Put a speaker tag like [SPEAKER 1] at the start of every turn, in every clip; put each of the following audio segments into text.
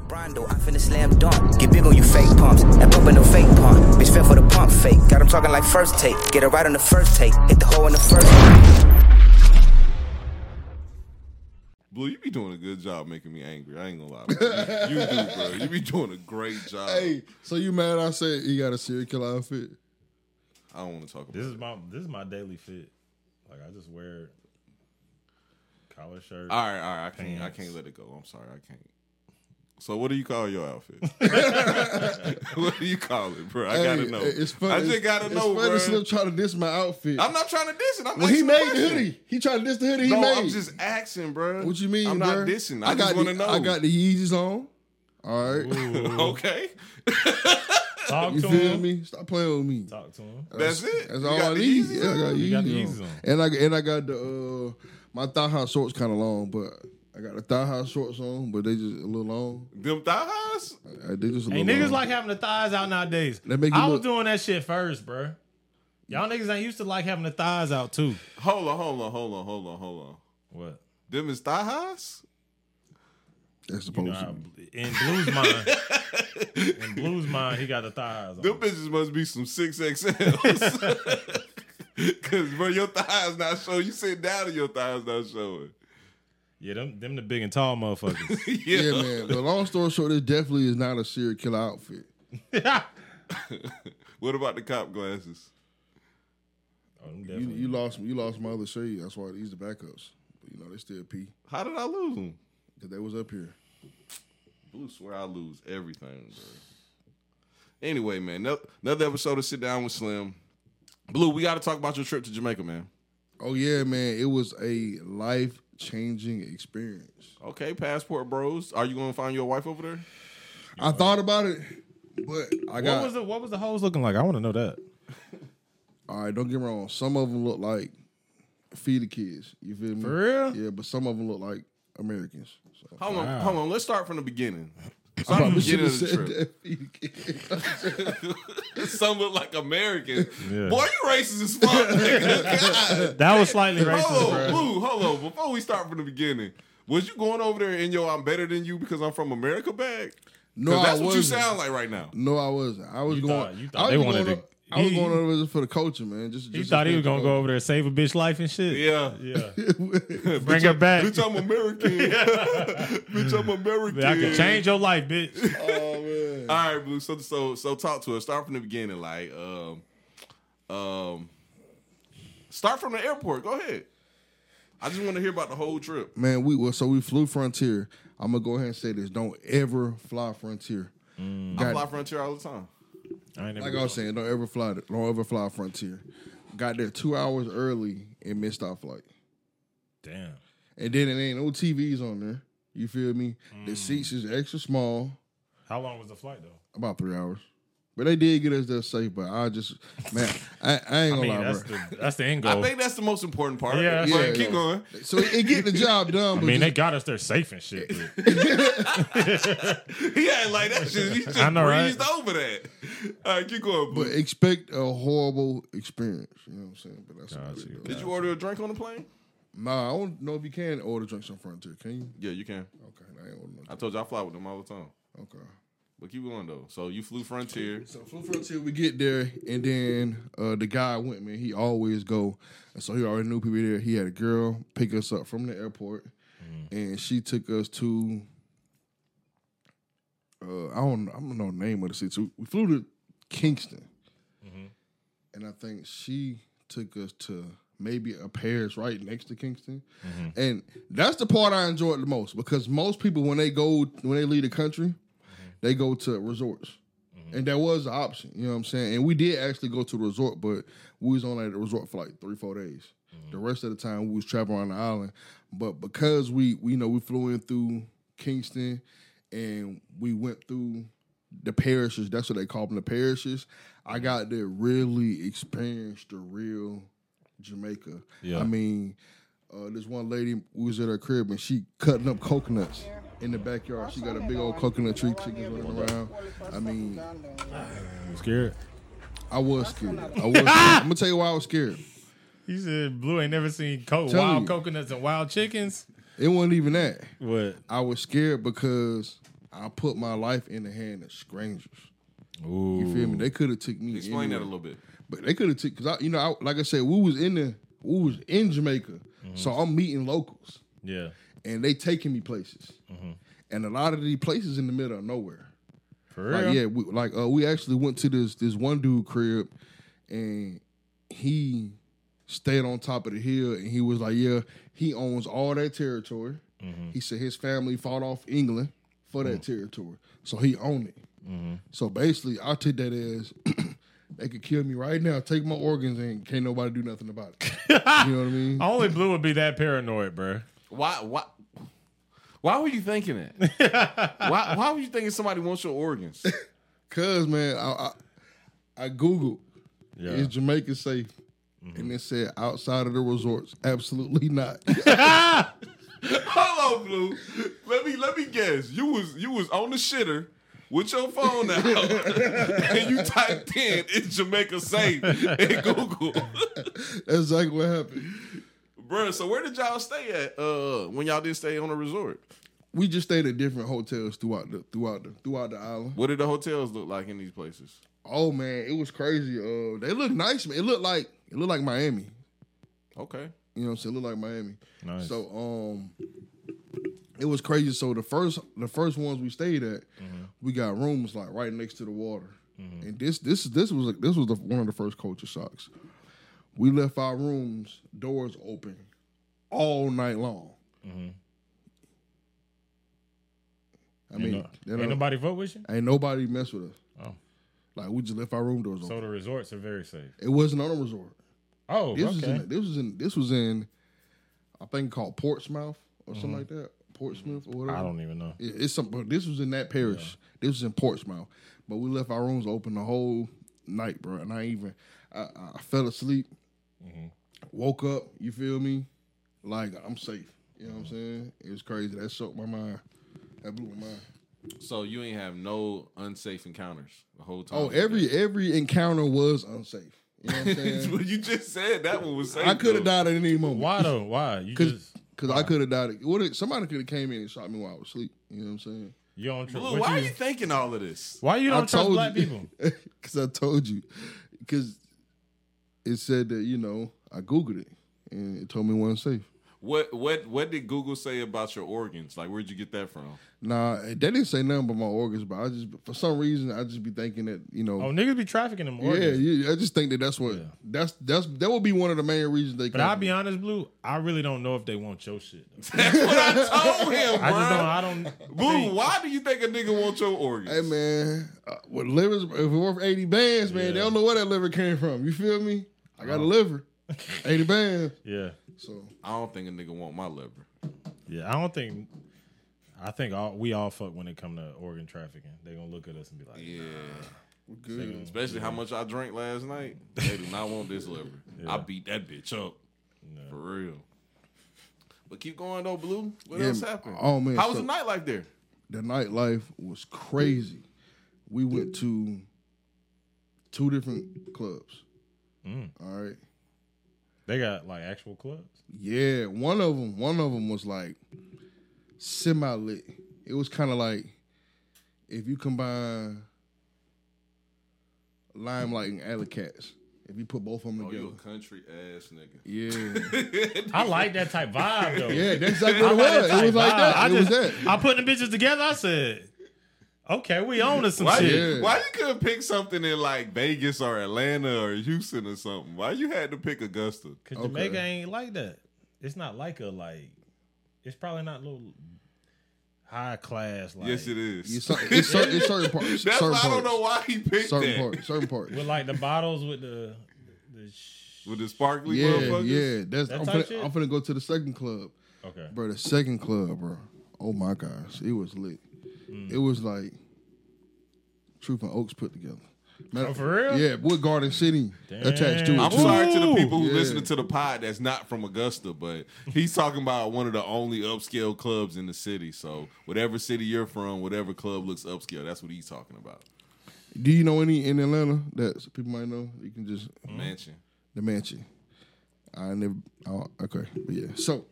[SPEAKER 1] Rondo, I'm finna slam dunk. Get big on you fake pumps. That bumpin' no fake pump. Bitch fell for the pump fake. Got him talking like first take. Get it right on the first take. Hit the hole in the first.
[SPEAKER 2] Blue, you be doing a good job making me angry. I ain't gonna lie. bro. You, you do, bro. You be doing a great job.
[SPEAKER 3] Hey, so you mad I said he got a serial killer outfit?
[SPEAKER 2] I don't want to talk about
[SPEAKER 4] This
[SPEAKER 2] it.
[SPEAKER 4] is my this is my daily fit. Like I just wear collar shirt.
[SPEAKER 2] All right, all right. I can't. I
[SPEAKER 4] Pants.
[SPEAKER 2] can't let it go. I'm sorry. I can't. So what do you call your outfit? what do you call it, bro? I gotta
[SPEAKER 3] Hey,
[SPEAKER 2] know.
[SPEAKER 3] It's funny.
[SPEAKER 2] I just gotta
[SPEAKER 3] it's,
[SPEAKER 2] know,
[SPEAKER 3] It's funny
[SPEAKER 2] bro.
[SPEAKER 3] Slim trying to diss my outfit.
[SPEAKER 2] I'm not trying to diss it. I'm
[SPEAKER 3] when he
[SPEAKER 2] asking a
[SPEAKER 3] made the
[SPEAKER 2] question.
[SPEAKER 3] hoodie, he tried to diss the hoodie. He
[SPEAKER 2] No,
[SPEAKER 3] made.
[SPEAKER 2] I'm just asking, bro.
[SPEAKER 3] what you mean?
[SPEAKER 2] I'm
[SPEAKER 3] bruh?
[SPEAKER 2] not dissing. I, just
[SPEAKER 3] got
[SPEAKER 2] want to
[SPEAKER 3] the-
[SPEAKER 2] know.
[SPEAKER 3] I got the Yeezys on. All right,
[SPEAKER 2] okay.
[SPEAKER 4] Talk
[SPEAKER 3] you
[SPEAKER 4] to
[SPEAKER 3] feel
[SPEAKER 4] him.
[SPEAKER 3] me? Stop playing with me.
[SPEAKER 4] Talk to him.
[SPEAKER 2] That's it.
[SPEAKER 3] That's
[SPEAKER 2] You
[SPEAKER 3] all
[SPEAKER 2] got
[SPEAKER 3] I
[SPEAKER 2] the
[SPEAKER 3] need.
[SPEAKER 2] Yeezys
[SPEAKER 3] Yeah,
[SPEAKER 2] on?
[SPEAKER 3] I got
[SPEAKER 4] You got the
[SPEAKER 3] Yeezys
[SPEAKER 4] Yeezys
[SPEAKER 3] on.
[SPEAKER 4] on.
[SPEAKER 3] And I and I got the uh, my thigh high shorts kind of long, but I got the thigh high shorts on, but they just a little long.
[SPEAKER 2] Them thigh highs?
[SPEAKER 3] Uh, They just a
[SPEAKER 4] Hey,
[SPEAKER 3] little.
[SPEAKER 4] niggas
[SPEAKER 3] long.
[SPEAKER 4] like having the thighs out nowadays.
[SPEAKER 3] That make you
[SPEAKER 4] I was
[SPEAKER 3] look-
[SPEAKER 4] doing that shit first, bro. Y'all niggas ain't used to like having the thighs out too.
[SPEAKER 2] Hold on, hold on, hold on, hold on, hold on.
[SPEAKER 4] What?
[SPEAKER 2] Them is thigh highs?
[SPEAKER 3] that's
[SPEAKER 4] You
[SPEAKER 3] supposed
[SPEAKER 4] know,
[SPEAKER 3] to. Be.
[SPEAKER 4] I- in blues mind, in blues mind, he got the thighs.
[SPEAKER 2] Them
[SPEAKER 4] On.
[SPEAKER 2] bitches must be some six XLs. Cause bro, your thighs not showing. You sit down and your thighs not showing.
[SPEAKER 4] Yeah, them them the big and tall motherfuckers.
[SPEAKER 2] yeah.
[SPEAKER 3] Yeah, man. But long story short, this definitely is not a serial killer outfit.
[SPEAKER 2] What about the cop glasses?
[SPEAKER 4] Oh, them
[SPEAKER 3] You,
[SPEAKER 4] definitely-
[SPEAKER 3] you lost you lost my other shade. That's why these the backups. But you know they still pee
[SPEAKER 2] How did I lose them?
[SPEAKER 3] because they was up here.
[SPEAKER 2] Blue swear I lose everything, bro. Anyway, man, no- another episode of Sit Down with Slim. Blue, we got to talk about your trip to Jamaica, man.
[SPEAKER 3] Oh yeah, man. It was a life changing experience.
[SPEAKER 2] Okay, passport bros. Are you going to find your wife over there?
[SPEAKER 3] I thought about it, but I got.
[SPEAKER 4] what was the what was the hoes looking like? I want to know that.
[SPEAKER 3] All right, don't get me wrong. Some of them look like feeder kids. You feel me?
[SPEAKER 4] For real?
[SPEAKER 3] Yeah, but some of them look like Americans. So.
[SPEAKER 2] Hold on, hold on. Let's start from the beginning.
[SPEAKER 3] I
[SPEAKER 2] Start from the
[SPEAKER 3] probably
[SPEAKER 2] beginning
[SPEAKER 3] should've
[SPEAKER 2] of the trip.
[SPEAKER 3] said that feeder kid.
[SPEAKER 2] Some look like Americans.
[SPEAKER 4] Yeah.
[SPEAKER 2] Boy, you racist as fuck. nigga. God.
[SPEAKER 4] That was
[SPEAKER 3] Oh.
[SPEAKER 4] slightly racist,
[SPEAKER 2] Hold
[SPEAKER 4] bro.
[SPEAKER 2] on, Blue, hold on. Before we start from the beginning, was you going over there in your I'm better than you because I'm from America bag? 'Cause
[SPEAKER 3] No, I
[SPEAKER 2] that's
[SPEAKER 3] wasn't.
[SPEAKER 2] what you sound like right now.
[SPEAKER 3] No, I wasn't. I was
[SPEAKER 4] You
[SPEAKER 3] going.
[SPEAKER 4] thought- you thought
[SPEAKER 3] I was
[SPEAKER 4] they
[SPEAKER 3] going.
[SPEAKER 4] wanted
[SPEAKER 3] o-
[SPEAKER 4] to-
[SPEAKER 3] I was
[SPEAKER 4] he-
[SPEAKER 3] going over there for the culture, man. Just,
[SPEAKER 4] He
[SPEAKER 3] just
[SPEAKER 4] thought he was
[SPEAKER 3] experience
[SPEAKER 4] gonna
[SPEAKER 3] the
[SPEAKER 4] go over there and save a bitch life and shit.
[SPEAKER 2] Yeah.
[SPEAKER 4] Yeah.
[SPEAKER 3] culture.
[SPEAKER 4] Bring her back.
[SPEAKER 2] Bitch, I'm American. Bitch, I'm American.
[SPEAKER 4] I can change your life, bitch.
[SPEAKER 3] oh man.
[SPEAKER 2] All right, Blue. So, so, so, talk to us. Start from the beginning. Like, um, um, start from the airport. Go ahead. I just want to hear about the whole trip.
[SPEAKER 3] Man, we well, so we flew Frontier. I'm gonna go ahead and say this: don't ever fly Frontier.
[SPEAKER 2] I
[SPEAKER 4] Mm.
[SPEAKER 3] God-
[SPEAKER 2] fly Frontier all the time.
[SPEAKER 4] I ain't never
[SPEAKER 3] Like I was saying, don't ever fly. Don't ever fly Frontier. Got there two hours early and missed our flight.
[SPEAKER 4] Damn.
[SPEAKER 3] And then it ain't no TVs on there. You feel me?
[SPEAKER 4] Mm.
[SPEAKER 3] The seats is extra small,
[SPEAKER 4] How long was the flight though?
[SPEAKER 3] about three hours. But they did get us there safe. But I just, man, I, I ain't
[SPEAKER 4] I
[SPEAKER 3] gonna
[SPEAKER 4] mean,
[SPEAKER 3] lie,
[SPEAKER 4] that's
[SPEAKER 3] bro.
[SPEAKER 4] the that's the end
[SPEAKER 2] I
[SPEAKER 4] goal.
[SPEAKER 2] think that's the most important part.
[SPEAKER 4] Oh. Yeah, that's
[SPEAKER 2] But
[SPEAKER 3] right.
[SPEAKER 2] keep
[SPEAKER 3] Yeah.
[SPEAKER 2] going.
[SPEAKER 3] So it, it get the job done.
[SPEAKER 4] I
[SPEAKER 3] But
[SPEAKER 4] mean, they
[SPEAKER 3] just,
[SPEAKER 4] got us there safe and shit. but-
[SPEAKER 2] He ain't like that shit. He just
[SPEAKER 4] I know, right?
[SPEAKER 2] breezed over that. All right, keep going. Blue.
[SPEAKER 3] but expect a horrible experience. You know what I'm saying? But that's
[SPEAKER 4] Gotcha,
[SPEAKER 3] about it, though.
[SPEAKER 2] Did you order a drink on the plane?
[SPEAKER 3] Nah, I don't know if you can order drinks on Frontier. Can you?
[SPEAKER 2] Yeah, you can.
[SPEAKER 3] Okay, I ain't ordering.
[SPEAKER 2] I told you I fly with them all the time.
[SPEAKER 3] No okay.
[SPEAKER 2] But keep going though. So you flew Frontier.
[SPEAKER 3] So flew Frontier, we get there, and then uh, the guy went, man. He always go, and so he already knew people there. He had a girl pick us up from the airport, and she took us to. Uh, I don't, I don't know the name of the city. So we flew to Kingston, and I think she took us to maybe a Paris right next to Kingston, and that's the part I enjoyed the most because most people when they go when they leave the country, they go to resorts. And that was an option, you know what I'm saying? And we did actually go to the resort, but we was only at the resort for like three, four days. The rest of the time we was traveling around the island. But because we, we you know, we flew in through Kingston and we went through the parishes, that's what they call them, the parishes. I got to really experience the real Jamaica.
[SPEAKER 4] Yeah.
[SPEAKER 3] I mean, uh, this one lady we was at her crib and she cutting up coconuts in the backyard. She got a big old coconut tree, chickens running around. I mean,
[SPEAKER 4] You scared?
[SPEAKER 3] I was scared. I was. Scared. I'm gonna tell you why I was scared.
[SPEAKER 4] He said Blue ain't never seen co-
[SPEAKER 3] Tell
[SPEAKER 4] wild
[SPEAKER 3] you.
[SPEAKER 4] coconuts and wild chickens.
[SPEAKER 3] It wasn't even that.
[SPEAKER 4] What?
[SPEAKER 3] I was scared because I put my life in the hand of strangers.
[SPEAKER 4] Ooh.
[SPEAKER 3] You feel me? They could have took me.
[SPEAKER 2] Explain that a
[SPEAKER 3] anywhere.
[SPEAKER 2] little bit.
[SPEAKER 3] But they could have took because I, you know, I, like I said, we was in the, we was in Jamaica, so
[SPEAKER 2] Mm-hmm.
[SPEAKER 3] I'm meeting locals,
[SPEAKER 4] Yeah.
[SPEAKER 3] and they taking me places,
[SPEAKER 4] Mm-hmm.
[SPEAKER 3] and a lot of these places in the middle of nowhere.
[SPEAKER 4] For real.
[SPEAKER 3] Like yeah, we, like uh, we actually went to this this one dude crib, and he stayed on top of the hill, and he was like, yeah, he owns all that territory.
[SPEAKER 4] Mm-hmm.
[SPEAKER 3] He said his family fought off England for
[SPEAKER 4] Mm.
[SPEAKER 3] that territory, so he owned it.
[SPEAKER 4] Mm-hmm.
[SPEAKER 3] So basically, I took that as. They could kill me right now. Take my organs and can't nobody do nothing about it. you know what I mean?
[SPEAKER 4] Only Blue would be that paranoid, bruh.
[SPEAKER 2] Why? Why? Why were you thinking that? why? Why were you thinking somebody wants your organs?
[SPEAKER 3] Cause man, I I, I googled
[SPEAKER 4] Yeah.
[SPEAKER 3] is Jamaica safe, and it said outside of the resorts, absolutely not.
[SPEAKER 2] Hello, Blue. Let me let me guess. You was you was on the shitter with your phone out, and you typed in "Is Jamaica safe?" in Google,
[SPEAKER 3] That's exactly what happened.
[SPEAKER 2] Bruh, So where did y'all stay at? Uh, when y'all did stay on a resort,
[SPEAKER 3] We just stayed at different hotels throughout the throughout the throughout the island.
[SPEAKER 2] what did the hotels look like in these places?
[SPEAKER 3] Oh man, it was crazy. Uh, they looked nice, man. It looked like it looked like Miami.
[SPEAKER 2] Okay,
[SPEAKER 3] You know what I'm saying? It looked like Miami.
[SPEAKER 4] Nice.
[SPEAKER 3] So um, it was crazy. So the first the first ones we stayed at,
[SPEAKER 4] Mm-hmm.
[SPEAKER 3] we got rooms like right next to the water. And this this this was this was the, one of the first culture shocks. We left our rooms doors open all night long.
[SPEAKER 4] Mm-hmm.
[SPEAKER 3] I
[SPEAKER 4] Ain't
[SPEAKER 3] mean,
[SPEAKER 4] no-
[SPEAKER 3] that
[SPEAKER 4] ain't
[SPEAKER 3] don't-
[SPEAKER 4] nobody vote with you?
[SPEAKER 3] ain't nobody mess with us.
[SPEAKER 4] Oh.
[SPEAKER 3] Like we just left our room doors
[SPEAKER 4] So
[SPEAKER 3] open.
[SPEAKER 4] the resorts are very safe.
[SPEAKER 3] It wasn't on a resort.
[SPEAKER 4] Oh,
[SPEAKER 3] This was
[SPEAKER 4] okay.
[SPEAKER 3] in this was in this was in I think called Portsmouth or something like that. Portsmouth or whatever.
[SPEAKER 4] Mm-hmm. I don't even know.
[SPEAKER 3] Yeah, it's some but this was in that parish. This was in Portsmouth. But we left our rooms open the whole night, bro. And I even I, I fell asleep.
[SPEAKER 4] Mm-hmm.
[SPEAKER 3] Woke up, you feel me? Like I'm safe. You know what I'm
[SPEAKER 4] Mm-hmm.
[SPEAKER 3] saying? It was crazy. That shook my mind. That blew my mind.
[SPEAKER 2] so you ain't have no unsafe encounters the whole time.
[SPEAKER 3] Oh, every every encounter was unsafe. You know what I'm saying?
[SPEAKER 2] you just said that one was safe.
[SPEAKER 3] I could have
[SPEAKER 2] though.
[SPEAKER 3] died at any moment.
[SPEAKER 4] Why though? Why? You
[SPEAKER 3] Cause,
[SPEAKER 4] just
[SPEAKER 3] cause I could have died. What if, somebody could have came in and shot me while I was asleep. You know what I'm saying?
[SPEAKER 4] you don't trust
[SPEAKER 2] Blue, why are you thinking all of this?
[SPEAKER 4] why you
[SPEAKER 3] I
[SPEAKER 4] don't trust
[SPEAKER 3] told
[SPEAKER 4] black
[SPEAKER 3] you.
[SPEAKER 4] people?
[SPEAKER 3] Cause I told you. Cause it said that you know I googled it and it told me it wasn't safe.
[SPEAKER 2] What what what did Google say about your organs? Like, where'd you get that from?
[SPEAKER 3] Nah, they didn't say nothing about my organs, but I just for some reason I just be thinking that you know.
[SPEAKER 4] Oh, niggas be trafficking them
[SPEAKER 3] yeah,
[SPEAKER 4] organs.
[SPEAKER 3] yeah, I just think that that's what
[SPEAKER 4] Yeah.
[SPEAKER 3] that's that's that would be one of the main reasons they.
[SPEAKER 4] But I'll be honest, Blue. I really don't know if they want your shit. though.
[SPEAKER 2] That's what I told him,
[SPEAKER 4] I just
[SPEAKER 2] bruh.
[SPEAKER 4] don't. I don't.
[SPEAKER 2] Boo,
[SPEAKER 4] think-
[SPEAKER 2] why do you think a nigga want your organs?
[SPEAKER 3] Hey man, uh, with livers, if it worth eighty bands, man, they
[SPEAKER 4] Yeah.
[SPEAKER 3] don't know where that liver came from. You feel me? I got a liver, eighty bands.
[SPEAKER 4] Yeah,
[SPEAKER 3] So
[SPEAKER 2] I don't think a nigga want my liver.
[SPEAKER 4] yeah. I don't think. I think all we all fuck when it come to organ trafficking. They gonna look at us and be like,
[SPEAKER 2] Yeah.
[SPEAKER 3] we're good.
[SPEAKER 2] Especially how much I drank last night. They do not want this liver. I beat that bitch up. For real. But keep going though, Blue. What
[SPEAKER 3] Yeah,
[SPEAKER 2] else
[SPEAKER 3] man.
[SPEAKER 2] happened?
[SPEAKER 3] Oh, man,
[SPEAKER 2] How was
[SPEAKER 3] so-
[SPEAKER 2] the night like there?
[SPEAKER 3] the nightlife was crazy. We went to two different clubs.
[SPEAKER 2] Mm.
[SPEAKER 3] All right.
[SPEAKER 4] they got like actual clubs.
[SPEAKER 3] Yeah, one of them, one of them was like semi lit. It was kind of like if you combine Limelight and Alley Cats, if you put both of them
[SPEAKER 2] Oh,
[SPEAKER 3] together.
[SPEAKER 2] you a country ass nigga.
[SPEAKER 3] yeah,
[SPEAKER 4] I like that type vibe though.
[SPEAKER 3] yeah, that's exactly
[SPEAKER 4] I
[SPEAKER 3] what it
[SPEAKER 4] like that
[SPEAKER 3] was.
[SPEAKER 4] type
[SPEAKER 3] It was like
[SPEAKER 4] vibe.
[SPEAKER 3] that.
[SPEAKER 4] I
[SPEAKER 3] it was
[SPEAKER 4] just-
[SPEAKER 3] that.
[SPEAKER 4] I put the bitches together. I said, okay, we on to some
[SPEAKER 2] Why,
[SPEAKER 4] shit.
[SPEAKER 2] you,
[SPEAKER 3] Yeah.
[SPEAKER 2] why you couldn't pick something in like Vegas or Atlanta or Houston or something? Why you had to pick Augusta?
[SPEAKER 4] Cause
[SPEAKER 3] Okay.
[SPEAKER 4] Jamaica ain't like that. It's not like a like. It's probably not little high class. Like,
[SPEAKER 2] yes, it is.
[SPEAKER 3] It's, cer- it's, cer- it's certain parts.
[SPEAKER 2] That's
[SPEAKER 3] certain
[SPEAKER 2] why I don't
[SPEAKER 3] parts,
[SPEAKER 2] know why he picked
[SPEAKER 3] Certain
[SPEAKER 2] that.
[SPEAKER 3] parts. Certain parts.
[SPEAKER 4] With like the bottles with the the. Sh-
[SPEAKER 2] With the sparkly
[SPEAKER 3] Yeah,
[SPEAKER 2] motherfuckers?
[SPEAKER 3] yeah. That's
[SPEAKER 4] That
[SPEAKER 3] I'm
[SPEAKER 4] type
[SPEAKER 3] finna,
[SPEAKER 4] shit?
[SPEAKER 3] I'm finna go to the second club,
[SPEAKER 4] okay.
[SPEAKER 3] bro. The second club, bro. Oh my gosh, it was lit. It was like Truth and Oaks put together. Matter-
[SPEAKER 4] Oh, for real?
[SPEAKER 3] Yeah, Wood Garden City attached to it.
[SPEAKER 4] Damn.
[SPEAKER 2] I'm
[SPEAKER 3] too.
[SPEAKER 2] sorry to the
[SPEAKER 4] Ooh.
[SPEAKER 2] people who
[SPEAKER 3] Yeah.
[SPEAKER 2] listening to the pod that's not from Augusta, but he's talking about one of the only upscale clubs in the city. So whatever city you're from, whatever club looks upscale, that's what he's talking about.
[SPEAKER 3] Do you know any in Atlanta that people might know? You can just
[SPEAKER 2] Mansion.
[SPEAKER 3] the mansion. I never. Oh, okay, but yeah. So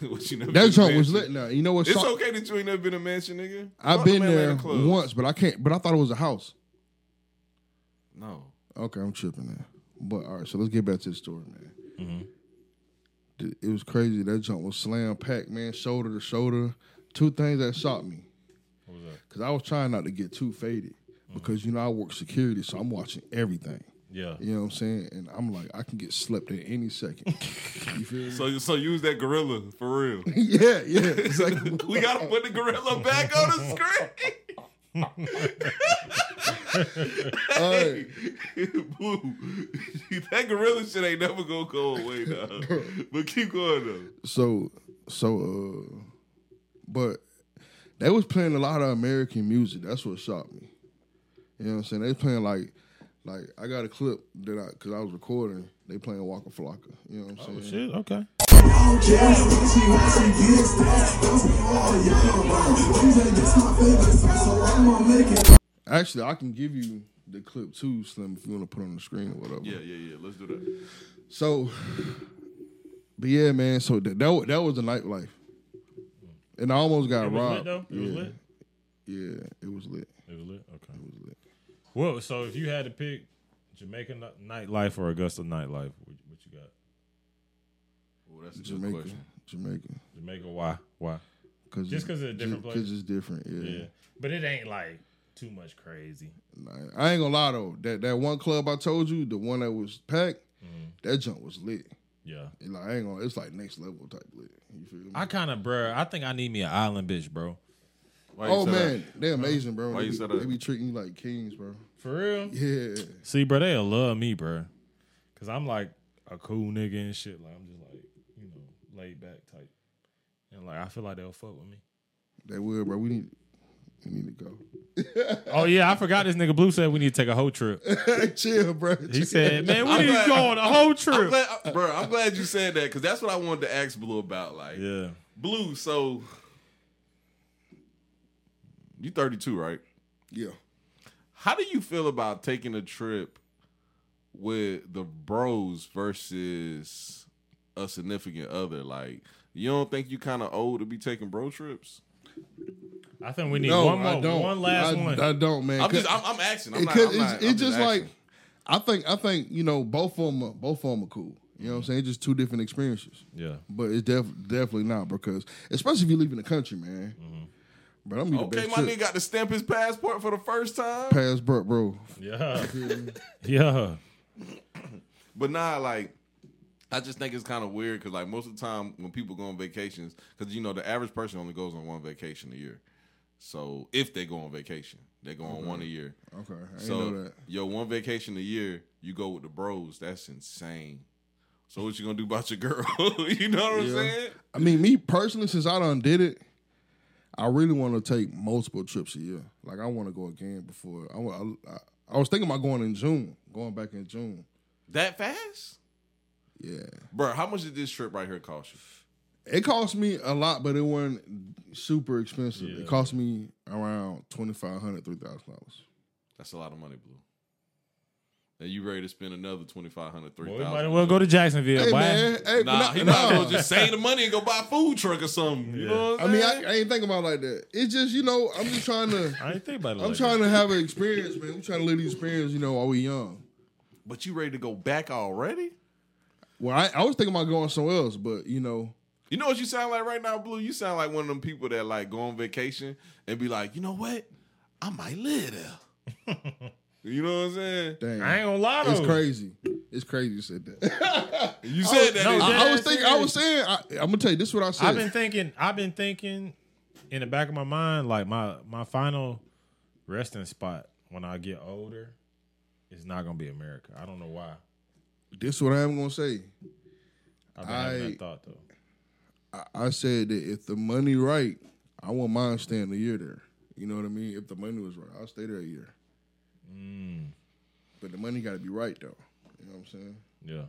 [SPEAKER 2] what you never been
[SPEAKER 3] That joint
[SPEAKER 2] to
[SPEAKER 3] was
[SPEAKER 2] mansion?
[SPEAKER 3] lit. Now you know what?
[SPEAKER 2] It's
[SPEAKER 3] so-
[SPEAKER 2] okay that you ain't never been a mansion, nigga.
[SPEAKER 3] I've
[SPEAKER 2] Fuck
[SPEAKER 3] been
[SPEAKER 2] them Atlanta
[SPEAKER 3] there
[SPEAKER 2] clubs.
[SPEAKER 3] once, but I can't. But I thought it was a house.
[SPEAKER 2] No,
[SPEAKER 3] Okay, I'm tripping now. But all right, so let's get back to the story, man.
[SPEAKER 4] Mm-hmm.
[SPEAKER 3] Th- It was crazy. That jump was slam packed, man, shoulder to shoulder. Two things that shocked me
[SPEAKER 4] What was that? Mm-hmm.
[SPEAKER 3] because I was trying not to get too faded because you know I work security, so I'm watching everything.
[SPEAKER 4] Yeah.
[SPEAKER 3] You know what I'm saying? And I'm like, I can get slept at any second. you feel me?
[SPEAKER 2] so so use that gorilla for real.
[SPEAKER 3] yeah, yeah, exactly.
[SPEAKER 2] we gotta put the gorilla back on the screen.
[SPEAKER 3] All right.
[SPEAKER 2] Boo. that gorilla shit ain't never gonna go away, dog. But keep going though.
[SPEAKER 3] So so uh but they was playing a lot of American music. That's what shocked me. You know what I'm saying? They was playing like like I got a clip that I cause I was recording, they playing Waka Flocka. You know what I'm saying?
[SPEAKER 4] Oh, Shit. Okay.
[SPEAKER 3] Actually I can give you the clip too, Slim, if you want to put it on the screen or whatever.
[SPEAKER 2] Yeah, yeah, yeah. Let's do that.
[SPEAKER 3] So but yeah, man, so that that, wa- that was the nightlife. And I almost got
[SPEAKER 4] It was
[SPEAKER 3] robbed.
[SPEAKER 4] lit though. It
[SPEAKER 3] yeah,
[SPEAKER 4] was lit.
[SPEAKER 3] yeah, it was lit.
[SPEAKER 4] It was lit. Okay.
[SPEAKER 3] It was lit.
[SPEAKER 4] Well, so if you had to pick Jamaican ni- nightlife or Augusta nightlife, what, what you got?
[SPEAKER 2] Oh, that's a good
[SPEAKER 3] Jamaica.
[SPEAKER 2] question.
[SPEAKER 3] Jamaica.
[SPEAKER 4] Jamaica, why? Why?
[SPEAKER 3] Cause
[SPEAKER 4] Just 'cause it's a different place?
[SPEAKER 3] Because it's different, yeah.
[SPEAKER 4] Yeah. But it ain't like too much crazy.
[SPEAKER 3] Nah, I ain't gonna lie though. That that one club I told you, the one that was packed,
[SPEAKER 4] Mm-hmm.
[SPEAKER 3] that junk was lit.
[SPEAKER 4] Yeah.
[SPEAKER 3] And like I ain't gonna, it's like next level type lit. You feel me?
[SPEAKER 4] I kind of, bro, I think I need me an island bitch, bro.
[SPEAKER 2] Why you
[SPEAKER 3] oh
[SPEAKER 2] said
[SPEAKER 3] man, they amazing, bro.
[SPEAKER 2] Why
[SPEAKER 3] they,
[SPEAKER 2] you
[SPEAKER 3] be,
[SPEAKER 2] said
[SPEAKER 3] they
[SPEAKER 2] that?
[SPEAKER 3] be treating you like kings, bro.
[SPEAKER 4] For real?
[SPEAKER 3] Yeah,
[SPEAKER 4] See, bro, they'll love me, bro. Cause I'm like a cool nigga and shit. Like I'm just like, you know, laid back type. And like I feel like they'll fuck with me.
[SPEAKER 3] they will, bro. We need, we need to
[SPEAKER 4] Oh yeah, I forgot this nigga Blue said we need to take a whole trip.
[SPEAKER 3] go. Chill, bro.
[SPEAKER 4] He said, "Man, we
[SPEAKER 2] I'm
[SPEAKER 4] need to
[SPEAKER 2] glad-
[SPEAKER 4] go on a whole
[SPEAKER 2] I'm
[SPEAKER 4] trip."
[SPEAKER 2] glad, I- bro, I'm glad you said that because that's what I wanted to ask Blue about. Like,
[SPEAKER 4] Yeah,
[SPEAKER 2] Blue, so you 32, right?
[SPEAKER 3] yeah.
[SPEAKER 2] How do you feel about taking a trip with the bros versus a significant other? Like, you don't think you kind of old to be taking bro trips?
[SPEAKER 4] I think we need
[SPEAKER 3] No,
[SPEAKER 4] one more,
[SPEAKER 3] I don't.
[SPEAKER 4] one last
[SPEAKER 3] I,
[SPEAKER 4] one.
[SPEAKER 3] I don't, man.
[SPEAKER 2] I'm
[SPEAKER 3] 'Cause-
[SPEAKER 2] just, I'm, I'm asking. I'm not,
[SPEAKER 3] because
[SPEAKER 2] I'm
[SPEAKER 3] it's,
[SPEAKER 2] not, I'm
[SPEAKER 3] it's just like
[SPEAKER 2] asking.
[SPEAKER 3] I think I think you know both of them are, both of them are cool. You know what I'm saying? It's just two different experiences.
[SPEAKER 4] yeah,
[SPEAKER 3] But it's def- definitely not because, especially if you leave in the country, man. But I'm gonna be the
[SPEAKER 2] Mm-hmm. okay,
[SPEAKER 3] best
[SPEAKER 2] my
[SPEAKER 3] trip.
[SPEAKER 2] nigga got to stamp his passport for the first time.
[SPEAKER 3] Pass bro, bro.
[SPEAKER 4] yeah, yeah.
[SPEAKER 2] But nah, like I just think it's kind of weird because like most of the time when people go on vacations, because you know the average person only goes on one vacation a year. So if they go on vacation, they go on one a year.
[SPEAKER 3] Okay, I didn't
[SPEAKER 2] so
[SPEAKER 3] know that.
[SPEAKER 2] your one vacation a year, you go with the bros. That's insane. So what you gonna do about your girl? you know what I'm
[SPEAKER 3] Yeah.
[SPEAKER 2] saying?
[SPEAKER 3] I mean, me personally, since I done did it, I really want to take multiple trips a year. Like I want to go again before I, wa- I, I was thinking about going in June, going back in June.
[SPEAKER 2] That fast,
[SPEAKER 3] Yeah,
[SPEAKER 2] bro? How much did this trip right here cost you?
[SPEAKER 3] it cost me a lot, but it wasn't super expensive.
[SPEAKER 4] Yeah.
[SPEAKER 3] It cost me around twenty five hundred, three thousand dollars.
[SPEAKER 2] That's a lot of money, blue. And you ready to spend another twenty five hundred, three
[SPEAKER 4] Well,
[SPEAKER 2] thousand?
[SPEAKER 4] we might as well go to Jacksonville.
[SPEAKER 3] Hey
[SPEAKER 4] boy.
[SPEAKER 3] man, hey,
[SPEAKER 2] Nah,
[SPEAKER 3] nah,
[SPEAKER 2] he
[SPEAKER 3] nah.
[SPEAKER 2] might as well just save the money and go buy a food truck or something. You
[SPEAKER 4] Yeah.
[SPEAKER 2] know what
[SPEAKER 3] I
[SPEAKER 2] I'm
[SPEAKER 3] mean,
[SPEAKER 2] saying?
[SPEAKER 3] I, I ain't thinking about it like that. It's just you know, I'm just trying to.
[SPEAKER 4] I ain't think about it.
[SPEAKER 3] I'm
[SPEAKER 4] like
[SPEAKER 3] trying
[SPEAKER 4] that.
[SPEAKER 3] to have an experience, man. I'm trying to live the experience, you know, while we young.
[SPEAKER 2] but you ready to go back already?
[SPEAKER 3] Well, I, I was thinking about going somewhere else, but you know,
[SPEAKER 2] You know what you sound like right now, Blue? You sound like one of them people that like go on vacation and be like, you know what? I might live there. you know what I'm saying?
[SPEAKER 3] dang,
[SPEAKER 4] I ain't gonna lie though.
[SPEAKER 3] it's crazy. It's crazy you said that.
[SPEAKER 2] You said Oh, that.
[SPEAKER 4] no,
[SPEAKER 2] didn't you?
[SPEAKER 3] I, I was
[SPEAKER 4] Yes,
[SPEAKER 3] thinking,
[SPEAKER 4] it
[SPEAKER 3] I
[SPEAKER 4] is.
[SPEAKER 3] was saying, I, I'm gonna tell you this is what I said.
[SPEAKER 4] I've been thinking. I've been thinking in the back of my mind, like my my final resting spot when I get older is not gonna be America. I don't know why.
[SPEAKER 3] this is what I am gonna say.
[SPEAKER 4] I've been having
[SPEAKER 3] I-
[SPEAKER 4] that thought though.
[SPEAKER 3] I, I said that if the money right, I won't mind staying a year there. You know what I mean? If the money was right, I'll stay there a year.
[SPEAKER 4] Mm.
[SPEAKER 3] But the money got to be right though. You know what I'm saying?
[SPEAKER 4] Yeah.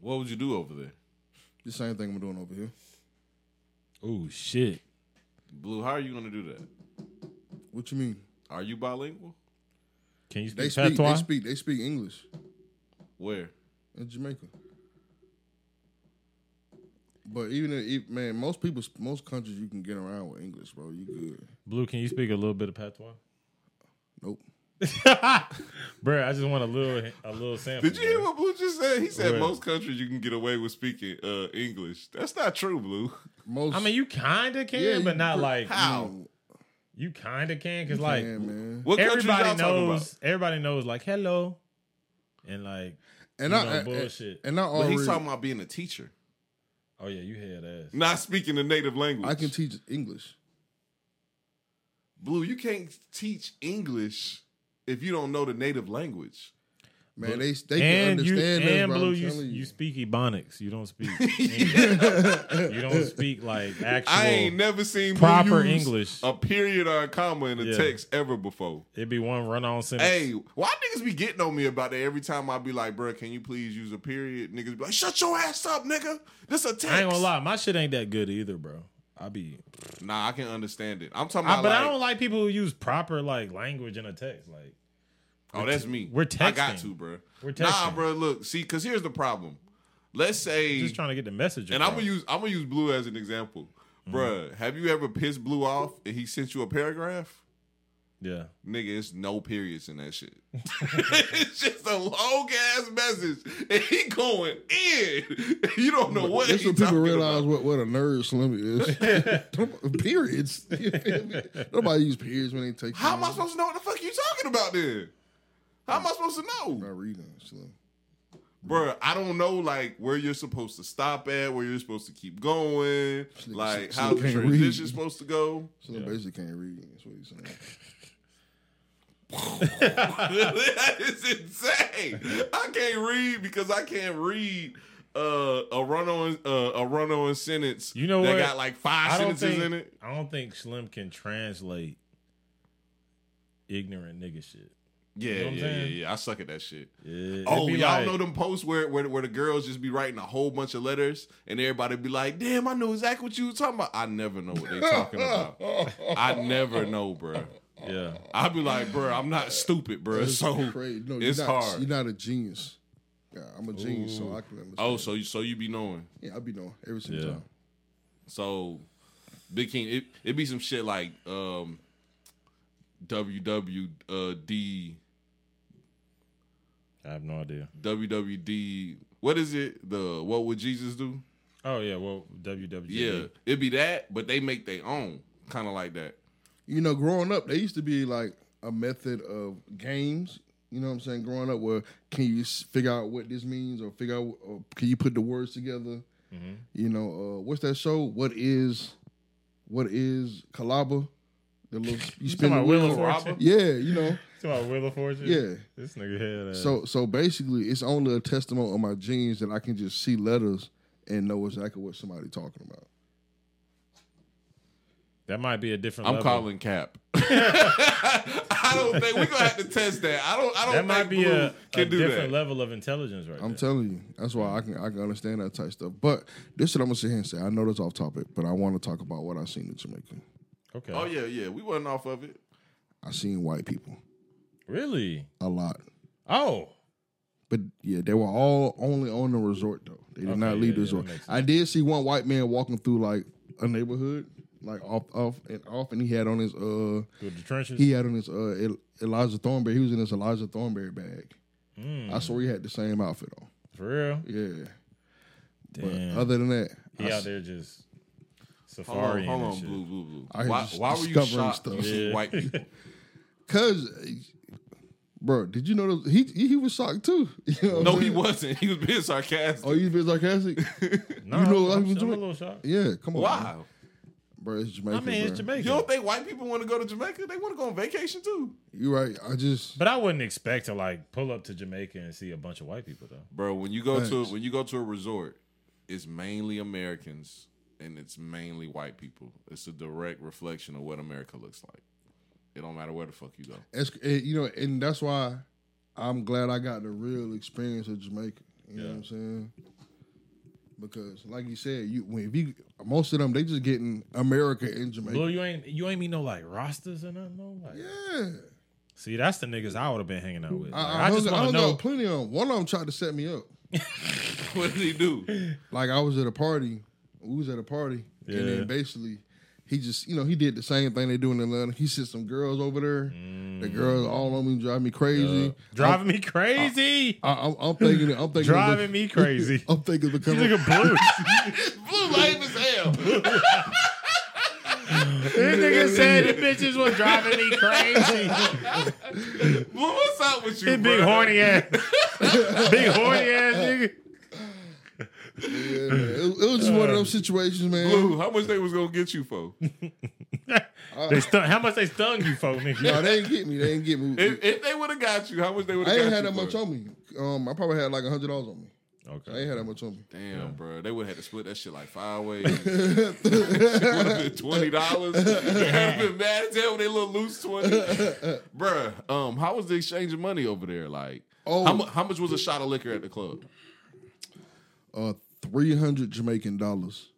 [SPEAKER 2] What would you do over there?
[SPEAKER 3] The same thing I'm doing over here.
[SPEAKER 4] Oh shit.
[SPEAKER 2] Blue, how are you gonna do that?
[SPEAKER 3] What you mean?
[SPEAKER 2] Are you bilingual?
[SPEAKER 4] Can you
[SPEAKER 3] They
[SPEAKER 4] speak
[SPEAKER 3] speak.
[SPEAKER 4] patois?
[SPEAKER 3] They speak. They speak English
[SPEAKER 2] Where?
[SPEAKER 3] in Jamaica. But even if, if- man, most people, most countries, you can get around with English, bro. You good?
[SPEAKER 4] Blue, can you speak a little bit of patois?
[SPEAKER 3] Nope.
[SPEAKER 4] Bruh, I just want a little a little sample.
[SPEAKER 2] Did you hear
[SPEAKER 4] bruh.
[SPEAKER 2] what Blue just said? He said
[SPEAKER 4] What?
[SPEAKER 2] most countries you can get away with speaking uh, English. That's not true, Blue.
[SPEAKER 3] Most.
[SPEAKER 4] I mean, you kind of can,
[SPEAKER 3] Yeah, you
[SPEAKER 4] but not
[SPEAKER 3] pre-
[SPEAKER 4] like
[SPEAKER 2] How?
[SPEAKER 4] you kind of can because like
[SPEAKER 3] yeah, man.
[SPEAKER 2] What countries y'all
[SPEAKER 4] everybody
[SPEAKER 2] talking about?
[SPEAKER 4] knows. Everybody knows like hello, and like
[SPEAKER 3] And
[SPEAKER 4] you
[SPEAKER 3] I
[SPEAKER 4] know,
[SPEAKER 3] and-
[SPEAKER 4] bullshit.
[SPEAKER 3] And I
[SPEAKER 2] But
[SPEAKER 3] already.
[SPEAKER 2] he's talking about being a teacher,
[SPEAKER 4] oh yeah, you hear that?
[SPEAKER 2] not speaking the native language.
[SPEAKER 3] I can teach English.
[SPEAKER 2] Blue, you can't teach English if you don't know the native language.
[SPEAKER 3] Man, they they can
[SPEAKER 4] and you
[SPEAKER 3] understand us,
[SPEAKER 4] and
[SPEAKER 3] bro.
[SPEAKER 4] blue,
[SPEAKER 3] I'm
[SPEAKER 4] you,
[SPEAKER 3] telling
[SPEAKER 4] you
[SPEAKER 3] you.
[SPEAKER 4] speak Ebonics. You don't speak. English. you don't speak like actual.
[SPEAKER 2] I ain't never seen Blue
[SPEAKER 4] proper
[SPEAKER 2] use
[SPEAKER 4] English.
[SPEAKER 2] a period or a comma in a
[SPEAKER 4] Yeah.
[SPEAKER 2] text ever before.
[SPEAKER 4] It'd be one run-on sentence.
[SPEAKER 2] Hey, why niggas be getting on me about that every time I be like, bruh, can you please use a period? Niggas be like, shut your ass up, nigga. This a text.
[SPEAKER 4] I ain't gonna lie, my shit ain't that good either, bro. I be,
[SPEAKER 2] Nah, I can understand it. I'm talking
[SPEAKER 4] I,
[SPEAKER 2] about
[SPEAKER 4] but
[SPEAKER 2] like,
[SPEAKER 4] I don't like people who use proper like language in a text. Like,
[SPEAKER 2] Oh, that's me.
[SPEAKER 4] we're
[SPEAKER 2] I got
[SPEAKER 4] texting.
[SPEAKER 2] to, bruh.
[SPEAKER 4] We're
[SPEAKER 2] Nah,
[SPEAKER 4] texting.
[SPEAKER 2] bruh, look, see, cause here's the problem. Let's say
[SPEAKER 4] just trying to get the message.
[SPEAKER 2] And I'm
[SPEAKER 4] across.
[SPEAKER 2] gonna use I'm gonna use Blue as an example.
[SPEAKER 3] Mm-hmm.
[SPEAKER 2] Bruh, have you ever pissed Blue off and he sent you a paragraph?
[SPEAKER 4] yeah.
[SPEAKER 2] Nigga, it's no periods in that shit. it's just a long ass message, and he going in. You don't know what
[SPEAKER 3] That's
[SPEAKER 2] he
[SPEAKER 3] when people
[SPEAKER 2] talking
[SPEAKER 3] realize
[SPEAKER 2] about.
[SPEAKER 3] what, what a nerd Slim is. periods. You feel me? Nobody use periods when they take.
[SPEAKER 2] How am I supposed to know what the fuck you talking about then? How am I supposed to
[SPEAKER 3] By
[SPEAKER 2] know,
[SPEAKER 3] reading Slim.
[SPEAKER 2] Bruh, I don't know like where you're supposed to stop at, where you're supposed to keep going, like
[SPEAKER 3] Slick
[SPEAKER 2] how the
[SPEAKER 3] can't read.
[SPEAKER 2] transition's supposed to go.
[SPEAKER 3] Slim basically can't read. That's what he's saying.
[SPEAKER 2] that is insane. I can't read because I can't read uh, a run on uh, a run on sentence.
[SPEAKER 4] You know
[SPEAKER 2] that
[SPEAKER 4] what?
[SPEAKER 2] got like five
[SPEAKER 4] I don't
[SPEAKER 2] sentences
[SPEAKER 4] think
[SPEAKER 2] in it.
[SPEAKER 4] I don't think Slim can translate ignorant nigga shit.
[SPEAKER 2] Yeah,
[SPEAKER 4] know what I'm
[SPEAKER 2] yeah, yeah,
[SPEAKER 4] saying?
[SPEAKER 2] yeah. I suck at that shit.
[SPEAKER 4] Yeah, it'd
[SPEAKER 2] Oh,
[SPEAKER 4] be
[SPEAKER 2] y'all
[SPEAKER 4] like-
[SPEAKER 2] know them posts where, where where the girls just be writing a whole bunch of letters and everybody be like, "Damn, I knew exactly what you were talking about." I never know what they talking about. I never know, bruh.
[SPEAKER 4] Yeah,
[SPEAKER 2] I be like, bruh, I'm not stupid, bruh. So it's
[SPEAKER 3] you're not,
[SPEAKER 2] hard.
[SPEAKER 3] You're not a genius. Yeah, I'm a genius, so I can understand.
[SPEAKER 2] oh, so you so you be knowing.
[SPEAKER 3] yeah, I be knowing every single
[SPEAKER 4] Yeah.
[SPEAKER 3] time.
[SPEAKER 2] So, Big King, it it be some shit like um, uh, WWD,
[SPEAKER 4] I have no idea.
[SPEAKER 2] WWD. What is it? The what would Jesus do?
[SPEAKER 4] Oh yeah, well WWE.
[SPEAKER 2] Yeah, it'd be that, but they make their own, kind of like that.
[SPEAKER 3] You know, growing up, there used to be like a method of games. You know what I'm saying? Growing up, where can you s- figure out what this means, or figure out, or can you put the words together?
[SPEAKER 4] Mm-hmm.
[SPEAKER 3] You know, uh, what's that show? What is, what is Kalaba? The little you
[SPEAKER 4] You talking
[SPEAKER 3] spin the
[SPEAKER 4] about Wheel of
[SPEAKER 3] wheel.
[SPEAKER 4] Fortune? You
[SPEAKER 3] Yeah, you know.
[SPEAKER 4] talking about Wheel of Fortune?
[SPEAKER 3] Yeah.
[SPEAKER 4] This nigga had a,
[SPEAKER 3] So so basically, it's only a testimony of my genes that I can just see letters and know exactly what somebody talking about.
[SPEAKER 4] that might be a different.
[SPEAKER 2] I'm
[SPEAKER 4] level.
[SPEAKER 2] calling cap. I don't think we're gonna have to test that. I don't. I don't.
[SPEAKER 4] That might
[SPEAKER 2] think
[SPEAKER 4] be
[SPEAKER 2] Blue
[SPEAKER 4] a,
[SPEAKER 2] can
[SPEAKER 4] a
[SPEAKER 2] do
[SPEAKER 4] different
[SPEAKER 2] that.
[SPEAKER 4] level of intelligence, right?
[SPEAKER 3] I'm
[SPEAKER 4] there.
[SPEAKER 3] telling you, that's why I can I can understand that type of stuff. But this is what I'm gonna sit here and say. I know that's off topic, but I want to talk about what I seen in Jamaica.
[SPEAKER 4] okay.
[SPEAKER 2] Oh yeah, yeah. We wasn't off of it.
[SPEAKER 3] I seen white people
[SPEAKER 4] Really?
[SPEAKER 3] a lot,
[SPEAKER 4] Oh,
[SPEAKER 3] but yeah, they were all only on the resort though. They did
[SPEAKER 4] Okay,
[SPEAKER 3] not
[SPEAKER 4] yeah,
[SPEAKER 3] leave the
[SPEAKER 4] yeah,
[SPEAKER 3] resort.
[SPEAKER 4] that makes
[SPEAKER 3] I did see one white man walking through like a neighborhood, like off off and off, and he had on his uh
[SPEAKER 4] through the trenches.
[SPEAKER 3] he had on his uh El- Elijah Thornberry. He was in his Elijah Thornberry bag.
[SPEAKER 4] Hmm.
[SPEAKER 3] I saw he had the same outfit on.
[SPEAKER 4] For real?
[SPEAKER 3] Yeah.
[SPEAKER 4] Damn.
[SPEAKER 3] But other than that, I
[SPEAKER 4] he out
[SPEAKER 3] s-
[SPEAKER 4] there just
[SPEAKER 2] Hold on,
[SPEAKER 4] safari.
[SPEAKER 2] hold
[SPEAKER 4] and
[SPEAKER 2] on,
[SPEAKER 4] shit.
[SPEAKER 2] blue, blue, blue.
[SPEAKER 3] I
[SPEAKER 2] Why,
[SPEAKER 3] just
[SPEAKER 2] why were you
[SPEAKER 3] discovering
[SPEAKER 2] shocked?
[SPEAKER 3] stuff.
[SPEAKER 2] You see
[SPEAKER 4] Yeah.
[SPEAKER 2] white people.
[SPEAKER 3] Cause, bro, did you know that he he was shocked too? You know what
[SPEAKER 2] No,
[SPEAKER 3] I'm
[SPEAKER 2] he
[SPEAKER 3] saying?
[SPEAKER 2] wasn't. He was being sarcastic.
[SPEAKER 3] Oh, you been sarcastic?
[SPEAKER 4] No,
[SPEAKER 3] You know what I
[SPEAKER 4] I'm,
[SPEAKER 3] was
[SPEAKER 4] I'm, I'm a
[SPEAKER 3] doing?
[SPEAKER 4] little shocked.
[SPEAKER 3] Oh, yeah, come on,
[SPEAKER 2] Why?
[SPEAKER 3] bro. It's Jamaica.
[SPEAKER 4] I mean,
[SPEAKER 3] bro.
[SPEAKER 4] it's Jamaica.
[SPEAKER 2] You don't think white people want to go to Jamaica? They want to go on vacation too.
[SPEAKER 3] You right? I just
[SPEAKER 4] But I wouldn't expect to like pull up to Jamaica and see a bunch of white people though.
[SPEAKER 2] Bro, when you go to
[SPEAKER 3] Thanks.
[SPEAKER 2] when you go to a resort, it's mainly Americans and it's mainly white people. It's a direct reflection of what America looks like. It don't matter where the fuck you go.
[SPEAKER 3] it's, eh, you know, and that's why I'm glad I got the real experience of Jamaica. You know
[SPEAKER 4] Yeah.
[SPEAKER 3] what I'm saying? Because, like you said, you when if you most of them they just getting America in Jamaica.
[SPEAKER 4] Blue, you ain't you ain't meet no like Rastas or nothing though. Like,
[SPEAKER 3] Yeah,
[SPEAKER 4] see, that's the niggas I would have been hanging out with.
[SPEAKER 3] I,
[SPEAKER 4] Like,
[SPEAKER 3] I,
[SPEAKER 4] I, just
[SPEAKER 3] hung- I
[SPEAKER 4] want to
[SPEAKER 3] hung
[SPEAKER 4] know.
[SPEAKER 3] out plenty of them. One of them tried to set me up.
[SPEAKER 2] what did he do?
[SPEAKER 3] Like I was at a party We was at a party, and
[SPEAKER 4] Yeah.
[SPEAKER 3] then basically he just, you know, he did the same thing they do in Atlanta. He sent some girls over there. The
[SPEAKER 4] Mm.
[SPEAKER 3] girls all on me, drive me crazy.
[SPEAKER 4] Driving me crazy.
[SPEAKER 3] I, Oh, I'm, I'm thinking, I'm thinking,
[SPEAKER 4] Driving me crazy.
[SPEAKER 3] I'm thinking
[SPEAKER 4] You
[SPEAKER 3] becoming.
[SPEAKER 4] look blue.
[SPEAKER 2] Blue life as hell.
[SPEAKER 4] This nigga said the bitches was driving me crazy.
[SPEAKER 2] Well, what's up with you,
[SPEAKER 4] This big
[SPEAKER 2] bruh?
[SPEAKER 4] horny ass, big horny ass nigga.
[SPEAKER 3] Yeah, man. It, it was just one of
[SPEAKER 4] Uh,
[SPEAKER 3] those situations, man.
[SPEAKER 2] Blue, how much they was gonna get you for?
[SPEAKER 3] Uh,
[SPEAKER 4] They stung, how much they stung you for, nigga?
[SPEAKER 3] No, they didn't get me. They didn't get me.
[SPEAKER 2] If, if they would have got you, how much they would
[SPEAKER 3] I
[SPEAKER 2] have got
[SPEAKER 3] ain't
[SPEAKER 2] you
[SPEAKER 3] had that
[SPEAKER 2] for?
[SPEAKER 3] much on me. Um, I probably had like hundred dollars on me. I ain't
[SPEAKER 4] Okay.
[SPEAKER 3] had that much on me.
[SPEAKER 2] Damn, bro, they would have had to split that shit like five ways. would have been twenty dollars. have been mad as hell when they little loose twenty, bro. Um, how was the exchange of money over there? Like,
[SPEAKER 3] Oh.
[SPEAKER 2] how, mu- how much was a shot of liquor at the club?
[SPEAKER 3] Uh, three hundred Jamaican dollars.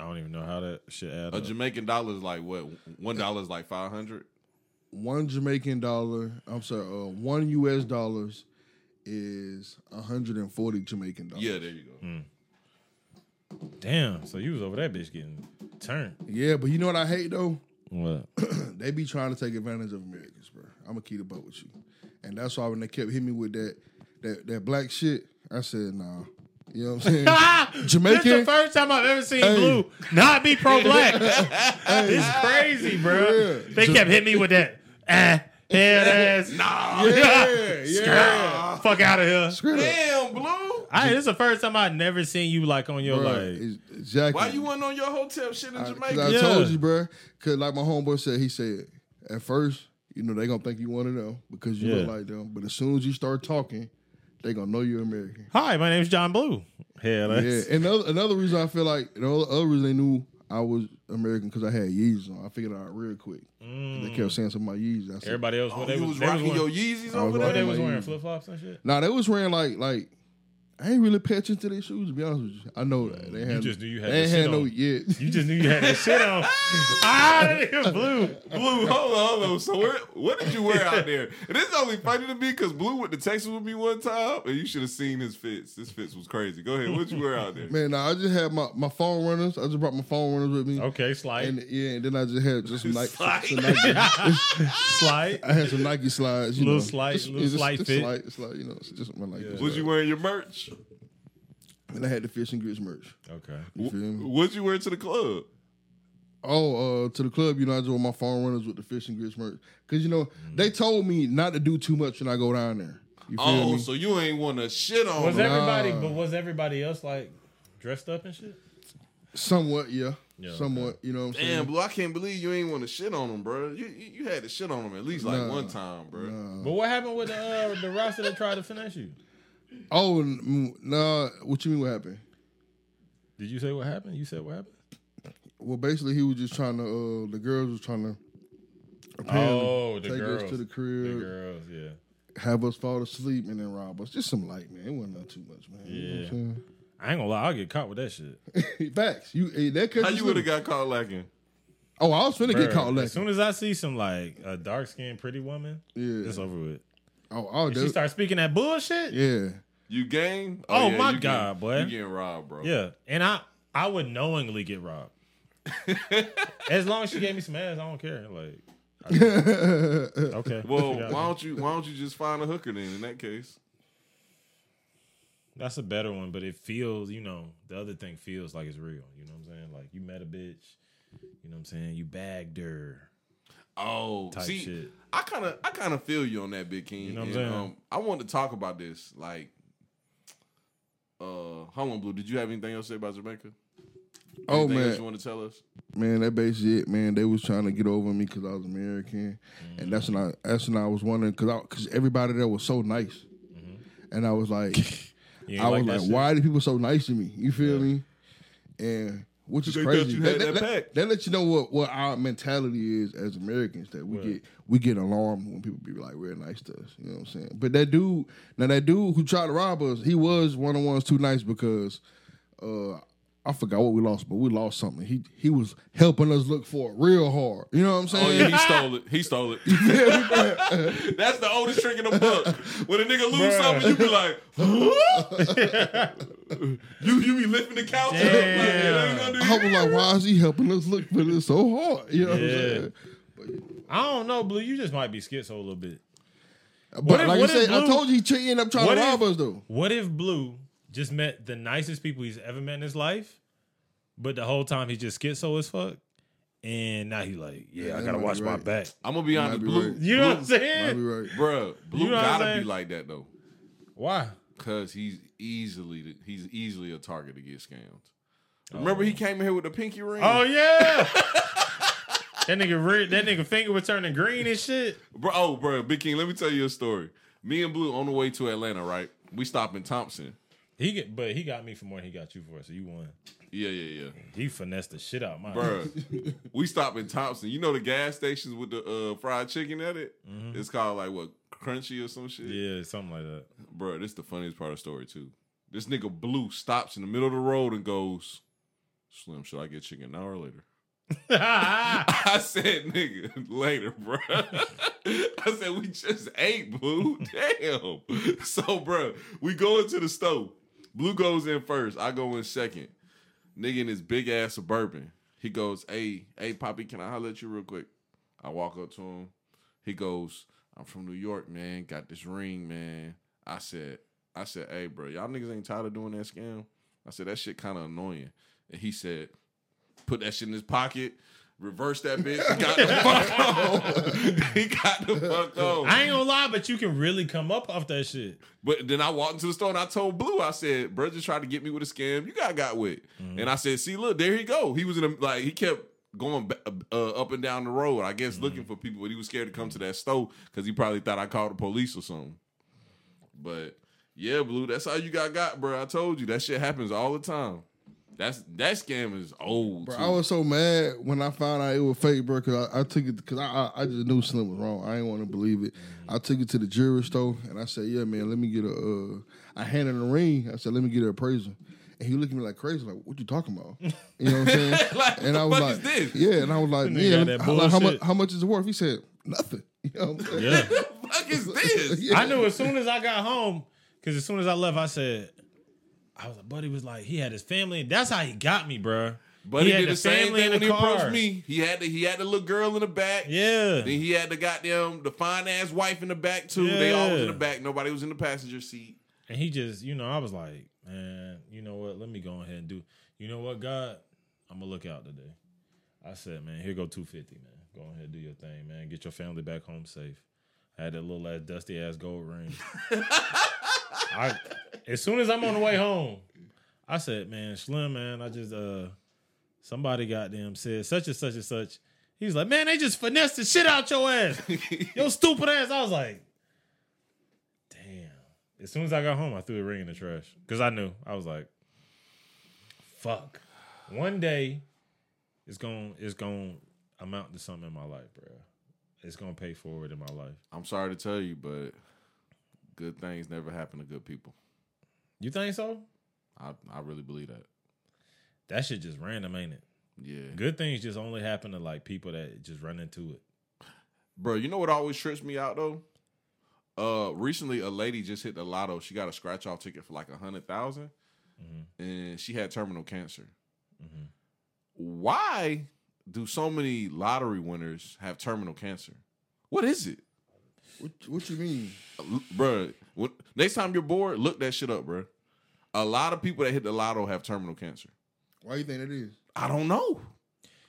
[SPEAKER 4] I don't even know how that shit add
[SPEAKER 2] A
[SPEAKER 4] up.
[SPEAKER 2] Jamaican dollar is like what? One dollar is like five hundred.
[SPEAKER 3] One Jamaican dollar. I'm sorry. Uh, one U.S. dollars is hundred and forty Jamaican dollars.
[SPEAKER 2] Yeah, there you go.
[SPEAKER 4] Damn. So you was over that bitch getting turned.
[SPEAKER 3] Yeah, but you know what I hate though?
[SPEAKER 4] What?
[SPEAKER 3] they be trying to take advantage of Americans, bro. I'm gonna keep the boat with you, and that's why when they kept hitting me with that that that black shit, I said nah. You know what I'm saying?
[SPEAKER 4] Ah! This the
[SPEAKER 3] Jamaican.
[SPEAKER 4] first time I've ever seen
[SPEAKER 3] Hey.
[SPEAKER 4] Blue not be pro black. It's crazy, bro.
[SPEAKER 3] Yeah.
[SPEAKER 4] They kept hitting me with that. Ah, head ass. Nah.
[SPEAKER 3] yeah, yeah.
[SPEAKER 4] Fuck out of here.
[SPEAKER 3] Straight up.
[SPEAKER 2] Damn, Blue,
[SPEAKER 4] I, this is the first time I've never seen you like on your
[SPEAKER 3] Bruh,
[SPEAKER 4] like.
[SPEAKER 3] it's- exactly.
[SPEAKER 2] why you went on your hotel shit in
[SPEAKER 3] I, 'cause
[SPEAKER 2] Jamaica?
[SPEAKER 3] I
[SPEAKER 4] Yeah.
[SPEAKER 3] told you, bro. Cause like my homeboy said, he said at first, you know, they gonna think you one of them because you look
[SPEAKER 4] Yeah.
[SPEAKER 3] like them. But as soon as you start talking, they gonna know you're American.
[SPEAKER 4] Hi, my name's John Blue. Head ass.
[SPEAKER 3] Yeah. And another, another reason I feel like the other other reason they knew I was American because I had Yeezys on. I figured it out real quick. They kept saying something about Yeezys. I said,
[SPEAKER 4] Mm. Everybody else,
[SPEAKER 2] Oh,
[SPEAKER 4] what they
[SPEAKER 2] you
[SPEAKER 4] was,
[SPEAKER 2] was
[SPEAKER 4] they was
[SPEAKER 2] rocking
[SPEAKER 4] wearing-
[SPEAKER 2] your Yeezys
[SPEAKER 3] I was
[SPEAKER 2] over
[SPEAKER 4] what
[SPEAKER 2] there.
[SPEAKER 4] they
[SPEAKER 3] rocking
[SPEAKER 4] was
[SPEAKER 3] my
[SPEAKER 4] wearing
[SPEAKER 3] Yeezys.
[SPEAKER 4] flip flops and shit.
[SPEAKER 3] Nah, they was wearing like like I ain't really paying attention to their shoes. To be honest with you, I know they had.
[SPEAKER 4] just knew Mm. you had
[SPEAKER 3] They
[SPEAKER 4] the
[SPEAKER 3] ain't
[SPEAKER 4] shit
[SPEAKER 3] had no
[SPEAKER 4] on.
[SPEAKER 3] yet.
[SPEAKER 4] You just knew you had that shit on. ah, that nigga blue.
[SPEAKER 2] Blue, hold on, hold on. So where, what did you wear out there? And it's only funny to me because Blue went to Texas with me one time, and you should have seen his fits. His fits was crazy. Go ahead, what you wear out there?
[SPEAKER 3] Man, nah, I just had my, my phone runners. I just brought my phone runners with me.
[SPEAKER 4] Okay, slide,
[SPEAKER 3] And yeah, and then I just had just some Nike,
[SPEAKER 2] Slide.
[SPEAKER 3] some Nike-
[SPEAKER 4] slide.
[SPEAKER 3] I had some Nike slides, you
[SPEAKER 4] Little
[SPEAKER 3] know,
[SPEAKER 4] slight-
[SPEAKER 3] Just-
[SPEAKER 4] little
[SPEAKER 3] it's just-
[SPEAKER 4] slight
[SPEAKER 3] it's
[SPEAKER 4] fit.
[SPEAKER 3] slight, it's like you know, it's just my Nike.
[SPEAKER 2] Was
[SPEAKER 3] slides.
[SPEAKER 2] you wearing your merch?
[SPEAKER 3] And I had the fish and grits merch.
[SPEAKER 4] Okay.
[SPEAKER 3] You feel me?
[SPEAKER 2] What'd you wear to the club?
[SPEAKER 3] Oh, uh, to the club, you know, I just wore my phone runners with the fish and grits merch because you know they
[SPEAKER 4] Mm.
[SPEAKER 3] told me not to do too much when I go down there. You feel
[SPEAKER 2] Oh,
[SPEAKER 3] me?
[SPEAKER 2] so you ain't want to shit on
[SPEAKER 4] Was
[SPEAKER 2] them.
[SPEAKER 4] everybody?
[SPEAKER 3] Nah.
[SPEAKER 4] But was everybody else like dressed up and shit?
[SPEAKER 3] somewhat, yeah,
[SPEAKER 4] Yeah,
[SPEAKER 3] somewhat. You know what
[SPEAKER 2] Damn,
[SPEAKER 3] I'm saying?
[SPEAKER 2] Blue, I can't believe you ain't want to shit on them, bro. You, you you had to shit on them at least like
[SPEAKER 3] Nah,
[SPEAKER 2] one time, bro.
[SPEAKER 4] But what happened with the uh, the roster that tried to finesse you?
[SPEAKER 3] Oh, n- mm, nah. What you mean? What happened?
[SPEAKER 4] Did you say what happened? You said what happened?
[SPEAKER 3] Well, basically, he was just trying to. Uh, the girls was trying to. apparently
[SPEAKER 4] Oh, the
[SPEAKER 3] take
[SPEAKER 4] girls
[SPEAKER 3] us to the
[SPEAKER 4] The
[SPEAKER 3] crib.
[SPEAKER 4] girls, yeah.
[SPEAKER 3] have us fall asleep and then rob us. Just some light, man. It wasn't nothing too much, man. You know what
[SPEAKER 4] I ain't gonna lie, I'll get caught with that shit.
[SPEAKER 3] I'm saying? Facts. You eh, that catch
[SPEAKER 2] How
[SPEAKER 3] you
[SPEAKER 2] you would have
[SPEAKER 3] slipping.
[SPEAKER 2] got caught lacking?
[SPEAKER 3] Oh, I was finna get
[SPEAKER 4] Bruh,
[SPEAKER 3] caught
[SPEAKER 4] As
[SPEAKER 3] lacking.
[SPEAKER 4] soon as I see some like a dark skinned pretty woman,
[SPEAKER 3] Yeah.
[SPEAKER 4] it's over with.
[SPEAKER 3] Oh, oh,
[SPEAKER 4] If she
[SPEAKER 3] that,
[SPEAKER 4] starts speaking that bullshit, yeah.
[SPEAKER 3] yeah.
[SPEAKER 2] You game?
[SPEAKER 4] Oh, my
[SPEAKER 2] you
[SPEAKER 4] God,
[SPEAKER 2] getting,
[SPEAKER 4] boy.
[SPEAKER 2] You getting robbed, bro.
[SPEAKER 4] and I I would knowingly get robbed. as long as she gave me some ass, I don't care. Like, I- okay.
[SPEAKER 2] Well,
[SPEAKER 4] Yeah.
[SPEAKER 2] why don't you why don't you just find a hooker then? In that case,
[SPEAKER 4] That's a better one, but it feels, you know, the other thing feels like it's real. You know what I'm saying? Like you met a bitch, you know what I'm saying? You bagged her.
[SPEAKER 2] Oh,
[SPEAKER 4] type
[SPEAKER 2] see,
[SPEAKER 4] shit.
[SPEAKER 2] I kind of, I kind of feel you on that, Big King.
[SPEAKER 4] You know what I'm
[SPEAKER 2] And,
[SPEAKER 4] saying?
[SPEAKER 2] Um, I want to talk about this. Like, uh, hold on, Blue. Did you have anything else to say about Jamaica?
[SPEAKER 3] Oh
[SPEAKER 2] Anything else you
[SPEAKER 3] man,
[SPEAKER 2] want to tell us?
[SPEAKER 3] man, that basically it, man. They was trying to get over me because I was American, and that's when I that's when I was wondering because because everybody there was so nice, and I was like,
[SPEAKER 4] You ain't
[SPEAKER 3] I was
[SPEAKER 4] that
[SPEAKER 3] like,
[SPEAKER 4] shit?
[SPEAKER 3] why are these people so nice to me? You feel me? And which is
[SPEAKER 2] They thought
[SPEAKER 3] crazy.
[SPEAKER 2] you had that
[SPEAKER 3] That- that-
[SPEAKER 2] pack.
[SPEAKER 3] that lets you know what, what our mentality is as Americans that we get we get alarmed when people be like real nice to us. You know what I'm saying? But that dude, now that dude who tried to rob us, he was one on ones too nice because uh I forgot what we lost, but we lost something. He he was helping us look for it real hard. You know what I'm
[SPEAKER 2] Oh
[SPEAKER 3] saying?
[SPEAKER 2] yeah, he stole it. He stole it. That's the oldest trick in the book. When a nigga lose something, you be like, "Huh?" you you be lifting the couch up. Like, yeah, they gonna
[SPEAKER 3] I
[SPEAKER 2] do
[SPEAKER 3] was like, why is he helping us look for this so hard? You know
[SPEAKER 4] Yeah.
[SPEAKER 3] what I'm saying?
[SPEAKER 4] I don't know, Blue. You just might be schizo a little bit.
[SPEAKER 3] But
[SPEAKER 4] if-
[SPEAKER 3] like I
[SPEAKER 4] what if
[SPEAKER 3] said, I
[SPEAKER 4] Blue-
[SPEAKER 3] told you he tra- ended up trying to
[SPEAKER 4] What if-
[SPEAKER 3] rob us though.
[SPEAKER 4] What if Blue just met the nicest people he's ever met in his life, but the whole time he just schizo as fuck, and now he like, yeah, I
[SPEAKER 3] that
[SPEAKER 4] gotta
[SPEAKER 3] might
[SPEAKER 4] watch
[SPEAKER 3] be
[SPEAKER 4] my
[SPEAKER 3] right.
[SPEAKER 4] back.
[SPEAKER 2] I'm gonna be honest,
[SPEAKER 3] be
[SPEAKER 2] Blue.
[SPEAKER 3] right.
[SPEAKER 4] You know what I'm
[SPEAKER 3] Might
[SPEAKER 4] saying?
[SPEAKER 3] be right.
[SPEAKER 2] Bruh, Blue
[SPEAKER 4] You know what I'm
[SPEAKER 2] gotta be
[SPEAKER 4] saying?
[SPEAKER 2] like that though,
[SPEAKER 4] Why?
[SPEAKER 2] cause he's easily he's easily a target to get scammed. Remember, he came in here with a pinky ring.
[SPEAKER 4] Oh yeah. that nigga, re- that nigga finger was turning green and shit.
[SPEAKER 2] Bro, oh, bro, Big King, let me tell you a story. Me and Blue on the way to Atlanta, right? We stopped in Thompson.
[SPEAKER 4] He get, but he got me for more than he got you for, so you won.
[SPEAKER 2] Yeah, yeah, yeah.
[SPEAKER 4] He finessed the shit out my.
[SPEAKER 2] Bro, we stopped in Thompson. You know the gas stations with the uh, fried chicken at it? It's called like what, Crunchy or some shit?
[SPEAKER 4] Mm-hmm. Yeah, something like that.
[SPEAKER 2] Bro, this is the funniest part of the story, too. This nigga Blue stops in the middle of the road and goes, Slim, should I get chicken an hour later? I said, nigga, later, bro. I said, we just ate, Blue. Damn. So, bro, we go into the stove. Blue goes in first. I go in second. Nigga in his big ass suburban. He goes, hey, hey, Poppy, can I holler at you real quick? I walk up to him. He goes, I'm from New York, man. Got this ring, man. I said, I said, hey, bro, y'all niggas ain't tired of doing that scam. I said, that shit kind of annoying. And he said, put that shit in his pocket, reverse that bitch, and got the fuck on. he got the fuck on.
[SPEAKER 4] I ain't gonna lie, but you can really come up off that shit.
[SPEAKER 2] But then I walked into the store and I told Blue, I said, bro, just tried to get me with a scam. You got got with.
[SPEAKER 4] Mm-hmm.
[SPEAKER 2] And I said, see, look, there he go. He was in a, like, he kept going ba- uh, up and down the road, I guess
[SPEAKER 4] Mm-hmm.
[SPEAKER 2] looking for people, but he was scared to come to that store because he probably thought I called the police or something. But yeah, Blue, that's how you got got, bro. I told you that shit happens all the time. That's that scam is old.
[SPEAKER 3] Bro,
[SPEAKER 2] too.
[SPEAKER 3] I was so mad when I found out it was fake, bro. Cause I, I took it because I, I I just knew Slim was wrong. I didn't want to believe it. I took it to the jewelry store and I said, "Yeah, man, let me get a." Uh, I handed him the ring. I said, "Let me get an appraisal." And he looked at me like crazy, like, "What you talking about?" You know what I'm saying?
[SPEAKER 2] Like,
[SPEAKER 3] and
[SPEAKER 2] "The
[SPEAKER 3] I was
[SPEAKER 2] fuck
[SPEAKER 3] like,
[SPEAKER 2] is this?"
[SPEAKER 3] "Yeah," and I was like,
[SPEAKER 4] Nigga
[SPEAKER 3] "Yeah,
[SPEAKER 4] got that
[SPEAKER 3] how, like, how much
[SPEAKER 4] bullshit.
[SPEAKER 3] how much is it worth?" He said, "Nothing." You know what I'm saying?
[SPEAKER 4] Yeah.
[SPEAKER 2] fuck is this?
[SPEAKER 3] Yeah.
[SPEAKER 4] I knew as soon as I got home, because as soon as I left, I said, I was like, buddy was like, he had his family. That's how he got me, bro.
[SPEAKER 2] But he,
[SPEAKER 4] had
[SPEAKER 2] did the same thing
[SPEAKER 4] in
[SPEAKER 2] when he
[SPEAKER 4] car.
[SPEAKER 2] approached me. He had the he had the little girl in the back.
[SPEAKER 4] Yeah.
[SPEAKER 2] Then he had the goddamn the fine ass wife in the back too. They all was in
[SPEAKER 4] Yeah.
[SPEAKER 2] the back. Nobody was in the passenger seat.
[SPEAKER 4] And he just, you know, I was like, man, you know what? Let me go ahead and do. You know what, God? I'm gonna look out today. I said, man, here go 250, man. Go ahead, do your thing, man. Get your family back home safe. I had that little ass dusty ass gold ring. I, as soon as I'm on the way home, I said, man, Slim, man, I just uh somebody goddamn said such and such and such. He's like, man, they just finessed the shit out your ass. your stupid ass. I was like, damn. As soon as I got home, I threw the ring in the trash. Cause I knew. I was like, fuck. One day it's going to it's gonna amount to something in my life, bro. It's gonna pay forward in my life.
[SPEAKER 2] I'm sorry to tell you, but good things never happen to good people.
[SPEAKER 4] You think so?
[SPEAKER 2] I I really believe that.
[SPEAKER 4] That shit just random, ain't it?
[SPEAKER 2] Yeah,
[SPEAKER 4] Good things just only happen to like people that just run into it.
[SPEAKER 2] bro. You know what always trips me out though. Uh, recently a lady just hit the lotto. She got a scratch off ticket for like a hundred thousand,
[SPEAKER 4] Mm-hmm.
[SPEAKER 2] and she had terminal cancer. Why do so many lottery winners have terminal cancer? What is it?
[SPEAKER 3] What, what you mean?
[SPEAKER 2] Bruh, when, next time you're bored, look that shit up, bruh. A lot of people that hit the lotto have terminal cancer.
[SPEAKER 3] Why you think that is?
[SPEAKER 2] I don't know.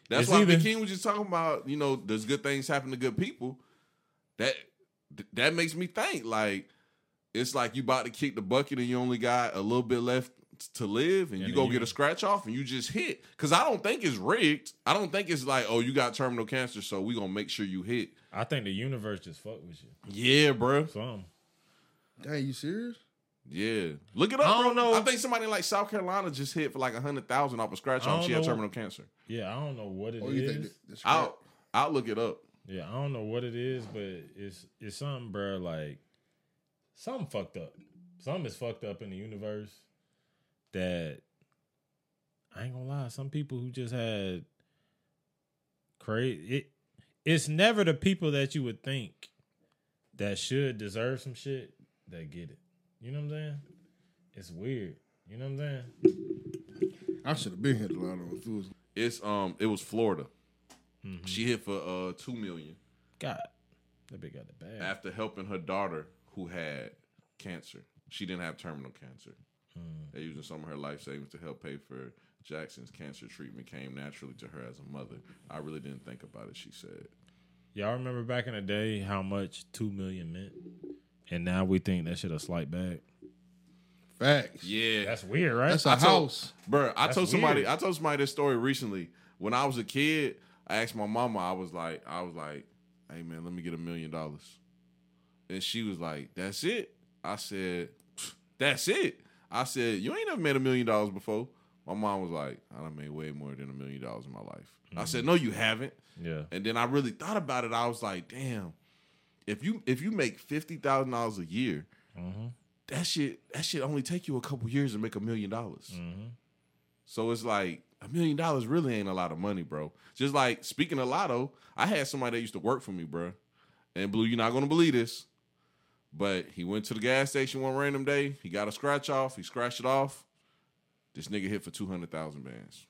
[SPEAKER 2] That's
[SPEAKER 4] It's
[SPEAKER 2] why
[SPEAKER 4] either-
[SPEAKER 2] the king was just talking about. You know, does good things happen to good people? That th- that makes me think. Like it's like you about to kick the bucket and you only got a little bit left to live, and
[SPEAKER 4] Yeah,
[SPEAKER 2] you
[SPEAKER 4] then
[SPEAKER 2] go
[SPEAKER 4] you-
[SPEAKER 2] get a scratch off and you just hit. Because I don't think it's rigged. I don't think it's like, oh, you got terminal cancer, so we gonna make sure you hit.
[SPEAKER 4] I think the universe just fucked with you.
[SPEAKER 2] Yeah, bruh.
[SPEAKER 4] Some.
[SPEAKER 3] Dang, you serious?
[SPEAKER 2] Yeah, look it up.
[SPEAKER 4] I don't
[SPEAKER 2] bro.
[SPEAKER 4] know.
[SPEAKER 2] I think somebody in, like South Carolina just hit for like a hundred thousand off a scratch
[SPEAKER 4] I
[SPEAKER 2] off.
[SPEAKER 4] don't
[SPEAKER 2] She had
[SPEAKER 4] know.
[SPEAKER 2] terminal cancer.
[SPEAKER 4] Yeah, I don't know what it is.
[SPEAKER 3] Or Oh, you think that, that's
[SPEAKER 2] I'll I'll look it up.
[SPEAKER 4] Yeah, I don't know what it is, but it's it's something, bro. Like something fucked up. Something is fucked up in the universe that I ain't gonna lie, some people who just had crazy it it's never the people that you would think that should deserve some shit that get it. You know what I'm saying? It's weird. You know what I'm saying?
[SPEAKER 3] I should have been here Delano if it was
[SPEAKER 2] It's um, it was Florida.
[SPEAKER 4] Mm-hmm.
[SPEAKER 2] She hit for uh two million
[SPEAKER 4] God, that bitch got the bag.
[SPEAKER 2] after helping her daughter who had cancer. She didn't have terminal cancer.
[SPEAKER 4] Mm.
[SPEAKER 2] They're using some of her life savings to help pay for Jackson's cancer treatment. Came naturally to her as a mother. I really didn't think about it. She said.
[SPEAKER 4] Y'all remember back in the day how much two million meant, and now we think that shit a slight bag.
[SPEAKER 3] facts.
[SPEAKER 2] Yeah,
[SPEAKER 4] That's weird, right?
[SPEAKER 3] That's a
[SPEAKER 2] I told-
[SPEAKER 3] house.
[SPEAKER 2] Bruh, I
[SPEAKER 4] That's
[SPEAKER 2] told somebody
[SPEAKER 4] weird.
[SPEAKER 2] I told somebody this story recently. When I was a kid, I asked my mama, I was like, I was like, hey man, let me get a million dollars. And she was like, That's it. I said, That's it. I said, You ain't never made a million dollars before. My mom was like, I done made way more than a million dollars in my life. I
[SPEAKER 4] Mm-hmm.
[SPEAKER 2] said, No, you haven't.
[SPEAKER 4] yeah,
[SPEAKER 2] And then I really thought about it. I was like, damn, if you if you make fifty thousand dollars a year, that shit that shit only take you a couple years to make a million dollars. So it's like a million dollars really ain't a lot of money, bro. Just like speaking of lotto, I had somebody that used to work for me, bro. And blue, you're not gonna believe this, but he went to the gas station one random day. He got a scratch off. He scratched it off. This nigga hit for two hundred thousand bands.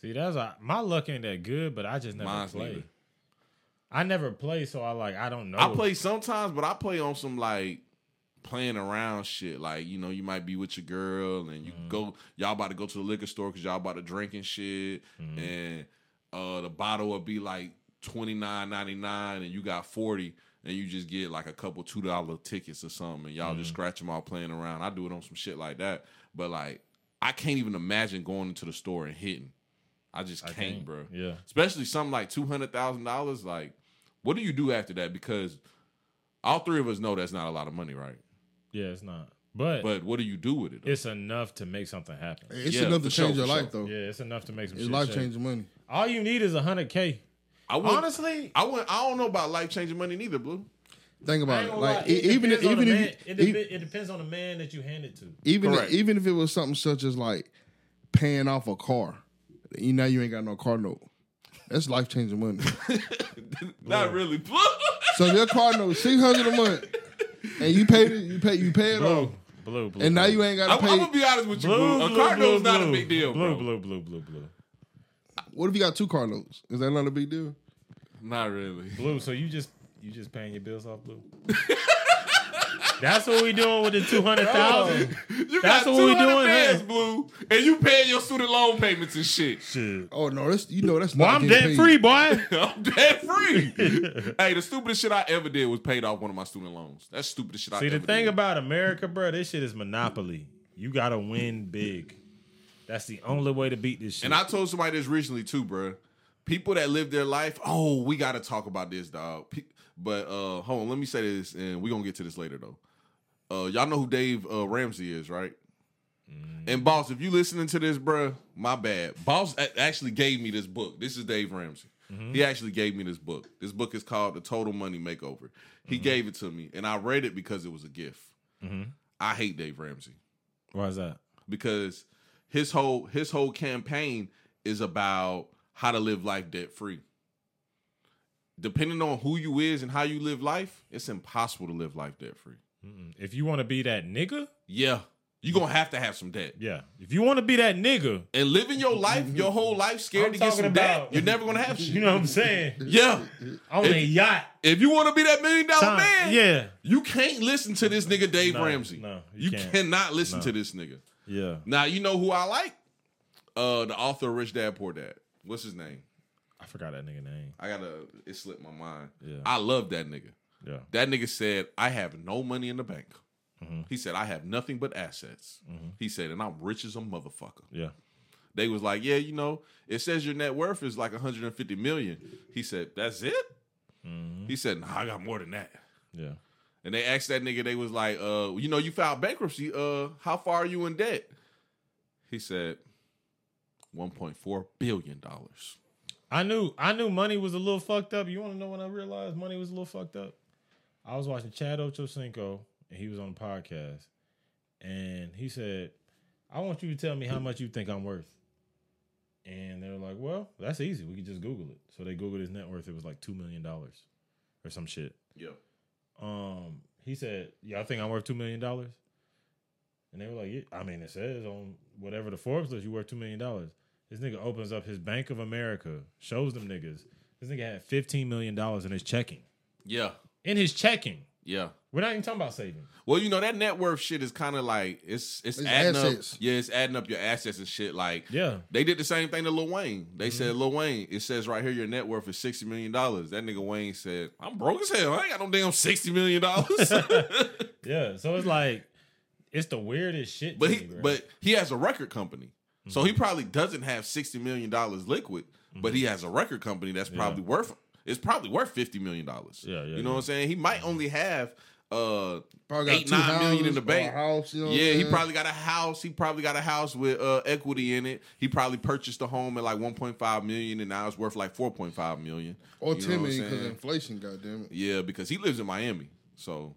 [SPEAKER 4] See, that's a, my luck ain't that good, but I just never
[SPEAKER 2] Mine's
[SPEAKER 4] play.
[SPEAKER 2] neither.
[SPEAKER 4] I never play, so I like I don't know.
[SPEAKER 2] I play sometimes, but I play on some like playing around shit. Like you know, you might be with your girl and you go, y'all about to go to the liquor store because y'all about to drink and shit, and uh, the bottle will be like twenty nine ninety nine, and you got forty. And you just get like a couple two dollar tickets or something, and y'all just scratch them out playing around. I do it on some shit like that, but like I can't even imagine going into the store and hitting. I just can't,
[SPEAKER 4] can't.
[SPEAKER 2] bro
[SPEAKER 4] Yeah,
[SPEAKER 2] especially something like two hundred thousand dollars. Like, what do you do after that? Because all three of us know that's not a lot of money, right?
[SPEAKER 4] yeah, it's not. But,
[SPEAKER 2] But what do you do with it? though?
[SPEAKER 4] it's enough to make something happen.
[SPEAKER 3] It's
[SPEAKER 2] Yeah,
[SPEAKER 3] enough
[SPEAKER 2] for
[SPEAKER 3] to
[SPEAKER 2] sure,
[SPEAKER 3] change your
[SPEAKER 2] for
[SPEAKER 3] life
[SPEAKER 2] sure.
[SPEAKER 3] though.
[SPEAKER 4] Yeah, it's enough to make some
[SPEAKER 3] It's
[SPEAKER 4] shit
[SPEAKER 3] life
[SPEAKER 4] shake.
[SPEAKER 3] changing money.
[SPEAKER 4] All you need is hundred k.
[SPEAKER 2] I would,
[SPEAKER 4] Honestly,
[SPEAKER 2] I would, I don't know about life changing money neither, Blue.
[SPEAKER 3] Think
[SPEAKER 4] I
[SPEAKER 3] about
[SPEAKER 4] ain't
[SPEAKER 3] it.
[SPEAKER 4] gonna
[SPEAKER 3] Like
[SPEAKER 4] lie,
[SPEAKER 3] e- even if,
[SPEAKER 4] depends on
[SPEAKER 3] even
[SPEAKER 4] the
[SPEAKER 3] if
[SPEAKER 4] man-
[SPEAKER 3] you-
[SPEAKER 4] it,
[SPEAKER 3] e-
[SPEAKER 4] depe- it depends on the man that you hand it to.
[SPEAKER 3] even if,
[SPEAKER 2] Correct.
[SPEAKER 3] even if it was something such as like paying off a car, you know you ain't got no car note. That's life changing money.
[SPEAKER 2] Not really, Blue.
[SPEAKER 3] so your car note six hundred a month, and you paid it. You pay you pay it off,
[SPEAKER 4] Blue, blue, blue.
[SPEAKER 3] and now you ain't
[SPEAKER 2] I'm,
[SPEAKER 3] got to
[SPEAKER 2] I'm
[SPEAKER 3] pay.
[SPEAKER 2] gonna be honest with you, Blue. a car note's not a big deal, bro.
[SPEAKER 4] Blue, blue, blue, blue, blue,
[SPEAKER 3] what if you got two car notes? Is that not a big deal?
[SPEAKER 2] Not really.
[SPEAKER 4] blue. So you just you just paying your bills off blue. That's what we doing with the two hundred thousand.
[SPEAKER 2] You
[SPEAKER 4] That's
[SPEAKER 2] got
[SPEAKER 4] what we
[SPEAKER 2] 200
[SPEAKER 4] doing,
[SPEAKER 2] bands,
[SPEAKER 4] huh?
[SPEAKER 2] Blue, and you paying your student loan payments and shit.
[SPEAKER 4] Shit.
[SPEAKER 3] Oh no, that's you know that's
[SPEAKER 4] Well,
[SPEAKER 3] not
[SPEAKER 4] I'm
[SPEAKER 3] getting paid.
[SPEAKER 4] debt free, boy.
[SPEAKER 2] I'm debt free. hey, the stupidest shit I ever did was paid off one of my student loans. That's stupid shit I
[SPEAKER 4] See,
[SPEAKER 2] ever
[SPEAKER 4] the thing
[SPEAKER 2] did.
[SPEAKER 4] about America, bro, this shit is monopoly. You gotta win big. That's the only way to beat this shit.
[SPEAKER 2] And I told somebody this recently too, bruh. People that live their life, oh, we got to talk about this, dog. Pe- But uh, hold on, let me say this, and we're gonna get to this later though. Uh, y'all know who Dave uh, Ramsey is, right? And boss, if you listening to this, bruh, my bad. Boss a- actually gave me this book. This is Dave Ramsey. He actually gave me this book. This book is called The Total Money Makeover. He gave it to me, and I read it because it was a gift. I hate Dave Ramsey
[SPEAKER 4] Why is that?
[SPEAKER 2] because his whole his whole campaign is about how to live life debt free. Depending on who you is and how you live life, it's impossible to live life debt free.
[SPEAKER 4] Mm-mm. If you want to be that nigga,
[SPEAKER 2] Yeah, you're gonna have to have some debt.
[SPEAKER 4] yeah. If you want to be that nigga,
[SPEAKER 2] And living your life, your whole life, scared
[SPEAKER 4] I'm
[SPEAKER 2] to get
[SPEAKER 4] talking
[SPEAKER 2] some debt,
[SPEAKER 4] about-
[SPEAKER 2] you're never gonna have
[SPEAKER 4] you
[SPEAKER 2] shit.
[SPEAKER 4] know what I'm saying?
[SPEAKER 2] Yeah,
[SPEAKER 4] On a yacht,
[SPEAKER 2] if you want to be that million dollar
[SPEAKER 4] Tom,
[SPEAKER 2] Oh, man,
[SPEAKER 4] yeah,
[SPEAKER 2] you can't listen to this nigga Dave
[SPEAKER 4] No,
[SPEAKER 2] Ramsey.
[SPEAKER 4] no,
[SPEAKER 2] you,
[SPEAKER 4] you can't.
[SPEAKER 2] cannot listen to this nigga.
[SPEAKER 4] yeah.
[SPEAKER 2] Now you know who I like, uh, the author of Rich Dad Poor Dad. What's his name?
[SPEAKER 4] I forgot that nigga name.
[SPEAKER 2] I gotta. It slipped my mind.
[SPEAKER 4] Yeah.
[SPEAKER 2] I love that nigga.
[SPEAKER 4] Yeah,
[SPEAKER 2] That nigga said, "I have no money in the bank." He said, "I have nothing but assets." He said, "And I'm rich as a motherfucker."
[SPEAKER 4] yeah.
[SPEAKER 2] They was like, "Yeah, you know, it says your net worth is like 150 million." He said, "That's it." He said, "Nah, I got more than that."
[SPEAKER 4] Yeah.
[SPEAKER 2] And they asked that nigga, they was like, uh, you know, you filed bankruptcy. Uh, how far are you in debt? He said, $1.4 billion.
[SPEAKER 4] I knew I knew money was a little fucked up. You want to know when I realized money was a little fucked up? I was watching Chad Ochocinco and he was on a podcast and he said, I want you to tell me how much you think I'm worth. And they're like, well, that's easy. We could just Google it. So they Googled his net worth. It was like $2 million or some shit.
[SPEAKER 2] Yeah.
[SPEAKER 4] Um, he said, yeah, I think I'm worth $2 million. And they were like, yeah, I mean, it says on whatever the Forbes list, you worth $2 million. This nigga opens up his Bank of America, shows them niggas. This nigga had $15 million in his checking.
[SPEAKER 2] Yeah.
[SPEAKER 4] In his checking.
[SPEAKER 2] Yeah.
[SPEAKER 4] We're not even talking about saving.
[SPEAKER 2] Well, you know that net worth shit is kind of like it's it's,
[SPEAKER 3] It's
[SPEAKER 2] adding
[SPEAKER 3] assets.
[SPEAKER 2] up. Yeah, it's adding up your assets and shit. Like
[SPEAKER 4] Yeah. Mm-hmm.
[SPEAKER 2] they did the same thing to Lil Wayne. They said Lil Wayne, it says right here your net worth is sixty million dollars. That nigga Wayne said, "I'm broke as hell. I ain't got no damn sixty million dollars."
[SPEAKER 4] Yeah. So it's like, it's the weirdest shit. to
[SPEAKER 2] but
[SPEAKER 4] me,
[SPEAKER 2] he
[SPEAKER 4] bro.
[SPEAKER 2] but he has a record company, so
[SPEAKER 4] Mm-hmm.
[SPEAKER 2] he probably doesn't have sixty million dollars liquid, but he has a record company that's probably worth it's probably worth fifty million dollars.
[SPEAKER 4] Yeah, yeah,
[SPEAKER 2] you know
[SPEAKER 4] yeah.
[SPEAKER 2] what I'm saying. He might only have uh
[SPEAKER 3] Probably
[SPEAKER 2] eight nine million in the bank.
[SPEAKER 3] House, you know what
[SPEAKER 2] yeah,
[SPEAKER 3] I'm
[SPEAKER 2] he
[SPEAKER 3] saying?
[SPEAKER 2] probably got a house. He probably got a house with uh, equity in it. He probably purchased a home at like 1.5 million, and now it's worth like 4.5 million.
[SPEAKER 3] or
[SPEAKER 2] You know
[SPEAKER 3] ten
[SPEAKER 2] what I'm
[SPEAKER 3] million because
[SPEAKER 2] saying?
[SPEAKER 3] inflation. Goddamn it.
[SPEAKER 2] Yeah, because he lives in Miami, so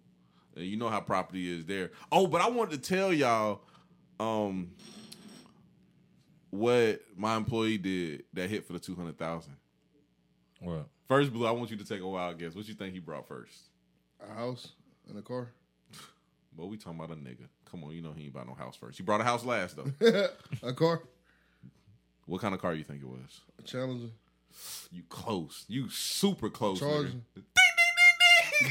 [SPEAKER 2] uh, you know how property is there. Oh, but I wanted to tell y'all um, what my employee did that hit for the 200,000.
[SPEAKER 4] What?
[SPEAKER 2] First, Blue, I want you to take a wild guess. What you think he brought first?
[SPEAKER 3] A house and a car.
[SPEAKER 2] But we talking about a nigga. Come on, you know he ain't bought no house first. He brought a house last though.
[SPEAKER 3] A car.
[SPEAKER 2] what kind of car you think it was?
[SPEAKER 3] A Challenger.
[SPEAKER 2] You close. You super close.
[SPEAKER 3] Charger.
[SPEAKER 2] nigga.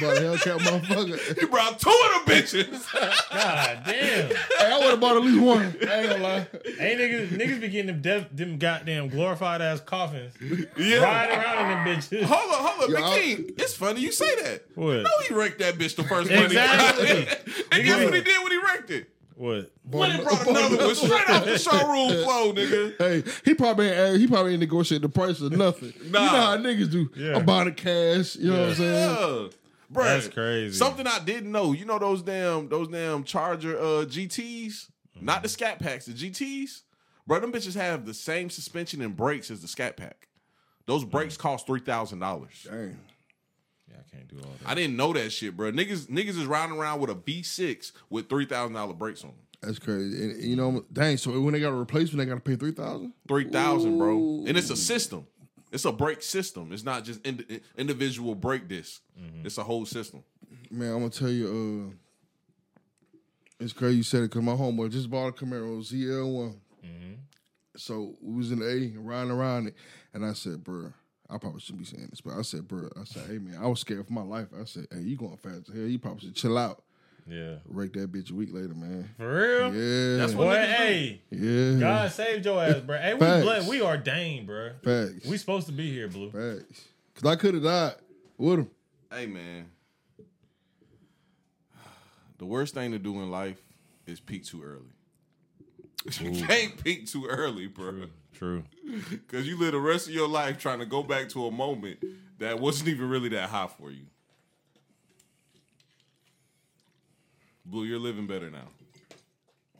[SPEAKER 3] But Hellcat motherfucker.
[SPEAKER 2] You brought two of them bitches.
[SPEAKER 4] God damn.
[SPEAKER 3] Hey, I would have bought at least one. I ain't gonna lie.
[SPEAKER 4] Hey niggas, niggas be getting them death, them goddamn glorified ass coffins
[SPEAKER 2] yeah.
[SPEAKER 4] riding around in them bitches.
[SPEAKER 2] Hold up, hold up,
[SPEAKER 3] Yo, I-
[SPEAKER 2] Big King. It's funny you say that.
[SPEAKER 4] What?
[SPEAKER 2] No, he wrecked that bitch the first one.
[SPEAKER 4] Exactly.
[SPEAKER 2] and guess what he did when he wrecked it?
[SPEAKER 4] What?
[SPEAKER 2] When he brought another one straight off the showroom floor, nigga.
[SPEAKER 3] Hey, he probably ain't, he probably ain't negotiating the price or nothing.
[SPEAKER 2] Nah.
[SPEAKER 3] You know how niggas do.
[SPEAKER 4] Yeah.
[SPEAKER 3] I'm buying the cash. You know what I'm saying?
[SPEAKER 2] Yeah. Bruh,
[SPEAKER 4] That's crazy.
[SPEAKER 2] Something I didn't know. You know those damn those damn Charger uh, GTs, not the Scat Packs, the GTs. Bro, them bitches have the same suspension and brakes as the Scat Pack. Those
[SPEAKER 4] Mm.
[SPEAKER 2] brakes cost three thousand dollars.
[SPEAKER 3] Dang.
[SPEAKER 4] Yeah, I can't do all that.
[SPEAKER 2] I didn't know that shit, bro. Niggas, niggas is riding around with a V6 with three thousand dollar brakes on them.
[SPEAKER 3] That's crazy. And, and you know, dang. So when they got a replacement, they got to pay three thousand.
[SPEAKER 2] Three thousand, bro, and it's a system. It's a brake system. It's not just ind- individual brake disc. It's a whole system.
[SPEAKER 3] Man, I'm gonna tell you. uh It's crazy you said it because my homeboy just bought a Camaro ZL1. So we was in the A riding around it, and I said, "Bruh, I probably shouldn't be saying this, but I said, bruh, I said, hey man, I was scared for my life. I said, hey, you going fast as hell? You probably should chill out.
[SPEAKER 4] Yeah.
[SPEAKER 3] Wreck that bitch a week later, man.
[SPEAKER 4] For real?
[SPEAKER 3] Yeah,
[SPEAKER 2] That's what-
[SPEAKER 4] Boy, hey,
[SPEAKER 3] yeah.
[SPEAKER 4] God saved your ass, bro. Hey, we
[SPEAKER 3] Facts.
[SPEAKER 4] blood, we ordained, bro.
[SPEAKER 3] Facts.
[SPEAKER 4] We supposed to be here, Blue.
[SPEAKER 3] Facts. Cause I could have died with him.
[SPEAKER 2] Hey, man, the worst thing to do in life is peak too early. You can't peak too early, bro,
[SPEAKER 4] True.
[SPEAKER 2] because you live the rest of your life trying to go back to a moment that wasn't even really that high for you. Blue, you're living better now.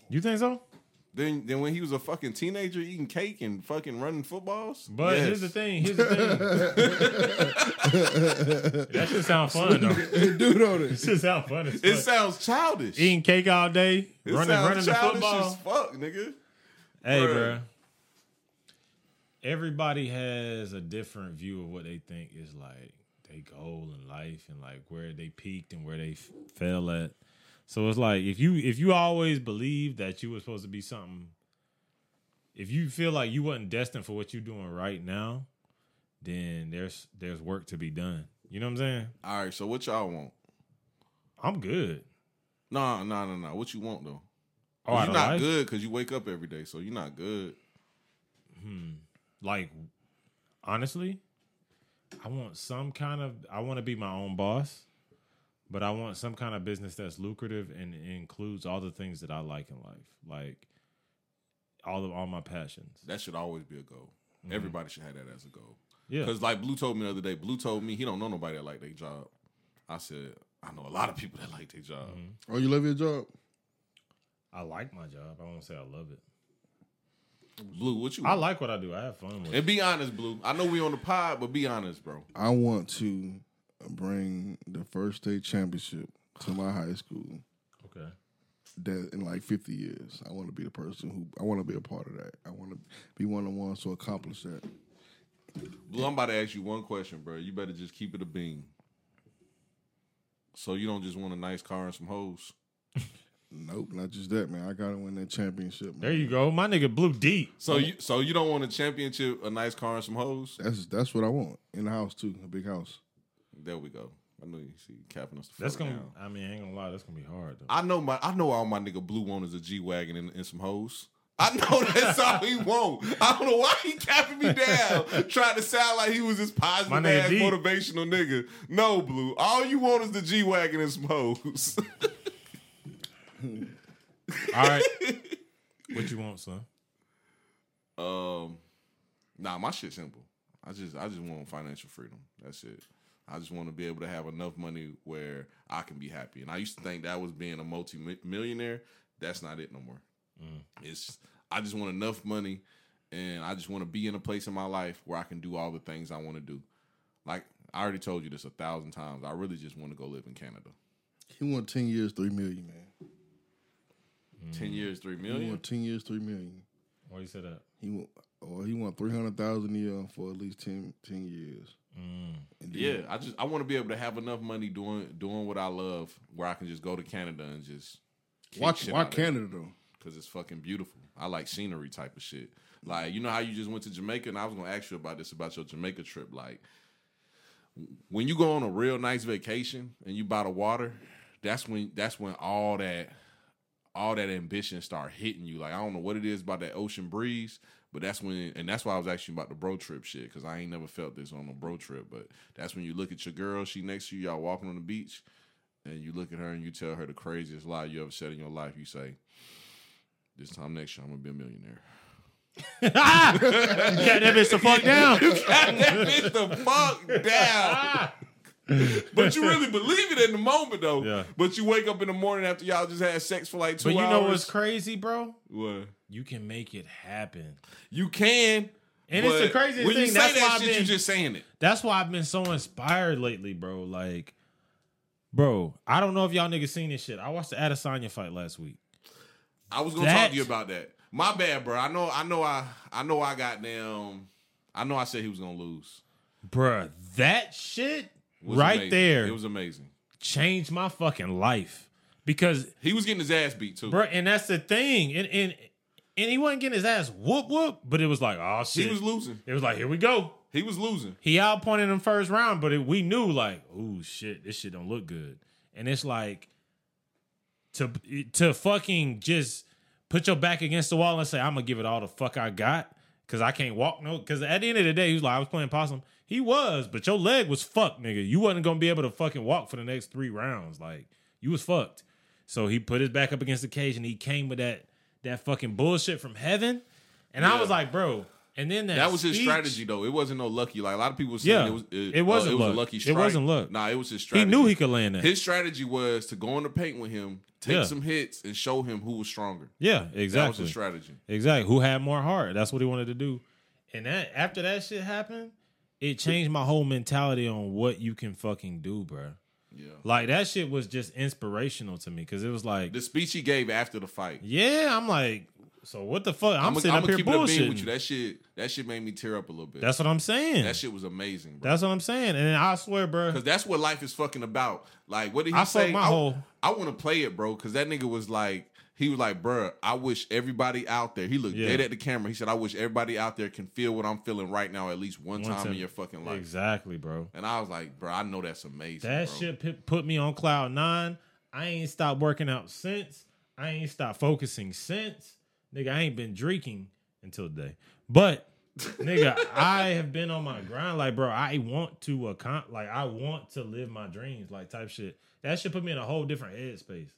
[SPEAKER 4] You think so?
[SPEAKER 2] Then, then when he was a fucking teenager eating cake and fucking running footballs.
[SPEAKER 4] But
[SPEAKER 2] Yes.
[SPEAKER 4] here's the thing. Here's the thing. that should sound fun though. It
[SPEAKER 3] Dude on it.
[SPEAKER 4] should sound fun. As
[SPEAKER 2] it
[SPEAKER 4] fuck.
[SPEAKER 2] sounds childish.
[SPEAKER 4] Eating cake all day,
[SPEAKER 2] it
[SPEAKER 4] running,
[SPEAKER 2] sounds
[SPEAKER 4] running the
[SPEAKER 2] childish
[SPEAKER 4] football.
[SPEAKER 2] as fuck, nigga.
[SPEAKER 4] Hey,
[SPEAKER 2] Bruh.
[SPEAKER 4] bruh. Everybody has a different view of what they think is like their goal in life and like where they peaked and where they f- fell at. So it's like if you if you always believe that you were supposed to be something, if you feel like you wasn't destined for what you're doing right now, then there's there's work to be done. You know what I'm saying?
[SPEAKER 2] All right, so what y'all want?
[SPEAKER 4] I'm good. Oh,
[SPEAKER 2] No, no, no, no. What you want though?
[SPEAKER 4] All right,
[SPEAKER 2] you're not
[SPEAKER 4] life?
[SPEAKER 2] good because you wake up every day, so you're not good.
[SPEAKER 4] like honestly i want some kind of i want to be my own boss but i want some kind of business that's lucrative and includes all the things that i like in life like all of all my passions
[SPEAKER 2] That should always be a goal.
[SPEAKER 4] Mm-hmm.
[SPEAKER 2] Everybody should have that as a goal.
[SPEAKER 4] yeah
[SPEAKER 2] Because like Blue told me the other day, Blue told me he don't know nobody that like their job. I said I know a lot of people that like their job.
[SPEAKER 4] Mm-hmm.
[SPEAKER 3] Oh, you love your job?
[SPEAKER 4] i like my job i won't say i love it
[SPEAKER 2] Blue, what you?
[SPEAKER 4] i
[SPEAKER 2] Want?
[SPEAKER 4] like what i do i have fun with it
[SPEAKER 2] and be honest, Blue. I know we on the pod, but be honest, bro.
[SPEAKER 3] I want to bring the first state championship to my high school.
[SPEAKER 4] okay
[SPEAKER 3] that in like 50 years. I want to be the person who I want to be a part of that. I want to be one of the ones to accomplish that.
[SPEAKER 2] Blue, I'm about to ask you one question, bro. You better just keep it a beam. So you don't just want a nice car and some hoes.
[SPEAKER 3] Nope, not just that, man. I gotta win that championship. Man.
[SPEAKER 4] There you go. My nigga blew deep.
[SPEAKER 2] So you so you don't want a championship, a nice car and some hoes.
[SPEAKER 3] That's that's what I want in the house too, a big house.
[SPEAKER 2] There we go. I know you see you capping us. The
[SPEAKER 4] That's
[SPEAKER 2] fuck
[SPEAKER 4] gonna.
[SPEAKER 2] down.
[SPEAKER 4] I mean, I ain't gonna lie. That's gonna be hard though.
[SPEAKER 2] I know my I know all my nigga Blue want is a G wagon and, and some hoes. I know that's all he want. I don't know why he capping me down, trying to sound like he was this positive
[SPEAKER 4] My nigga
[SPEAKER 2] ass
[SPEAKER 4] D.
[SPEAKER 2] motivational nigga. No, Blue. All you want is the G wagon and some hoes.
[SPEAKER 4] All right. what you want, son?
[SPEAKER 2] um, nah, my shit simple. I just I just want financial freedom. That's it. I just want to be able to have enough money where I can be happy. And I used to think that was being a multi millionaire. That's not it no more. It's I just want enough money, and I just want to be in a place in my life where I can do all the things I want to do. Like I already told you this a thousand times. I really just want to go live in Canada.
[SPEAKER 3] He want ten years, three million, man.
[SPEAKER 2] Ten years, three
[SPEAKER 3] He
[SPEAKER 2] million.
[SPEAKER 3] want ten years, three million.
[SPEAKER 4] Why you say that?
[SPEAKER 3] He want or he want three hundred thousand a year for at least 10, 10 years. And then-
[SPEAKER 2] Yeah, I just I want to be able to have enough money doing doing what I love, where I can just go to Canada and just
[SPEAKER 3] Why, why Canada though?
[SPEAKER 2] Because it's fucking beautiful. I like scenery type of shit. Like you know how you just went to Jamaica, and I was gonna ask you about this about your Jamaica trip. Like when you go on a real nice vacation and you buy the water, that's when that's when all that all that ambition start hitting you. Like I don't know what it is about that ocean breeze, but that's when and that's why I was asking about the bro trip shit because I ain't never felt this on a bro trip. But that's when you look at your girl, she next to you, y'all walking on the beach, and you look at her and you tell her the craziest lie you ever said in your life. You say, "This time next year, I'm gonna be a millionaire."
[SPEAKER 4] Cat that bitch the fuck down.
[SPEAKER 2] God, that bitch the fuck down. but you really believe it in the moment though.
[SPEAKER 4] Yeah.
[SPEAKER 2] But you wake up in the morning after y'all just had sex for like two
[SPEAKER 4] But you
[SPEAKER 2] hours.
[SPEAKER 4] know what's crazy, bro?
[SPEAKER 2] What?
[SPEAKER 4] You can make it happen.
[SPEAKER 2] You can.
[SPEAKER 4] And it's the
[SPEAKER 2] but
[SPEAKER 4] craziest
[SPEAKER 2] when
[SPEAKER 4] thing.
[SPEAKER 2] you say
[SPEAKER 4] That's why
[SPEAKER 2] that
[SPEAKER 4] I've
[SPEAKER 2] shit, you
[SPEAKER 4] been-
[SPEAKER 2] just saying it.
[SPEAKER 4] That's why I've been so inspired lately, bro. Like, bro, I don't know if y'all niggas seen this shit. I watched the Adesanya fight last week.
[SPEAKER 2] I was gonna talk
[SPEAKER 4] That-
[SPEAKER 2] to you about that. My bad, bro. I know. I know. I. I know. I got down. I know. I said he was gonna lose.
[SPEAKER 4] Bruh, that shit
[SPEAKER 2] It was
[SPEAKER 4] right
[SPEAKER 2] amazing.
[SPEAKER 4] there
[SPEAKER 2] It was amazing.
[SPEAKER 4] changed my fucking life. Because
[SPEAKER 2] He was getting his ass beat too.
[SPEAKER 4] Bruh, and that's the thing. And and and he wasn't getting his ass whoop whoop, but it was like, oh shit.
[SPEAKER 2] he was losing.
[SPEAKER 4] it was like, here we go.
[SPEAKER 2] He was losing.
[SPEAKER 4] He outpointed him first round, but it, we knew like, oh shit, this shit don't look good. And it's like to to fucking just put your back against the wall and say, I'm gonna give it all the fuck I got because I can't walk no. Because at the end of the day, he was like, I was playing possum. He was, but your leg was fucked, nigga. You wasn't gonna be able to fucking walk for the next three rounds. Like you was fucked. So he put his back up against the cage and he came with that that fucking bullshit from heaven. And I was like, bro. And then that
[SPEAKER 2] That was his
[SPEAKER 4] speech-
[SPEAKER 2] strategy though. It wasn't no lucky. Like a lot of people saying
[SPEAKER 4] Yeah.
[SPEAKER 2] it was.
[SPEAKER 4] It wasn't
[SPEAKER 2] it was
[SPEAKER 4] luck.
[SPEAKER 2] a lucky
[SPEAKER 4] It
[SPEAKER 2] strike.
[SPEAKER 4] wasn't luck.
[SPEAKER 2] Nah, it was his
[SPEAKER 4] He
[SPEAKER 2] strategy.
[SPEAKER 4] knew he could land that.
[SPEAKER 2] His strategy was to go in the paint with him, take
[SPEAKER 4] Yeah.
[SPEAKER 2] some hits, and show him who was stronger.
[SPEAKER 4] Yeah,
[SPEAKER 2] That was
[SPEAKER 4] exactly.
[SPEAKER 2] his strategy.
[SPEAKER 4] Exactly. Who had more heart? That's what he wanted to do. And that after that shit happened, it changed my whole mentality on what you can fucking do, bro.
[SPEAKER 2] Yeah.
[SPEAKER 4] Like that shit was just inspirational to me because it was like,
[SPEAKER 2] The speech he gave after the fight.
[SPEAKER 4] yeah, I'm like, so what the fuck? I'm,
[SPEAKER 2] I'ma-
[SPEAKER 4] sitting
[SPEAKER 2] I'ma
[SPEAKER 4] up here
[SPEAKER 2] keep it a beam with
[SPEAKER 4] bullshitting.
[SPEAKER 2] you. That shit. That shit made me tear up a little bit.
[SPEAKER 4] That's what I'm saying.
[SPEAKER 2] that shit was amazing, bro.
[SPEAKER 4] That's what I'm saying. And I swear, bro,
[SPEAKER 2] Because that's what life is fucking about. Like, what did he
[SPEAKER 4] I fucked
[SPEAKER 2] say?
[SPEAKER 4] my
[SPEAKER 2] I,
[SPEAKER 4] whole-
[SPEAKER 2] want to play it, bro. Because that nigga was like, he was like, bruh, I wish everybody out there. He looked
[SPEAKER 4] Yeah.
[SPEAKER 2] dead at the camera. He said, I wish everybody out there can feel what I'm feeling right now at least one,
[SPEAKER 4] One
[SPEAKER 2] time,
[SPEAKER 4] time.
[SPEAKER 2] in your fucking life.
[SPEAKER 4] exactly, bro.
[SPEAKER 2] And I was like, bro, I know that's amazing.
[SPEAKER 4] That
[SPEAKER 2] bro.
[SPEAKER 4] shit put- put me on cloud nine. I ain't stopped working out since. I ain't stopped focusing since. Nigga, I ain't been drinking until today. But nigga, I have been on my grind. Like, bro, I want to account like I want to live my dreams, like type shit. That shit put me in a whole different headspace.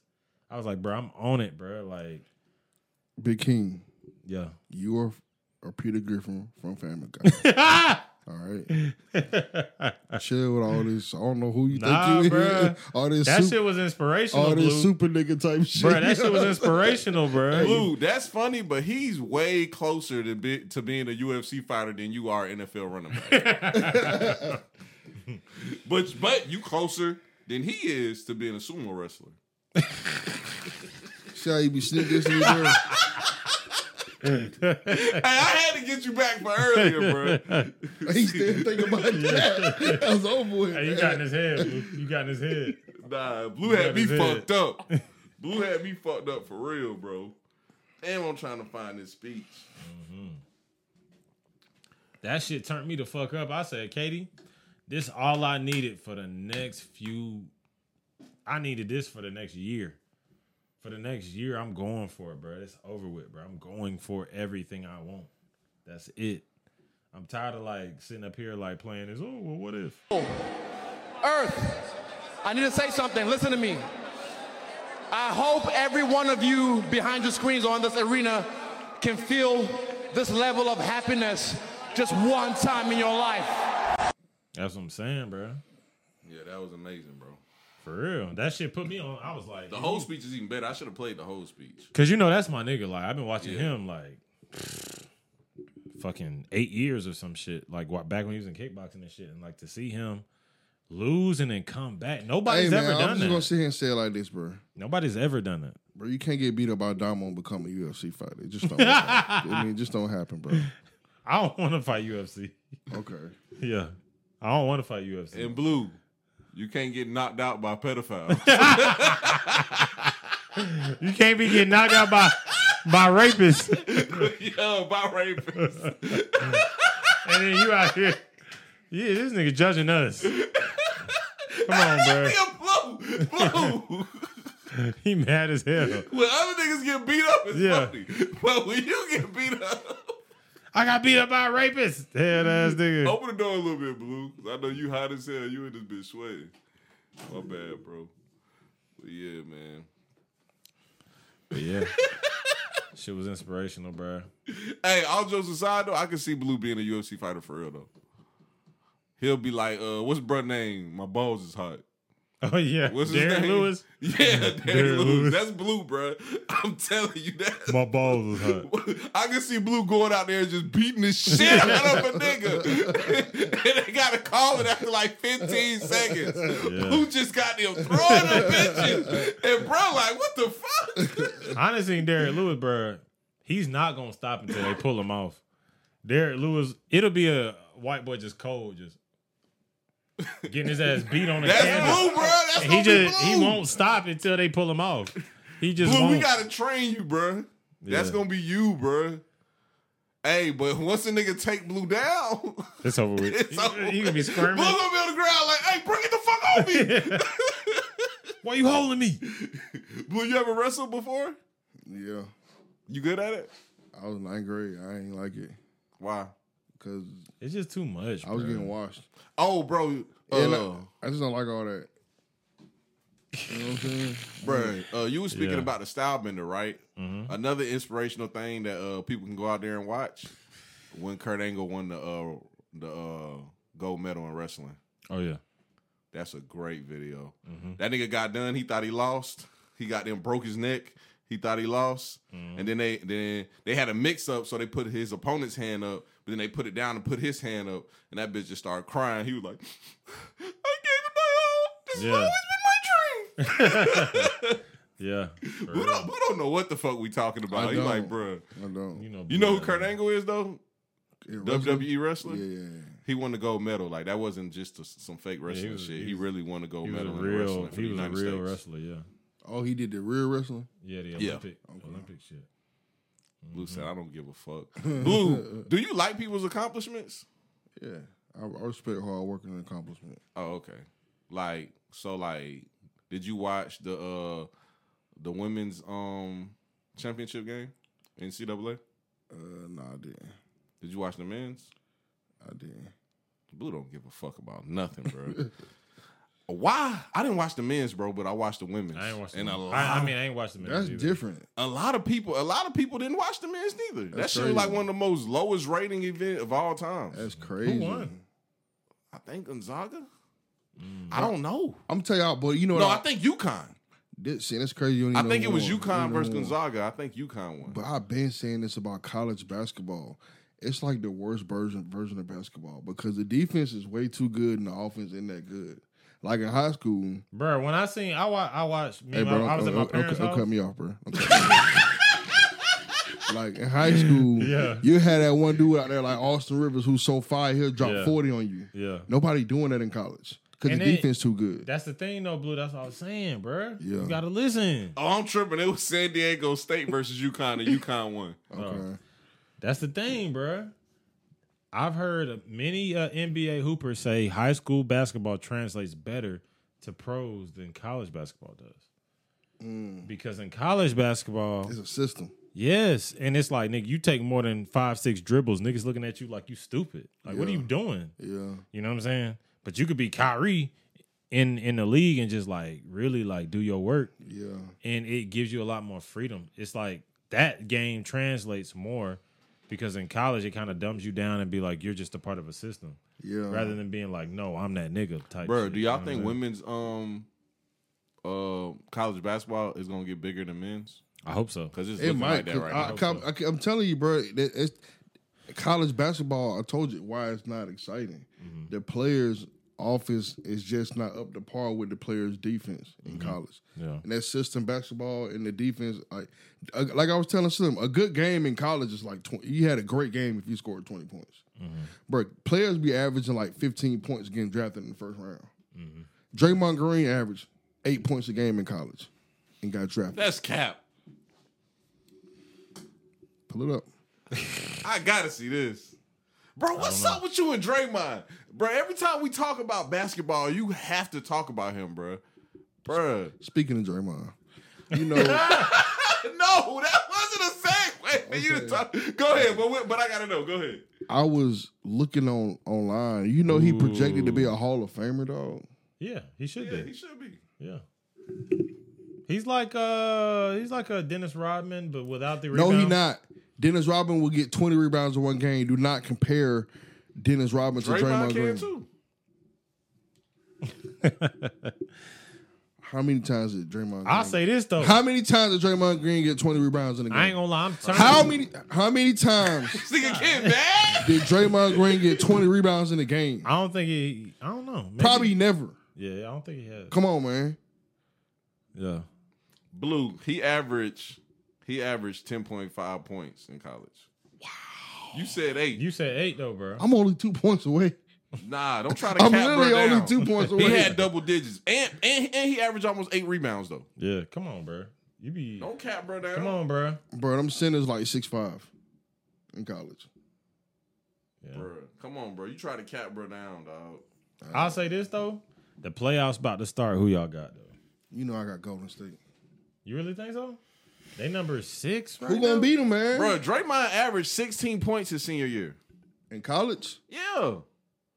[SPEAKER 4] I was like, bro, I'm on it, bro. Like,
[SPEAKER 3] Big King,
[SPEAKER 4] yeah.
[SPEAKER 3] you are, are Peter Griffin from Family Guy. all right, chill with all this. I don't know who you
[SPEAKER 4] Nah,
[SPEAKER 3] think you is.
[SPEAKER 4] bruh.
[SPEAKER 3] All this,
[SPEAKER 4] That
[SPEAKER 3] sup-
[SPEAKER 4] shit was inspirational,
[SPEAKER 3] all
[SPEAKER 4] Blue.
[SPEAKER 3] this super nigga type shit.
[SPEAKER 4] bro, that shit was inspirational, bro.
[SPEAKER 2] Blue, that's funny, but he's way closer to be, to being a UFC fighter than you are NFL running back. but but you closer than he is to being a sumo wrestler.
[SPEAKER 3] Shall you be sneak this in there?
[SPEAKER 2] Hey, I had to get you back for earlier, bro.
[SPEAKER 3] He still thinking about that. That was over with.
[SPEAKER 4] Hey, you
[SPEAKER 3] man.
[SPEAKER 4] got in his head. Blue. You got in his head.
[SPEAKER 2] Nah, Blue had
[SPEAKER 4] got
[SPEAKER 2] me
[SPEAKER 4] his head.
[SPEAKER 2] fucked up. Blue had me fucked up for real, bro. Damn, I'm trying to find this speech.
[SPEAKER 4] That shit turned me the fuck up. I said, Katie, this all I needed for the next few. I needed this for the next year. For the next year, I'm going for it, bro. It's over with, bro. I'm going for everything I want. That's it. I'm tired of like sitting up here like playing this. Oh, well, what if?
[SPEAKER 5] Earth, I need to say something. Listen to me. I hope every one of you behind your screens or in this arena can feel this level of happiness just one time in your life.
[SPEAKER 4] That's what I'm saying, bro.
[SPEAKER 2] Yeah, that was amazing, bro.
[SPEAKER 4] For real. That shit put me on. I was like,
[SPEAKER 2] The whole speech is even better. I should have played the whole speech.
[SPEAKER 4] Cause you know that's my nigga. Like I've been watching him like fucking eight years or some shit. Like what back when he was in kickboxing and shit, and like to see him lose and then come back.
[SPEAKER 3] Hey,
[SPEAKER 4] Nobody's
[SPEAKER 3] man,
[SPEAKER 4] ever
[SPEAKER 3] I'm
[SPEAKER 4] done
[SPEAKER 3] just
[SPEAKER 4] that.
[SPEAKER 3] gonna sit here and say it like this, bro.
[SPEAKER 4] Nobody's ever done that.
[SPEAKER 3] Bro, you can't get beat up by Damo and become a UFC fighter. It just don't. happen. I mean, it just don't happen, bro.
[SPEAKER 4] I don't want to fight UFC.
[SPEAKER 3] Okay.
[SPEAKER 4] yeah, I don't want to fight UFC.
[SPEAKER 2] And Blue, you can't get knocked out by pedophiles.
[SPEAKER 4] you can't be getting knocked out by by rapists,
[SPEAKER 2] yeah, by rapists.
[SPEAKER 4] and then you out here. Yeah, this nigga judging us. Come on, bro.
[SPEAKER 2] Yeah, Blue, Blue.
[SPEAKER 4] He mad as hell.
[SPEAKER 2] when other niggas get beat up, it's
[SPEAKER 4] Yeah.
[SPEAKER 2] funny. But when you get beat up,
[SPEAKER 4] I got beat up by a rapist. Head ass nigga.
[SPEAKER 2] open the door a little bit, Blue. 'cause I know you hot as hell. You in this bitch sweating. My bad, bro. But yeah, man.
[SPEAKER 4] But yeah. Shit was inspirational, bro.
[SPEAKER 2] Hey, all jokes aside though, I can see Blue being a UFC fighter for real though. He'll be like, uh, what's bruh name? My balls is hot.
[SPEAKER 4] Oh yeah.
[SPEAKER 2] What's his
[SPEAKER 4] Derrick
[SPEAKER 2] name?
[SPEAKER 4] Lewis.
[SPEAKER 2] Yeah, Derrick,
[SPEAKER 4] Derrick
[SPEAKER 2] Lewis.
[SPEAKER 4] Lewis.
[SPEAKER 2] That's Blue, bruh. I'm telling you that.
[SPEAKER 4] My balls was hot.
[SPEAKER 2] I can see Blue going out there and just beating the shit out of a nigga. and they got to call it after like 15 seconds. Blue just got them throwing them bitches. And bro, like, what the fuck?
[SPEAKER 4] Honestly, Derrick Lewis, bro, he's not gonna stop until they pull him off. Derrick Lewis, it'll be a white boy just cold, just getting his ass beat on the
[SPEAKER 2] That's
[SPEAKER 4] canvas.
[SPEAKER 2] Blue, bro. That's
[SPEAKER 4] And he
[SPEAKER 2] gonna be
[SPEAKER 4] just he
[SPEAKER 2] Blue.
[SPEAKER 4] won't stop until they pull him off. He just
[SPEAKER 2] Blue,
[SPEAKER 4] won't.
[SPEAKER 2] we gotta train you, bruh. That's
[SPEAKER 4] Yeah.
[SPEAKER 2] gonna be you, bruh. Hey, but once a nigga take Blue down,
[SPEAKER 4] it's over with.
[SPEAKER 2] it's
[SPEAKER 4] you,
[SPEAKER 2] over.
[SPEAKER 4] you gonna be squirming.
[SPEAKER 2] Blue gonna be on the ground like, hey, bring it the fuck on me.
[SPEAKER 4] Why you holding me?
[SPEAKER 2] Blue, you ever wrestled before?
[SPEAKER 3] Yeah.
[SPEAKER 2] You good at it?
[SPEAKER 3] I was in ninth grade. I ain't like it
[SPEAKER 2] Why?
[SPEAKER 3] because
[SPEAKER 4] It's just too much.
[SPEAKER 3] I was
[SPEAKER 4] bro.
[SPEAKER 3] getting washed.
[SPEAKER 2] Oh, bro.
[SPEAKER 3] And
[SPEAKER 2] uh,
[SPEAKER 3] I, I just don't like all that. You know what I'm saying?
[SPEAKER 2] Bruh, uh, you were speaking
[SPEAKER 4] Yeah. Mm-hmm.
[SPEAKER 2] about the style bender, right? Another inspirational thing that uh, people can go out there and watch when Kurt Angle won the uh, the uh, gold medal in wrestling.
[SPEAKER 4] Oh yeah.
[SPEAKER 2] That's a great video.
[SPEAKER 4] Mm-hmm.
[SPEAKER 2] That nigga got done. He thought he lost. He got them broke his neck. He thought he lost,
[SPEAKER 4] Mm-hmm.
[SPEAKER 2] and then they then they had a mix up. So they put his opponent's hand up, but then they put it down and put his hand up, and that bitch just started crying. He was like, "I gave it my all. This
[SPEAKER 4] Yeah.
[SPEAKER 2] has always been my dream."
[SPEAKER 4] Yeah. For
[SPEAKER 2] Who
[SPEAKER 4] real.
[SPEAKER 2] don't, who don't know what the fuck we talking about?
[SPEAKER 3] I
[SPEAKER 2] He like,
[SPEAKER 3] don't.
[SPEAKER 2] bruh.
[SPEAKER 3] I don't.
[SPEAKER 4] You know,
[SPEAKER 2] You know E? who
[SPEAKER 4] Blue-
[SPEAKER 2] Kurt Angle is though?
[SPEAKER 3] Yeah, wrestling?
[SPEAKER 2] WWE wrestler.
[SPEAKER 3] Yeah, yeah, yeah.
[SPEAKER 2] He won the gold medal. Like that wasn't just a, some fake wrestling
[SPEAKER 4] was-
[SPEAKER 2] shit. He,
[SPEAKER 4] he was-
[SPEAKER 2] really won the gold
[SPEAKER 4] He was a
[SPEAKER 2] medal. in
[SPEAKER 4] real.
[SPEAKER 2] wrestling for
[SPEAKER 4] He
[SPEAKER 2] the
[SPEAKER 4] was a
[SPEAKER 2] United
[SPEAKER 4] real
[SPEAKER 2] States.
[SPEAKER 4] wrestler. Yeah.
[SPEAKER 3] Oh, he did the real wrestling.
[SPEAKER 4] Yeah, the
[SPEAKER 2] Yeah.
[SPEAKER 4] Olympic Olympic shit.
[SPEAKER 2] Blue said, I don't give a fuck. Blue, do you like people's accomplishments?
[SPEAKER 3] Yeah, I, I respect hard work and accomplishment.
[SPEAKER 2] Oh, okay. Like, so like, did you watch the uh the women's um championship game? NCAA?
[SPEAKER 3] Uh, no, I didn't.
[SPEAKER 2] Did you watch the men's?
[SPEAKER 3] I didn't.
[SPEAKER 2] Blue don't give a fuck about nothing, bro. Why? I didn't watch the men's, bro, but I watched the women's.
[SPEAKER 4] I ain't watched.
[SPEAKER 2] and
[SPEAKER 4] the
[SPEAKER 2] a
[SPEAKER 4] movie.
[SPEAKER 2] lot,
[SPEAKER 4] I, I mean, I ain't watched the movie.
[SPEAKER 3] That's
[SPEAKER 4] either.
[SPEAKER 3] different.
[SPEAKER 2] a lot of people, a lot of people didn't watch the men's neither. That
[SPEAKER 3] That's
[SPEAKER 2] shit was like
[SPEAKER 3] crazy.
[SPEAKER 2] one of the most lowest rating event of all time.
[SPEAKER 3] That's crazy.
[SPEAKER 4] won?
[SPEAKER 2] I think Gonzaga.
[SPEAKER 3] Mm-hmm.
[SPEAKER 2] I don't know.
[SPEAKER 3] I'm tell y'all, but you know what?
[SPEAKER 2] No,
[SPEAKER 3] I,
[SPEAKER 2] I think UConn.
[SPEAKER 3] did, see, that's crazy. You don't
[SPEAKER 2] I
[SPEAKER 3] even know
[SPEAKER 2] think it
[SPEAKER 3] who
[SPEAKER 2] was
[SPEAKER 3] won. You don't
[SPEAKER 2] UConn
[SPEAKER 3] know
[SPEAKER 2] versus
[SPEAKER 3] who won.
[SPEAKER 2] Gonzaga. I think UConn won.
[SPEAKER 3] But I've been saying this about college basketball. It's like the worst version version of basketball because the defense is way too good and the offense isn't that good. Like in high school,
[SPEAKER 4] Bro, when I seen, I, wa- I watched, me and my- I was
[SPEAKER 3] don't-
[SPEAKER 4] at
[SPEAKER 3] don't-
[SPEAKER 4] my
[SPEAKER 3] don't-
[SPEAKER 4] parents'
[SPEAKER 3] don't
[SPEAKER 4] house.
[SPEAKER 3] uh, cut me off, bro. Don't cut me off. like in high school,
[SPEAKER 4] Yeah.
[SPEAKER 3] you had that one dude out there like Austin Rivers who's so fire he'll drop
[SPEAKER 4] Yeah.
[SPEAKER 3] forty on you.
[SPEAKER 4] Yeah.
[SPEAKER 3] Nobody doing that in college because
[SPEAKER 4] And
[SPEAKER 3] the
[SPEAKER 4] they-
[SPEAKER 3] defense too good.
[SPEAKER 4] That's the thing, though, Blue. That's what I was saying, bro.
[SPEAKER 3] Yeah.
[SPEAKER 4] You gotta listen.
[SPEAKER 2] Oh, I'm tripping. It was San Diego State versus UConn, and UConn won.
[SPEAKER 3] Okay.
[SPEAKER 4] That's the thing, bro. I've heard many uh, NBA hoopers say high school basketball translates better to pros than college basketball does. Because in college basketball,
[SPEAKER 3] It's a system.
[SPEAKER 4] yes, and it's like, nigga, you take more than five, six dribbles, niggas looking at you like you stupid. Like, what are you doing?
[SPEAKER 3] Yeah.
[SPEAKER 4] You know what I'm saying? But you could be Kyrie in in the league and just like really like do your work
[SPEAKER 3] Yeah.
[SPEAKER 4] and it gives you a lot more freedom. It's like that game translates more because in college it kind of dumbs you down and be like you're just a part of a system
[SPEAKER 3] Yeah.
[SPEAKER 4] rather than being like no I'm that nigga type.
[SPEAKER 2] Bro,
[SPEAKER 4] shit,
[SPEAKER 2] do
[SPEAKER 4] you know
[SPEAKER 2] y'all
[SPEAKER 4] what
[SPEAKER 2] think
[SPEAKER 4] I'm
[SPEAKER 2] women's
[SPEAKER 4] saying?
[SPEAKER 2] um uh college basketball is gonna get bigger than men's?
[SPEAKER 4] I hope so.
[SPEAKER 2] Because it's
[SPEAKER 3] It
[SPEAKER 2] looking
[SPEAKER 3] might.
[SPEAKER 2] like that right now.
[SPEAKER 4] now.
[SPEAKER 3] I, am telling you, bro. that It's college basketball. I told you why it's not exciting.
[SPEAKER 2] Mm-hmm.
[SPEAKER 3] The players' offense is just not up to par with the players' defense in
[SPEAKER 2] Mm-hmm.
[SPEAKER 3] college.
[SPEAKER 4] Yeah.
[SPEAKER 3] And that system basketball and the defense, like, uh, like I was telling Slim, a good game in college is like 20, you had a great game if you scored twenty points.
[SPEAKER 2] Mm-hmm.
[SPEAKER 3] Bro, players be averaging like fifteen points getting drafted in the first round.
[SPEAKER 2] Mm-hmm.
[SPEAKER 3] Draymond Green averaged eight points a game in college and got drafted.
[SPEAKER 2] That's cap.
[SPEAKER 3] Pull it up.
[SPEAKER 2] I gotta see this. Bro, what's up with you and Draymond? Bro, every time we talk about basketball, you have to talk about him, bro. Bro.
[SPEAKER 3] Speaking of Draymond, you know,
[SPEAKER 2] No, that wasn't a segue for you to talk. Go ahead, but we- but I gotta know. Go ahead.
[SPEAKER 3] I was looking on online. You know, he projected to be a Hall of Famer, dog.
[SPEAKER 4] Yeah, he should
[SPEAKER 2] Yeah,
[SPEAKER 4] be.
[SPEAKER 2] he should be.
[SPEAKER 4] yeah. He's like uh he's like a Dennis Rodman but without the
[SPEAKER 3] No, he
[SPEAKER 4] rebounds.
[SPEAKER 3] not. Dennis Robin will get twenty rebounds in one game. Do not compare Dennis Robin to
[SPEAKER 2] Draymond
[SPEAKER 3] Draymond
[SPEAKER 2] can
[SPEAKER 3] Green.
[SPEAKER 2] too.
[SPEAKER 3] How many times did Draymond? Green,
[SPEAKER 4] I'll say this though.
[SPEAKER 3] How many times did Draymond Green get twenty rebounds in a game?
[SPEAKER 4] I ain't gonna lie, I'm turning
[SPEAKER 3] how many? How many times
[SPEAKER 2] This nigga can't bad.
[SPEAKER 3] did Draymond Green get twenty rebounds in a game?
[SPEAKER 4] I don't think he I don't know. Maybe-
[SPEAKER 3] Probably never.
[SPEAKER 4] Yeah, I don't think he has.
[SPEAKER 3] Come on, man.
[SPEAKER 4] Yeah.
[SPEAKER 2] Blue, he averaged he averaged ten point five points in college. Wow. You said eight.
[SPEAKER 4] You said 8 though, bro.
[SPEAKER 3] I'm only two points away.
[SPEAKER 2] nah, don't try to
[SPEAKER 3] I'm
[SPEAKER 2] cap
[SPEAKER 3] literally
[SPEAKER 2] bro
[SPEAKER 3] only
[SPEAKER 2] down.
[SPEAKER 3] two points away.
[SPEAKER 2] He had double digits. And, and and he averaged almost eight rebounds though.
[SPEAKER 4] Yeah, come on, bro. You be
[SPEAKER 2] Don't cap bro down.
[SPEAKER 4] Come on, bro.
[SPEAKER 3] Bro, them centers like six five in college.
[SPEAKER 4] Yeah.
[SPEAKER 2] bro. Come on, bro. You try to cap bro down, dog.
[SPEAKER 4] I'll say this though. The playoffs about to start. Who y'all got though?
[SPEAKER 3] You know I got Golden State.
[SPEAKER 4] You really think so? They number six, right?
[SPEAKER 3] Who gonna beat them, man?
[SPEAKER 2] Bro, Draymond averaged 16 points his senior year.
[SPEAKER 3] In college,
[SPEAKER 2] Yeah.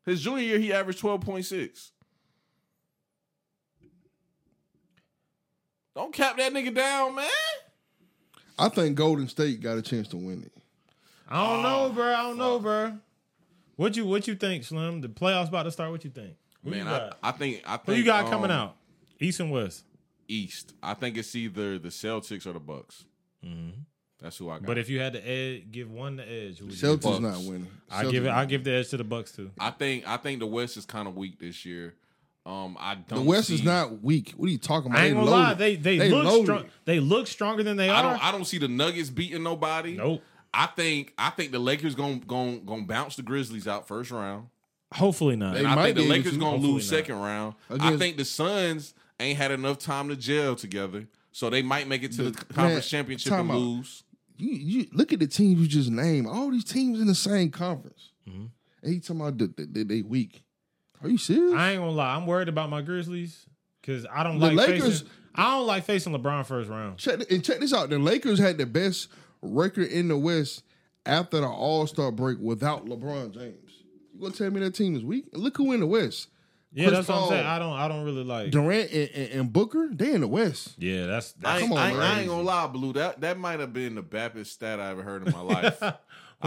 [SPEAKER 2] His junior year, he averaged 12.6. Don't cap that nigga down, man.
[SPEAKER 3] I think Golden State got a chance to win it.
[SPEAKER 4] I don't
[SPEAKER 2] Ah,
[SPEAKER 4] know, bro. I don't know, bro. What you what you think, Slim? The playoffs about to start. What you think? Who
[SPEAKER 2] Man,
[SPEAKER 4] you got,
[SPEAKER 2] I, I think I think
[SPEAKER 4] who you got
[SPEAKER 2] um,
[SPEAKER 4] coming out? East and West.
[SPEAKER 2] East. I think it's either the Celtics or the Bucks. That's who I got.
[SPEAKER 4] Mm-hmm. But if you had to ed, give one the edge, who would you
[SPEAKER 3] Celtics
[SPEAKER 4] give?
[SPEAKER 3] not winning.
[SPEAKER 4] I
[SPEAKER 3] Celtics
[SPEAKER 4] give it.
[SPEAKER 3] not
[SPEAKER 4] I give the edge to the Bucks too.
[SPEAKER 2] I think I think the West is kind of weak this year. Um, I don't.
[SPEAKER 3] winning. The West is
[SPEAKER 2] see-
[SPEAKER 3] not weak. What are you talking about?
[SPEAKER 4] I ain't gonna
[SPEAKER 3] loaded.
[SPEAKER 4] lie. They they, look
[SPEAKER 3] loaded.
[SPEAKER 4] strong. They look stronger than they
[SPEAKER 2] I
[SPEAKER 4] are.
[SPEAKER 2] don't. I don't see the Nuggets beating nobody.
[SPEAKER 4] nope.
[SPEAKER 2] I think I think the Lakers gonna gonna gonna bounce the Grizzlies out first round.
[SPEAKER 4] Hopefully not.
[SPEAKER 3] They
[SPEAKER 2] And I
[SPEAKER 3] might
[SPEAKER 2] think the
[SPEAKER 3] be able
[SPEAKER 2] Lakers
[SPEAKER 3] to.
[SPEAKER 2] gonna
[SPEAKER 4] Hopefully
[SPEAKER 2] lose
[SPEAKER 4] not.
[SPEAKER 2] second round. I
[SPEAKER 3] Against-
[SPEAKER 2] think the Suns ain't had enough time to gel together, so they might make it to the, conference championship
[SPEAKER 3] time
[SPEAKER 2] and
[SPEAKER 3] out.
[SPEAKER 2] lose.
[SPEAKER 3] You, you look at the teams you just named. All these teams in the same conference.
[SPEAKER 4] Mm-hmm.
[SPEAKER 3] And you talking about the, the, the- they weak? Are you serious?
[SPEAKER 4] I ain't gonna lie. I'm worried about my Grizzlies because I don't
[SPEAKER 3] The
[SPEAKER 4] like
[SPEAKER 3] Lakers-
[SPEAKER 4] Facing, I don't like facing LeBron first round.
[SPEAKER 3] check and check this out. The Lakers had the best record in the West after the All Star break without LeBron James. You gonna tell me that team is weak? And look who in the West:
[SPEAKER 4] Yeah,
[SPEAKER 3] Chris
[SPEAKER 4] that's what I'm
[SPEAKER 3] Paul.
[SPEAKER 4] saying. I don't. I don't really like.
[SPEAKER 3] Durant and, and, and Booker. They in the West.
[SPEAKER 4] Yeah, that's.
[SPEAKER 2] I
[SPEAKER 4] that's
[SPEAKER 2] ain't,
[SPEAKER 3] Come on,
[SPEAKER 2] I, ain't- I
[SPEAKER 3] man.
[SPEAKER 2] ain't gonna lie, Blue. That that might have been the baddest stat I ever heard in my life. I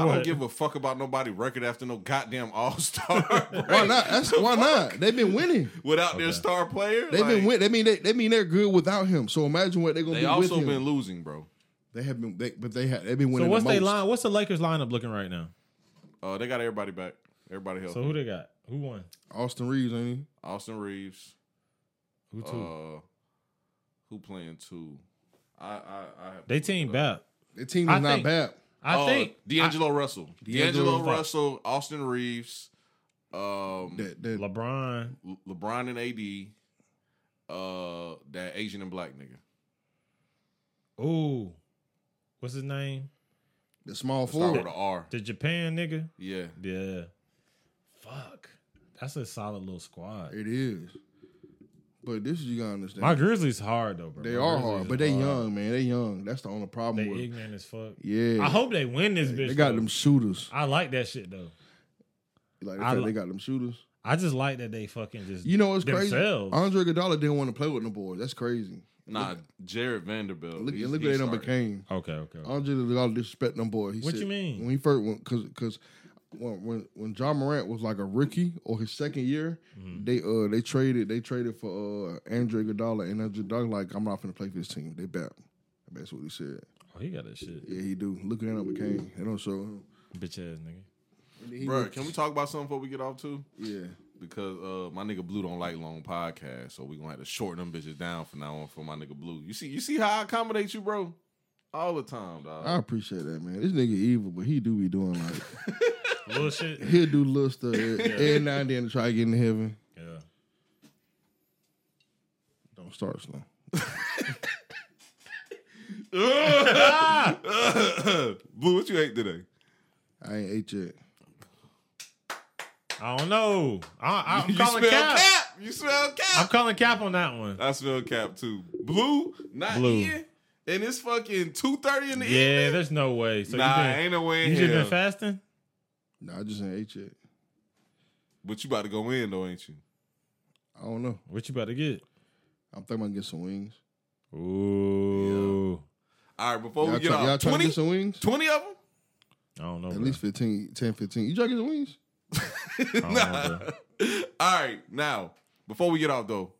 [SPEAKER 2] don't
[SPEAKER 4] What?
[SPEAKER 2] give a fuck about nobody record after no goddamn All Star
[SPEAKER 3] Why not? That's, why not? They've been winning.
[SPEAKER 2] without their star player.
[SPEAKER 3] They've
[SPEAKER 2] Like,
[SPEAKER 3] been win. They mean they, they mean they're good without him. So imagine what they're gonna
[SPEAKER 2] They
[SPEAKER 3] be
[SPEAKER 2] also
[SPEAKER 3] with him.
[SPEAKER 2] been losing, bro.
[SPEAKER 3] they have been, they, but they have they've been
[SPEAKER 4] so
[SPEAKER 3] winning.
[SPEAKER 4] what's
[SPEAKER 3] the
[SPEAKER 4] they
[SPEAKER 3] most.
[SPEAKER 4] line? What's the Lakers lineup looking right now?
[SPEAKER 2] Uh, they got everybody back. Everybody healthy.
[SPEAKER 4] So who they got? Who won?
[SPEAKER 3] Austin Reeves, ain't
[SPEAKER 2] Austin Reeves,
[SPEAKER 4] Who two?
[SPEAKER 2] Uh, who playing two? I I, I have
[SPEAKER 4] they team back.
[SPEAKER 3] The team
[SPEAKER 4] I
[SPEAKER 3] is not
[SPEAKER 4] think-
[SPEAKER 3] bad.
[SPEAKER 4] I
[SPEAKER 2] Oh,
[SPEAKER 4] think
[SPEAKER 2] uh, D'Angelo Russell,
[SPEAKER 3] D'Angelo
[SPEAKER 2] D'Angelo
[SPEAKER 4] Russell.
[SPEAKER 2] Russell, Austin Reeves, um,
[SPEAKER 3] That, that,
[SPEAKER 4] LeBron.
[SPEAKER 2] Le- LeBron and AD, uh, that Asian and black nigga.
[SPEAKER 4] Ooh, what's his name?
[SPEAKER 3] the small
[SPEAKER 2] Start with
[SPEAKER 3] forward.
[SPEAKER 2] an R.
[SPEAKER 4] The Japan nigga.
[SPEAKER 2] Yeah,
[SPEAKER 4] Yeah. Fuck. That's a solid little squad.
[SPEAKER 3] It is. But this is you gotta understand.
[SPEAKER 4] My Grizzlies hard though, bro.
[SPEAKER 3] they
[SPEAKER 4] My
[SPEAKER 3] are
[SPEAKER 4] Grizzlies
[SPEAKER 3] hard,
[SPEAKER 4] is Uh,
[SPEAKER 3] but they young, man. They young. That's the only problem
[SPEAKER 4] They
[SPEAKER 3] with.
[SPEAKER 4] ignorant as fuck.
[SPEAKER 3] Yeah,
[SPEAKER 4] I hope they win this bitch.
[SPEAKER 3] they got
[SPEAKER 4] though.
[SPEAKER 3] them shooters.
[SPEAKER 4] I like that shit though.
[SPEAKER 3] Like the
[SPEAKER 4] I
[SPEAKER 3] fact
[SPEAKER 4] li-
[SPEAKER 3] they got them shooters.
[SPEAKER 4] I just like that they fucking just
[SPEAKER 3] You know what's crazy?
[SPEAKER 4] themselves.
[SPEAKER 3] Andre Iguodala didn't want to play with no boys. That's crazy.
[SPEAKER 2] nah, Jared Vanderbilt.
[SPEAKER 3] Look,
[SPEAKER 2] He's-
[SPEAKER 3] look
[SPEAKER 2] he
[SPEAKER 3] what they done
[SPEAKER 2] started.
[SPEAKER 3] became.
[SPEAKER 4] Okay, okay. okay.
[SPEAKER 3] Andre Iguodala disrespect them boys. He
[SPEAKER 4] What
[SPEAKER 3] said-
[SPEAKER 4] you mean?
[SPEAKER 3] When he first, because because when when when John Morant was like a rookie or his second year,
[SPEAKER 4] Mm-hmm.
[SPEAKER 3] they uh they traded they traded for uh Andre Iguodala and Andre Iguodala like I'm not finna play for this team. They back. That's what he said.
[SPEAKER 4] Oh, he got that shit.
[SPEAKER 3] Yeah, he do. Look at him became. They don't show him.
[SPEAKER 4] Bitch ass nigga.
[SPEAKER 3] He
[SPEAKER 2] Bruh,
[SPEAKER 3] look-
[SPEAKER 2] can we talk about something before we get off too?
[SPEAKER 3] Yeah.
[SPEAKER 2] Because uh, my nigga Blue don't like long podcasts, so we gonna have to shorten them bitches down from now on for my nigga Blue. You see, you see how I accommodate you, bro, all the time, dog.
[SPEAKER 3] I appreciate that, man. This nigga evil, but he do be doing like
[SPEAKER 4] Little shit.
[SPEAKER 3] he'll do little stuff every, every now and then to try to get into heaven.
[SPEAKER 4] Yeah.
[SPEAKER 3] Don't start slow.
[SPEAKER 2] Blue, what you ate today?
[SPEAKER 3] I ain't ate yet.
[SPEAKER 4] I don't know. I, I'm
[SPEAKER 2] you
[SPEAKER 4] calling
[SPEAKER 2] smell
[SPEAKER 4] cap.
[SPEAKER 2] You smell cap.
[SPEAKER 4] I'm calling cap on that one.
[SPEAKER 2] I smell cap too. Blue, not
[SPEAKER 4] Blue.
[SPEAKER 2] here, and it's fucking two thirty in the
[SPEAKER 4] Yeah,
[SPEAKER 2] evening.
[SPEAKER 4] there's no way. So
[SPEAKER 2] nah,
[SPEAKER 4] you been,
[SPEAKER 2] ain't no way in
[SPEAKER 4] you just
[SPEAKER 2] hell.
[SPEAKER 4] been fasting?
[SPEAKER 3] No, I just ain't ate yet.
[SPEAKER 2] But you about to go in though, ain't you?
[SPEAKER 3] I don't know.
[SPEAKER 4] What you about to get?
[SPEAKER 3] I'm thinking about getting some wings.
[SPEAKER 4] Ooh.
[SPEAKER 2] All right,
[SPEAKER 4] Oh,
[SPEAKER 2] before
[SPEAKER 3] Y'all,
[SPEAKER 2] we get
[SPEAKER 3] try- y'all
[SPEAKER 2] off,
[SPEAKER 3] trying to
[SPEAKER 2] 20,
[SPEAKER 3] get some wings?
[SPEAKER 2] 20 of them.
[SPEAKER 4] I don't know.
[SPEAKER 3] At
[SPEAKER 4] bro.
[SPEAKER 3] least 15, 10, 15. You try to get some wings?
[SPEAKER 4] I don't know, bro.
[SPEAKER 2] All right, now before we get off though,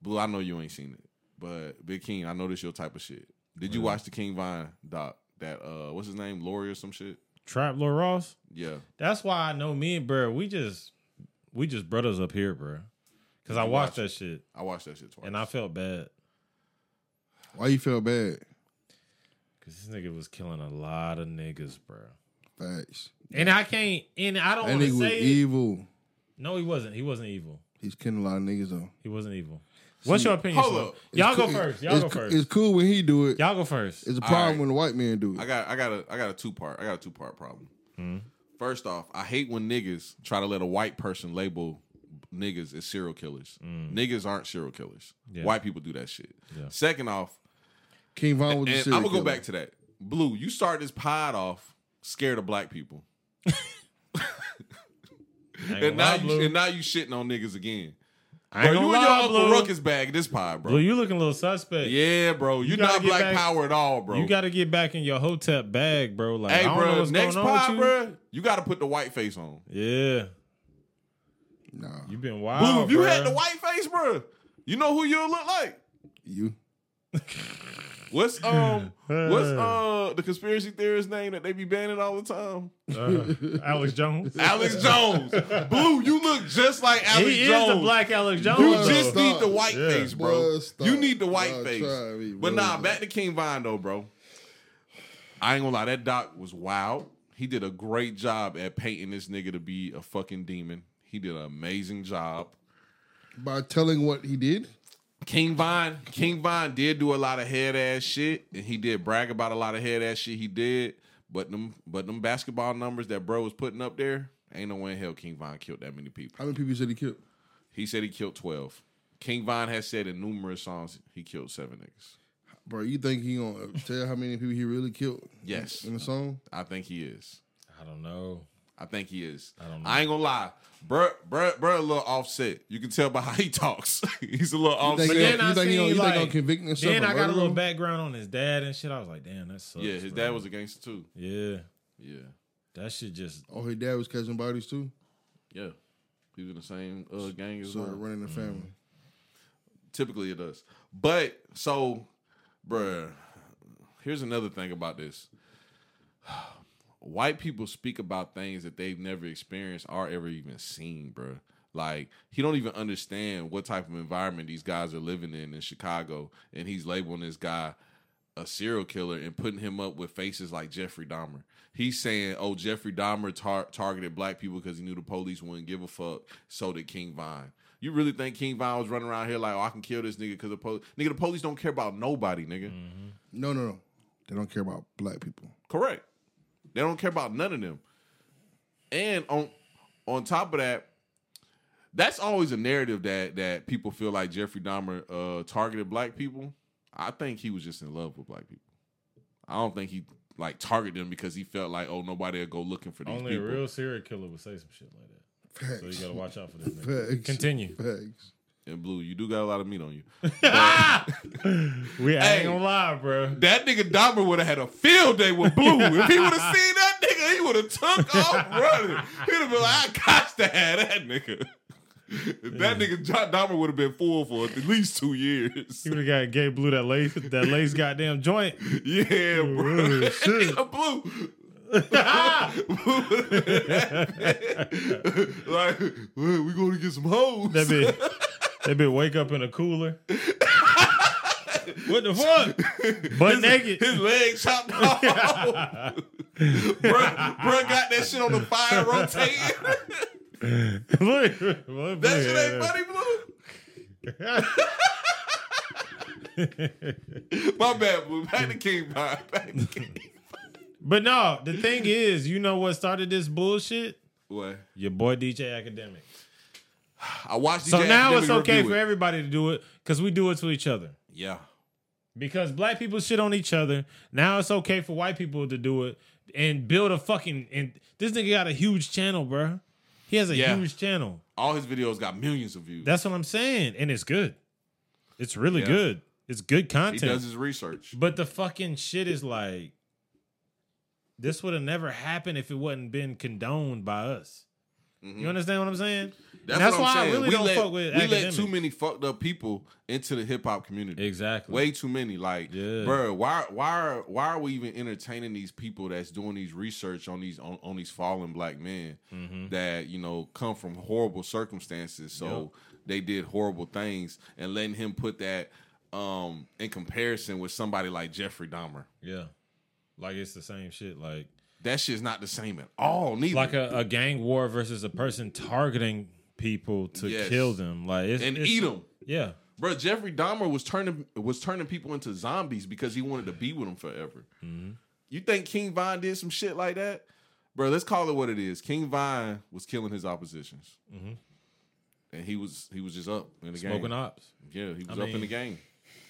[SPEAKER 2] Blue, I know you ain't seen it, but Big King, I know this your type of shit. Did you watch the King Vine doc? That uh, what's his name, Lori or some shit?
[SPEAKER 4] Trap Lord Ross.
[SPEAKER 2] Yeah,
[SPEAKER 4] That's why I know me and bro, we just we just brothers up here, bro. Cause I watched that shit
[SPEAKER 2] I watched that shit twice.
[SPEAKER 4] and I felt bad.
[SPEAKER 3] Why you feel bad?
[SPEAKER 4] Cause this nigga was killing a lot of niggas, bro.
[SPEAKER 3] Facts.
[SPEAKER 4] And I can't and I don't
[SPEAKER 3] That
[SPEAKER 4] want to
[SPEAKER 3] nigga was
[SPEAKER 4] say it.
[SPEAKER 3] evil.
[SPEAKER 4] No, he wasn't. He wasn't evil.
[SPEAKER 3] He's killing a lot of niggas though.
[SPEAKER 4] He wasn't evil. What's your opinion?
[SPEAKER 2] hold
[SPEAKER 4] Slim?
[SPEAKER 2] up. It's
[SPEAKER 4] Y'all go
[SPEAKER 3] It's-
[SPEAKER 4] first. Y'all go
[SPEAKER 3] it's, It's
[SPEAKER 4] first.
[SPEAKER 3] cool when he do it.
[SPEAKER 4] Y'all go first.
[SPEAKER 3] It's a problem
[SPEAKER 2] right.
[SPEAKER 3] when the white man do it.
[SPEAKER 2] I got I got a I got a two part I got a two part problem.
[SPEAKER 4] Hmm?
[SPEAKER 2] First off, I hate when niggas try to let a white person label niggas as serial killers. Niggas aren't serial killers.
[SPEAKER 4] Hmm. Yeah.
[SPEAKER 2] White people do that shit.
[SPEAKER 4] Yeah.
[SPEAKER 2] Second off,
[SPEAKER 3] King Von was a
[SPEAKER 2] and
[SPEAKER 3] serial
[SPEAKER 2] I'm gonna go
[SPEAKER 3] killer.
[SPEAKER 2] back to that. Blue, you start this pod off scared of black people,
[SPEAKER 4] I ain't
[SPEAKER 2] and
[SPEAKER 4] gonna
[SPEAKER 2] now
[SPEAKER 4] lie,
[SPEAKER 2] you,
[SPEAKER 4] Blue.
[SPEAKER 2] and now you shitting on niggas again.
[SPEAKER 4] I
[SPEAKER 2] Bro,
[SPEAKER 4] ain't
[SPEAKER 2] you
[SPEAKER 4] gonna
[SPEAKER 2] and your
[SPEAKER 4] lie,
[SPEAKER 2] Uncle
[SPEAKER 4] Blue.
[SPEAKER 2] Ruckus bag this pod, bro.
[SPEAKER 4] Blue, you looking a little suspect.
[SPEAKER 2] yeah, bro, you,
[SPEAKER 4] gotta
[SPEAKER 2] not
[SPEAKER 4] get
[SPEAKER 2] black
[SPEAKER 4] back-
[SPEAKER 2] power at all, bro.
[SPEAKER 4] You got to get back in your hotep bag, bro. Like,
[SPEAKER 2] hey,
[SPEAKER 4] I don't know
[SPEAKER 2] bro,
[SPEAKER 4] what's
[SPEAKER 2] next
[SPEAKER 4] going on
[SPEAKER 2] pod,
[SPEAKER 4] with you.
[SPEAKER 2] bro, you got to put the white face on.
[SPEAKER 4] Yeah,
[SPEAKER 3] Nah,
[SPEAKER 4] you been wild,
[SPEAKER 2] Blue, if you
[SPEAKER 4] bro.
[SPEAKER 2] had the white face, bro, you know who you'll look like.
[SPEAKER 3] you.
[SPEAKER 2] What's um what's uh the conspiracy theorist name that they be banning all the time?
[SPEAKER 4] Uh, Alex Jones.
[SPEAKER 2] Alex Jones. Blue, you look just like Alex
[SPEAKER 4] he
[SPEAKER 2] Jones.
[SPEAKER 4] is a black Alex Jones.
[SPEAKER 2] You
[SPEAKER 4] though.
[SPEAKER 2] just need the
[SPEAKER 3] Stop.
[SPEAKER 2] white
[SPEAKER 4] Yeah.
[SPEAKER 2] face, bro.
[SPEAKER 3] Boy, stop.
[SPEAKER 2] You need the white
[SPEAKER 3] Boy,
[SPEAKER 2] face.
[SPEAKER 3] try me,
[SPEAKER 2] but
[SPEAKER 3] bro.
[SPEAKER 2] nah, back to King Vine though, bro. I ain't gonna lie, that doc was wild. He did a great job at painting this nigga to be a fucking demon. He did an amazing job.
[SPEAKER 3] By telling what he did,
[SPEAKER 2] King Von, King Von did do a lot of head ass shit, and he did brag about a lot of head ass shit he did. But them, but them basketball numbers that bro was putting up there, ain't no way in hell King Von killed that many people.
[SPEAKER 3] how many people said he killed?
[SPEAKER 2] He said he killed twelve. King Von has said in numerous songs he killed seven niggas.
[SPEAKER 3] Bro, you think he gonna tell how many people he really killed
[SPEAKER 2] Yes,
[SPEAKER 3] in the song?
[SPEAKER 2] I think he is.
[SPEAKER 4] I don't know.
[SPEAKER 2] I think he is. I
[SPEAKER 4] don't know.
[SPEAKER 2] ain't gonna lie, bruh, bruh, bruh, a little offset. You can tell by how he talks. He's a little offset.
[SPEAKER 3] Think he
[SPEAKER 4] then
[SPEAKER 3] gonna-
[SPEAKER 4] I
[SPEAKER 3] you think he
[SPEAKER 4] seen,
[SPEAKER 3] gonna- you think
[SPEAKER 4] like-
[SPEAKER 3] gonna convict himself?
[SPEAKER 4] Then
[SPEAKER 3] of
[SPEAKER 4] I got a
[SPEAKER 3] murder
[SPEAKER 4] little
[SPEAKER 3] him?
[SPEAKER 4] background on his dad and shit. I was like, damn, that sucks.
[SPEAKER 2] Yeah, his
[SPEAKER 4] bro.
[SPEAKER 2] dad was a gangster too.
[SPEAKER 4] Yeah,
[SPEAKER 2] Yeah,
[SPEAKER 4] that shit just.
[SPEAKER 3] Oh, his dad was catching bodies too.
[SPEAKER 2] yeah. He was in the same uh, gang as
[SPEAKER 3] So
[SPEAKER 2] well.
[SPEAKER 3] running
[SPEAKER 4] Mm.
[SPEAKER 3] the family.
[SPEAKER 2] Typically it does. But so, bruh, here's another thing about this. White people speak about things that they've never experienced or ever even seen, bruh. Like he don't even understand what type of environment these guys are living in in Chicago, and he's labeling this guy a serial killer and putting him up with faces like Jeffrey Dahmer. He's saying, "Oh, Jeffrey Dahmer tar- targeted black people because he knew the police wouldn't give a fuck." So did King Vine. You really think King Vine was running around here like, "Oh, I can kill this nigga because the police." Nigga, the police don't care about nobody, nigga.
[SPEAKER 3] No, no, no. They don't care about black people.
[SPEAKER 2] Correct. They don't care about none of them. And on on top of that, that's always a narrative that that people feel like Jeffrey Dahmer uh, targeted black people. I think he was just in love with black people. I don't think he like targeted them because he felt like, oh, nobody'll go looking for these
[SPEAKER 4] Only
[SPEAKER 2] people.
[SPEAKER 4] a real serial killer would say some shit like that. So you
[SPEAKER 3] Facts.
[SPEAKER 4] gotta watch out for this. Nigga.
[SPEAKER 3] Facts.
[SPEAKER 4] Continue.
[SPEAKER 3] Facts.
[SPEAKER 2] and blue, you do got a lot of meat on you.
[SPEAKER 4] We I
[SPEAKER 2] Hey.
[SPEAKER 4] ain't gonna lie, bro.
[SPEAKER 2] That nigga Dahmer would have had a field day with Blue. If he would have seen that nigga, he would have took off running. He'd have been like, I got to have that nigga. If that nigga John Dahmer would have been fooled for at least two years.
[SPEAKER 4] He would have got gay blue that lace that lace goddamn joint.
[SPEAKER 2] Yeah, bro.
[SPEAKER 4] Oh, shit.
[SPEAKER 2] Blue. like, "Well, we going to get some hoes.
[SPEAKER 4] That bit that bit wake up in a cooler. what the fuck? Butt naked.
[SPEAKER 2] His leg chopped off. bruh, bruh got that shit on the fire rotating.
[SPEAKER 4] Look, look,
[SPEAKER 2] That shit
[SPEAKER 4] yeah.
[SPEAKER 2] ain't funny, Blue. My bad, Blue. Back to King Pop. Back to King.
[SPEAKER 4] But no, the thing is, you know what started this bullshit?
[SPEAKER 2] What?
[SPEAKER 4] Your boy DJ Academic.
[SPEAKER 2] I watched.
[SPEAKER 4] So
[SPEAKER 2] DJ
[SPEAKER 4] now
[SPEAKER 2] Academic
[SPEAKER 4] it's okay
[SPEAKER 2] review
[SPEAKER 4] for
[SPEAKER 2] it.
[SPEAKER 4] everybody to do it because we do it to each other.
[SPEAKER 2] Yeah.
[SPEAKER 4] Because black people shit on each other. Now it's okay for white people to do it and build a fucking. And this nigga got a huge channel, bruh. He has a
[SPEAKER 2] Yeah.
[SPEAKER 4] huge channel.
[SPEAKER 2] All his videos got millions of views.
[SPEAKER 4] That's what I'm saying, and it's good. It's really
[SPEAKER 2] Yeah.
[SPEAKER 4] good. It's good
[SPEAKER 2] he
[SPEAKER 4] content.
[SPEAKER 2] does his research.
[SPEAKER 4] But the fucking shit is like, this would have never happened if it wasn't been condoned by us. You understand what I'm saying?
[SPEAKER 2] Mm-hmm. That's,
[SPEAKER 4] And
[SPEAKER 2] what I'm saying.
[SPEAKER 4] I really
[SPEAKER 2] we
[SPEAKER 4] don't
[SPEAKER 2] let,
[SPEAKER 4] fuck
[SPEAKER 2] we
[SPEAKER 4] with
[SPEAKER 2] let
[SPEAKER 4] academics.
[SPEAKER 2] too many fucked up people into the hip hop community.
[SPEAKER 4] Exactly.
[SPEAKER 2] Way too many. Like,
[SPEAKER 4] Yeah.
[SPEAKER 2] bro, why why are why are we even entertaining these people that's doing these research on these on, on these fallen black men
[SPEAKER 4] Mm-hmm.
[SPEAKER 2] that you know come from horrible circumstances? So they did horrible things, and letting him put that um in comparison with somebody like Jeffrey Dahmer.
[SPEAKER 4] Yeah. Like it's the same shit. Like
[SPEAKER 2] That shit's not the same at all. Neither.
[SPEAKER 4] like a, a gang war versus a person targeting people to
[SPEAKER 2] Yes.
[SPEAKER 4] kill them. Like it's,
[SPEAKER 2] and
[SPEAKER 4] it's-
[SPEAKER 2] eat them.
[SPEAKER 4] Yeah.
[SPEAKER 2] Bro, Jeffrey Dahmer was turning was turning people into zombies because he wanted to be with them forever. You think King Vine did some shit like that, bro? Let's call it what it is. King Vine was killing his oppositions, and he was he was just up in the
[SPEAKER 4] Smoking
[SPEAKER 2] game.
[SPEAKER 4] ops.
[SPEAKER 2] Yeah, he was up in
[SPEAKER 4] mean,
[SPEAKER 2] the game.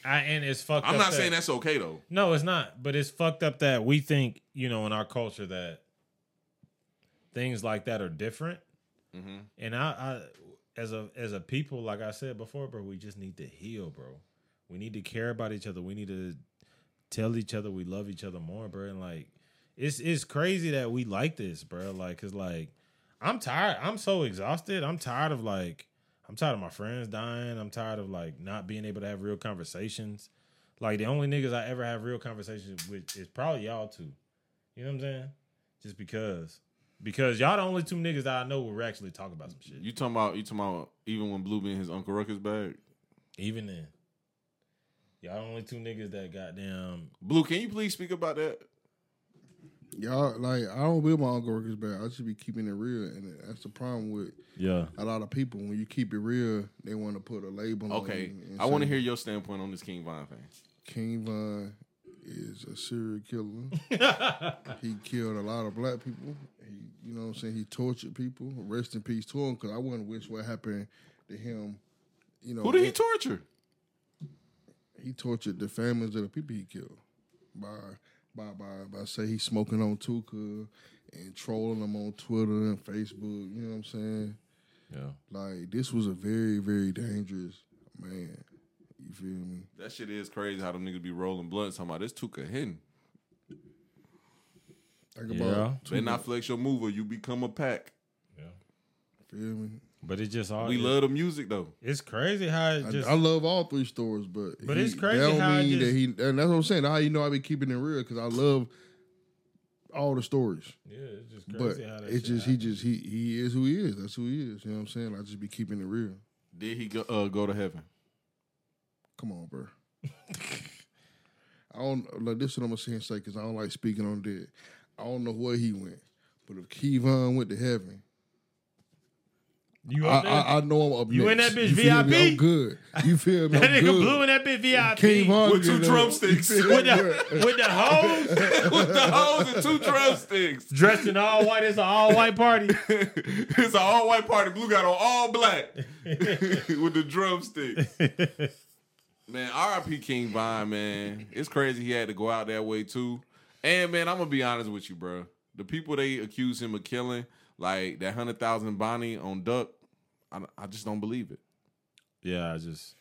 [SPEAKER 4] I and it's fucked
[SPEAKER 2] I'm
[SPEAKER 4] up
[SPEAKER 2] not
[SPEAKER 4] that-
[SPEAKER 2] saying that's okay though.
[SPEAKER 4] No, it's not. But it's fucked up that we think, you know, in our culture that things like that are different. And I, I, as a as a people, like I said before, bro, we just need to heal, bro. We need to care about each other. We need to tell each other we love each other more, bro. And like, it's it's crazy that we like this, bro. Like, cause like, I'm tired. I'm so exhausted. I'm tired of like, I'm tired of my friends dying. I'm tired of like not being able to have real conversations. Like the only niggas I ever have real conversations with is probably y'all two. You know what I'm saying? Just because, because y'all the only two niggas that I know will actually talk about some shit.
[SPEAKER 2] You talking about you talking about even when Blue being his Uncle Ruckus bag.
[SPEAKER 4] Even then, y'all the only two niggas that goddamn
[SPEAKER 2] Blue, can you please speak about that?
[SPEAKER 3] Y'all like I don't build my uncle workers bad. I should be keeping it real, and that's the problem with
[SPEAKER 4] yeah.
[SPEAKER 3] a lot of people. When you keep it real, they want to put a label. on
[SPEAKER 2] Okay,
[SPEAKER 3] you and
[SPEAKER 2] I want to
[SPEAKER 3] say
[SPEAKER 2] hear your standpoint on this King Vine thing.
[SPEAKER 3] King Von is a serial killer. he killed a lot of black people. He, you know what I'm saying? He tortured people. Rest in peace to him, because I wouldn't wish what happened to him. You know,
[SPEAKER 2] Who did he torture?
[SPEAKER 3] he tortured the families of the people he killed by by by by say he's smoking on Tuka and trolling them on Twitter and Facebook. You know what I'm saying?
[SPEAKER 4] Yeah.
[SPEAKER 3] Like this was a very very dangerous man. You feel me?
[SPEAKER 2] That shit is crazy how them niggas be rolling blunts. Talking about this Tuka Hinton.
[SPEAKER 3] Think
[SPEAKER 4] Yeah.
[SPEAKER 3] about
[SPEAKER 2] They not flex your move or you become a pack.
[SPEAKER 4] Yeah.
[SPEAKER 3] feel me.
[SPEAKER 4] But it just all
[SPEAKER 2] We
[SPEAKER 4] it-
[SPEAKER 2] love the music though.
[SPEAKER 4] It's crazy how it
[SPEAKER 3] I,
[SPEAKER 4] just
[SPEAKER 3] I love all three stories, but
[SPEAKER 4] But
[SPEAKER 3] he-
[SPEAKER 4] it's crazy
[SPEAKER 3] that don't
[SPEAKER 4] how I
[SPEAKER 3] mean
[SPEAKER 4] just-
[SPEAKER 3] that he. And that's what I'm saying. How you know I be keeping it real because I love. all the stories.
[SPEAKER 4] Yeah, it's just
[SPEAKER 3] But
[SPEAKER 4] crazy how that
[SPEAKER 3] it's
[SPEAKER 4] shit
[SPEAKER 3] just he just he he is who he is. That's who he is. You know what I'm saying? I just be keeping it real.
[SPEAKER 2] Did he go, uh, go to heaven?
[SPEAKER 3] Come on, bro. I don't like this. Is what I'm gonna say and say because I don't like speaking on dead. I don't know where he went, but if Kevon went to heaven,
[SPEAKER 4] happened. You
[SPEAKER 3] I,
[SPEAKER 4] up there?
[SPEAKER 3] I, I know I'm up.
[SPEAKER 4] You in
[SPEAKER 3] next.
[SPEAKER 4] that bitch
[SPEAKER 3] You feel me?
[SPEAKER 4] VIP?
[SPEAKER 3] I'm good. You feel me?
[SPEAKER 4] that
[SPEAKER 3] I'm
[SPEAKER 4] nigga
[SPEAKER 3] good.
[SPEAKER 4] blew in that bit VIP
[SPEAKER 3] Kevon
[SPEAKER 2] With two
[SPEAKER 3] did that.
[SPEAKER 2] drumsticks.
[SPEAKER 3] You feel
[SPEAKER 4] with
[SPEAKER 3] me?
[SPEAKER 4] the with the hose
[SPEAKER 2] With the hose and two drumsticks.
[SPEAKER 4] dressed in all white. It's an all white party.
[SPEAKER 2] It's an all white party. Blue got on all black with the drumsticks. man, RIP King Vine, man. It's crazy he had to go out that way too. And man, I'm gonna be honest with you, bro. The people they accuse him of killing, like that hundred thousand Bonnie on Duck, I, I just don't believe it.
[SPEAKER 4] Yeah, I just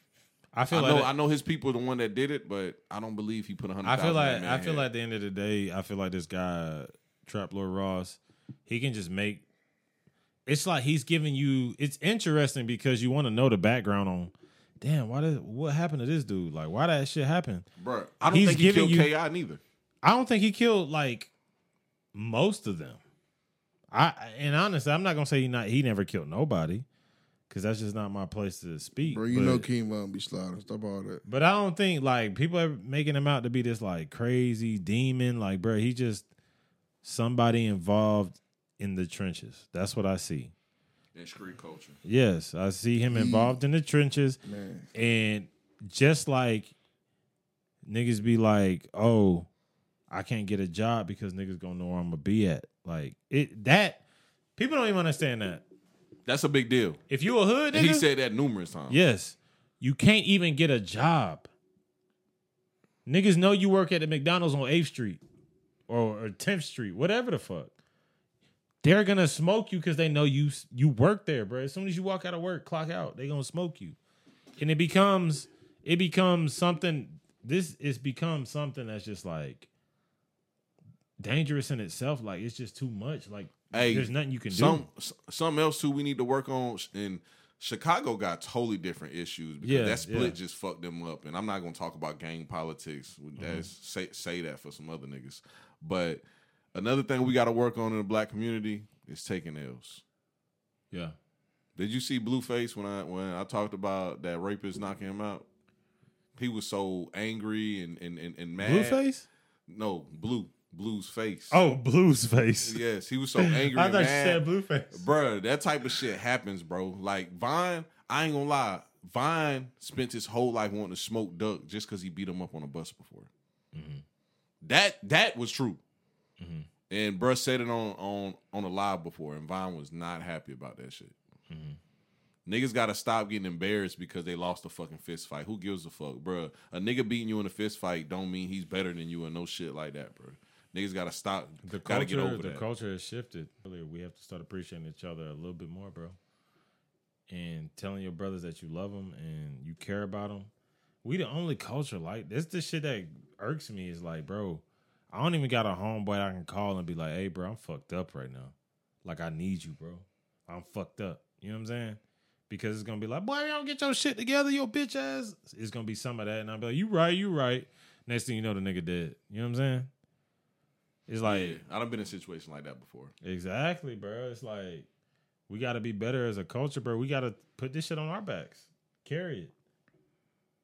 [SPEAKER 4] I
[SPEAKER 2] I
[SPEAKER 4] feel
[SPEAKER 2] know
[SPEAKER 4] like
[SPEAKER 2] I know his people are the one that did it, but I don't believe he put a hundred.
[SPEAKER 4] I
[SPEAKER 2] thousand
[SPEAKER 4] feel
[SPEAKER 2] in
[SPEAKER 4] like
[SPEAKER 2] that
[SPEAKER 4] I
[SPEAKER 2] man's
[SPEAKER 4] feel
[SPEAKER 2] hand.
[SPEAKER 4] like at the end of the day, I feel like this guy Trap Lord Ross, he can just make. It's like he's giving you. It's interesting because you want to know the background on. Damn, why did what happened to this dude? Like, why that shit happen?
[SPEAKER 2] bro. I don't
[SPEAKER 4] he's
[SPEAKER 2] think he
[SPEAKER 4] giving
[SPEAKER 2] killed
[SPEAKER 4] you-
[SPEAKER 2] Ki neither.
[SPEAKER 4] I don't think he killed like most of them. I and honestly, I'm not gonna say he not he never killed nobody because that's just not my place to speak.
[SPEAKER 3] Bro, you
[SPEAKER 4] but-
[SPEAKER 3] know Kevon be sliding. Stop all that.
[SPEAKER 4] But I don't think like people are making him out to be this like crazy demon. Like, bro, he just somebody involved in the trenches. That's what I see.
[SPEAKER 2] And street culture.
[SPEAKER 4] Yes, I see him involved in the trenches.
[SPEAKER 3] Man.
[SPEAKER 4] And just like niggas be like, oh, I can't get a job because niggas gonna know where I'm gonna be at. Like it that people don't even understand that.
[SPEAKER 2] That's a big deal.
[SPEAKER 4] If you a hood nigga,
[SPEAKER 2] And he said that numerous times.
[SPEAKER 4] Yes. You can't even get a job. Niggas know you work at the McDonald's on 8th Street or, or 10th Street, whatever the fuck. They're gonna smoke you because they know you you work there, bro. As soon as you walk out of work, clock out, they gonna smoke you. And it becomes it becomes something this is become something that's just like dangerous in itself. Like it's just too much. Like
[SPEAKER 2] Hey,
[SPEAKER 4] there's nothing you can do.
[SPEAKER 2] some s- something else too we need to work on sh- and Chicago got totally different issues because
[SPEAKER 4] Yeah,
[SPEAKER 2] that split
[SPEAKER 4] yeah.
[SPEAKER 2] just fucked them up. And I'm not gonna talk about gang politics.
[SPEAKER 4] Mm-hmm.
[SPEAKER 2] That's say say that for some other niggas. But another thing we gotta work on in the black community is taking L's.
[SPEAKER 4] Yeah.
[SPEAKER 2] Did you see Blueface when I when I talked about that rapist knocking him out? He was so angry and and and, and mad.
[SPEAKER 4] Blueface?
[SPEAKER 2] No, blue. Blue's face.
[SPEAKER 4] Oh, blue's face.
[SPEAKER 2] Yes, he was so angry.
[SPEAKER 4] I
[SPEAKER 2] and
[SPEAKER 4] thought you
[SPEAKER 2] mad.
[SPEAKER 4] said blueface.
[SPEAKER 2] Bruh, that type of shit happens, bro. Like Vine, I ain't gonna lie. Vine spent his whole life wanting to smoke Duck just because he beat him up on a bus before.
[SPEAKER 4] Mm-hmm.
[SPEAKER 2] That that was true. And bruh said it on on on a live before, and Vine was not happy about that shit.
[SPEAKER 4] Mm-hmm.
[SPEAKER 2] Niggas gotta stop getting embarrassed because they lost a fucking fist fight. Who gives a fuck, bruh? A nigga beating you in a fist fight don't mean he's better than you and no shit like that, bruh. Niggas gotta stop.
[SPEAKER 4] The
[SPEAKER 2] gotta
[SPEAKER 4] culture,
[SPEAKER 2] get over
[SPEAKER 4] the
[SPEAKER 2] that.
[SPEAKER 4] culture has shifted. Really, We have to start appreciating each other a little bit more, bro. And telling your brothers that you love them and you care about them. We the only culture like this. The shit that irks me is like, bro, I don't even got a homeboy I can call and be like, hey, bro, I'm fucked up right now. Like, I need you, bro. I'm fucked up. You know what I'm saying? Because it's gonna be like, boy, you don't get your shit together, your bitch ass. It's gonna be some of that, and I'll be like, you right, you right. Next thing you know, the nigga dead. You know what I'm saying? It's like.
[SPEAKER 2] Yeah, I done been in a situation like that before.
[SPEAKER 4] Exactly, bro. It's like we got to be better as a culture, bro. We got to put this shit on our backs. Carry it.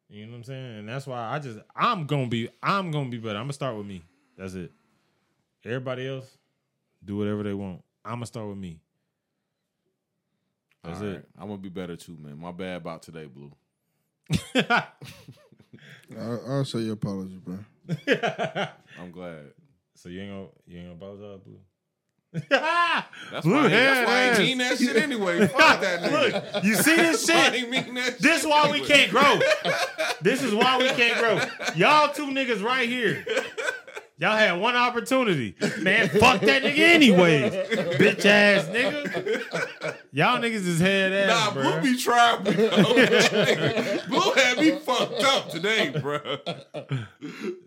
[SPEAKER 4] You know what I'm saying? And that's why I just I'm going to be I'm going to be better. I'm going to start with me. That's it. Everybody else do whatever they want. I'm going to start with me. That's
[SPEAKER 2] All
[SPEAKER 4] it.
[SPEAKER 2] right. I'm gonna be better too, man. My bad about today, Blue.
[SPEAKER 3] I, I'll say your apology, bro.
[SPEAKER 2] I'm glad.
[SPEAKER 4] so you ain't going to you ain't going to apologize, blue.
[SPEAKER 2] That's why, I, ain't- that's why I ain't mean that shit anyway. Fuck that nigga. That's
[SPEAKER 4] Look, you see this
[SPEAKER 2] why
[SPEAKER 4] shit?
[SPEAKER 2] I ain't mean that
[SPEAKER 4] This
[SPEAKER 2] shit
[SPEAKER 4] why we
[SPEAKER 2] anyway.
[SPEAKER 4] can't grow. This is why we can't grow. Y'all two niggas right here. Y'all had one opportunity. Man, fuck that nigga anyways. Bitch ass nigga. Y'all niggas is head ass.
[SPEAKER 2] Nah,
[SPEAKER 4] bruh.
[SPEAKER 2] Blue be trying me. though. Nigga, Blue had me fucked up today, bro.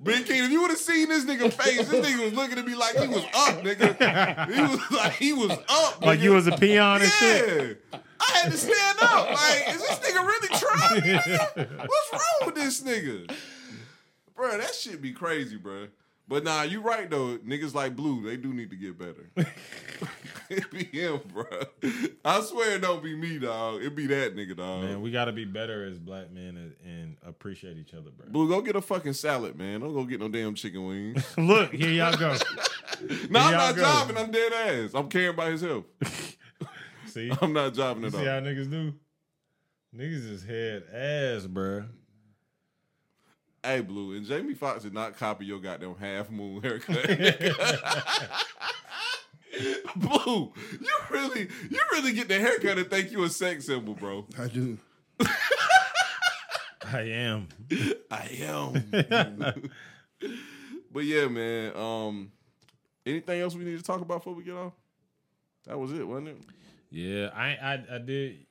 [SPEAKER 2] Big King, if you would have seen this nigga face, this nigga was looking at me like he was up, nigga. He was like he was up.
[SPEAKER 4] Like
[SPEAKER 2] nigga.
[SPEAKER 4] you was a peon and shit.
[SPEAKER 2] Yeah. I had to stand up. Like, is this nigga really trying? nigga? What's wrong with this nigga? Bro, that shit be crazy, bro. But nah, you right though. Niggas like Blue, they do need to get better. it be him, bro. I swear it don't be me, dog. It be that nigga, dog.
[SPEAKER 4] Man, we gotta be better as black men and, and appreciate each other, bro.
[SPEAKER 2] Blue, go get a fucking salad, man. Don't go get no damn chicken wings.
[SPEAKER 4] Look, here y'all go.
[SPEAKER 2] no, I'm
[SPEAKER 4] y'all
[SPEAKER 2] not
[SPEAKER 4] go.
[SPEAKER 2] jobbing. I'm dead ass. I'm caring about his health.
[SPEAKER 4] See,
[SPEAKER 2] I'm not jobbing at
[SPEAKER 4] see how
[SPEAKER 2] all.
[SPEAKER 4] niggas do. Niggas is head ass, bro.
[SPEAKER 2] Hey, Blue, and Jamie Foxx did not copy your goddamn half moon haircut. Blue, you really, you really get the haircut and think you a sex symbol, bro.
[SPEAKER 3] I do.
[SPEAKER 4] I am.
[SPEAKER 2] I am. but yeah, man. Um, anything else we need to talk about before we get off? That was it, wasn't it?
[SPEAKER 4] Yeah, I, I I did,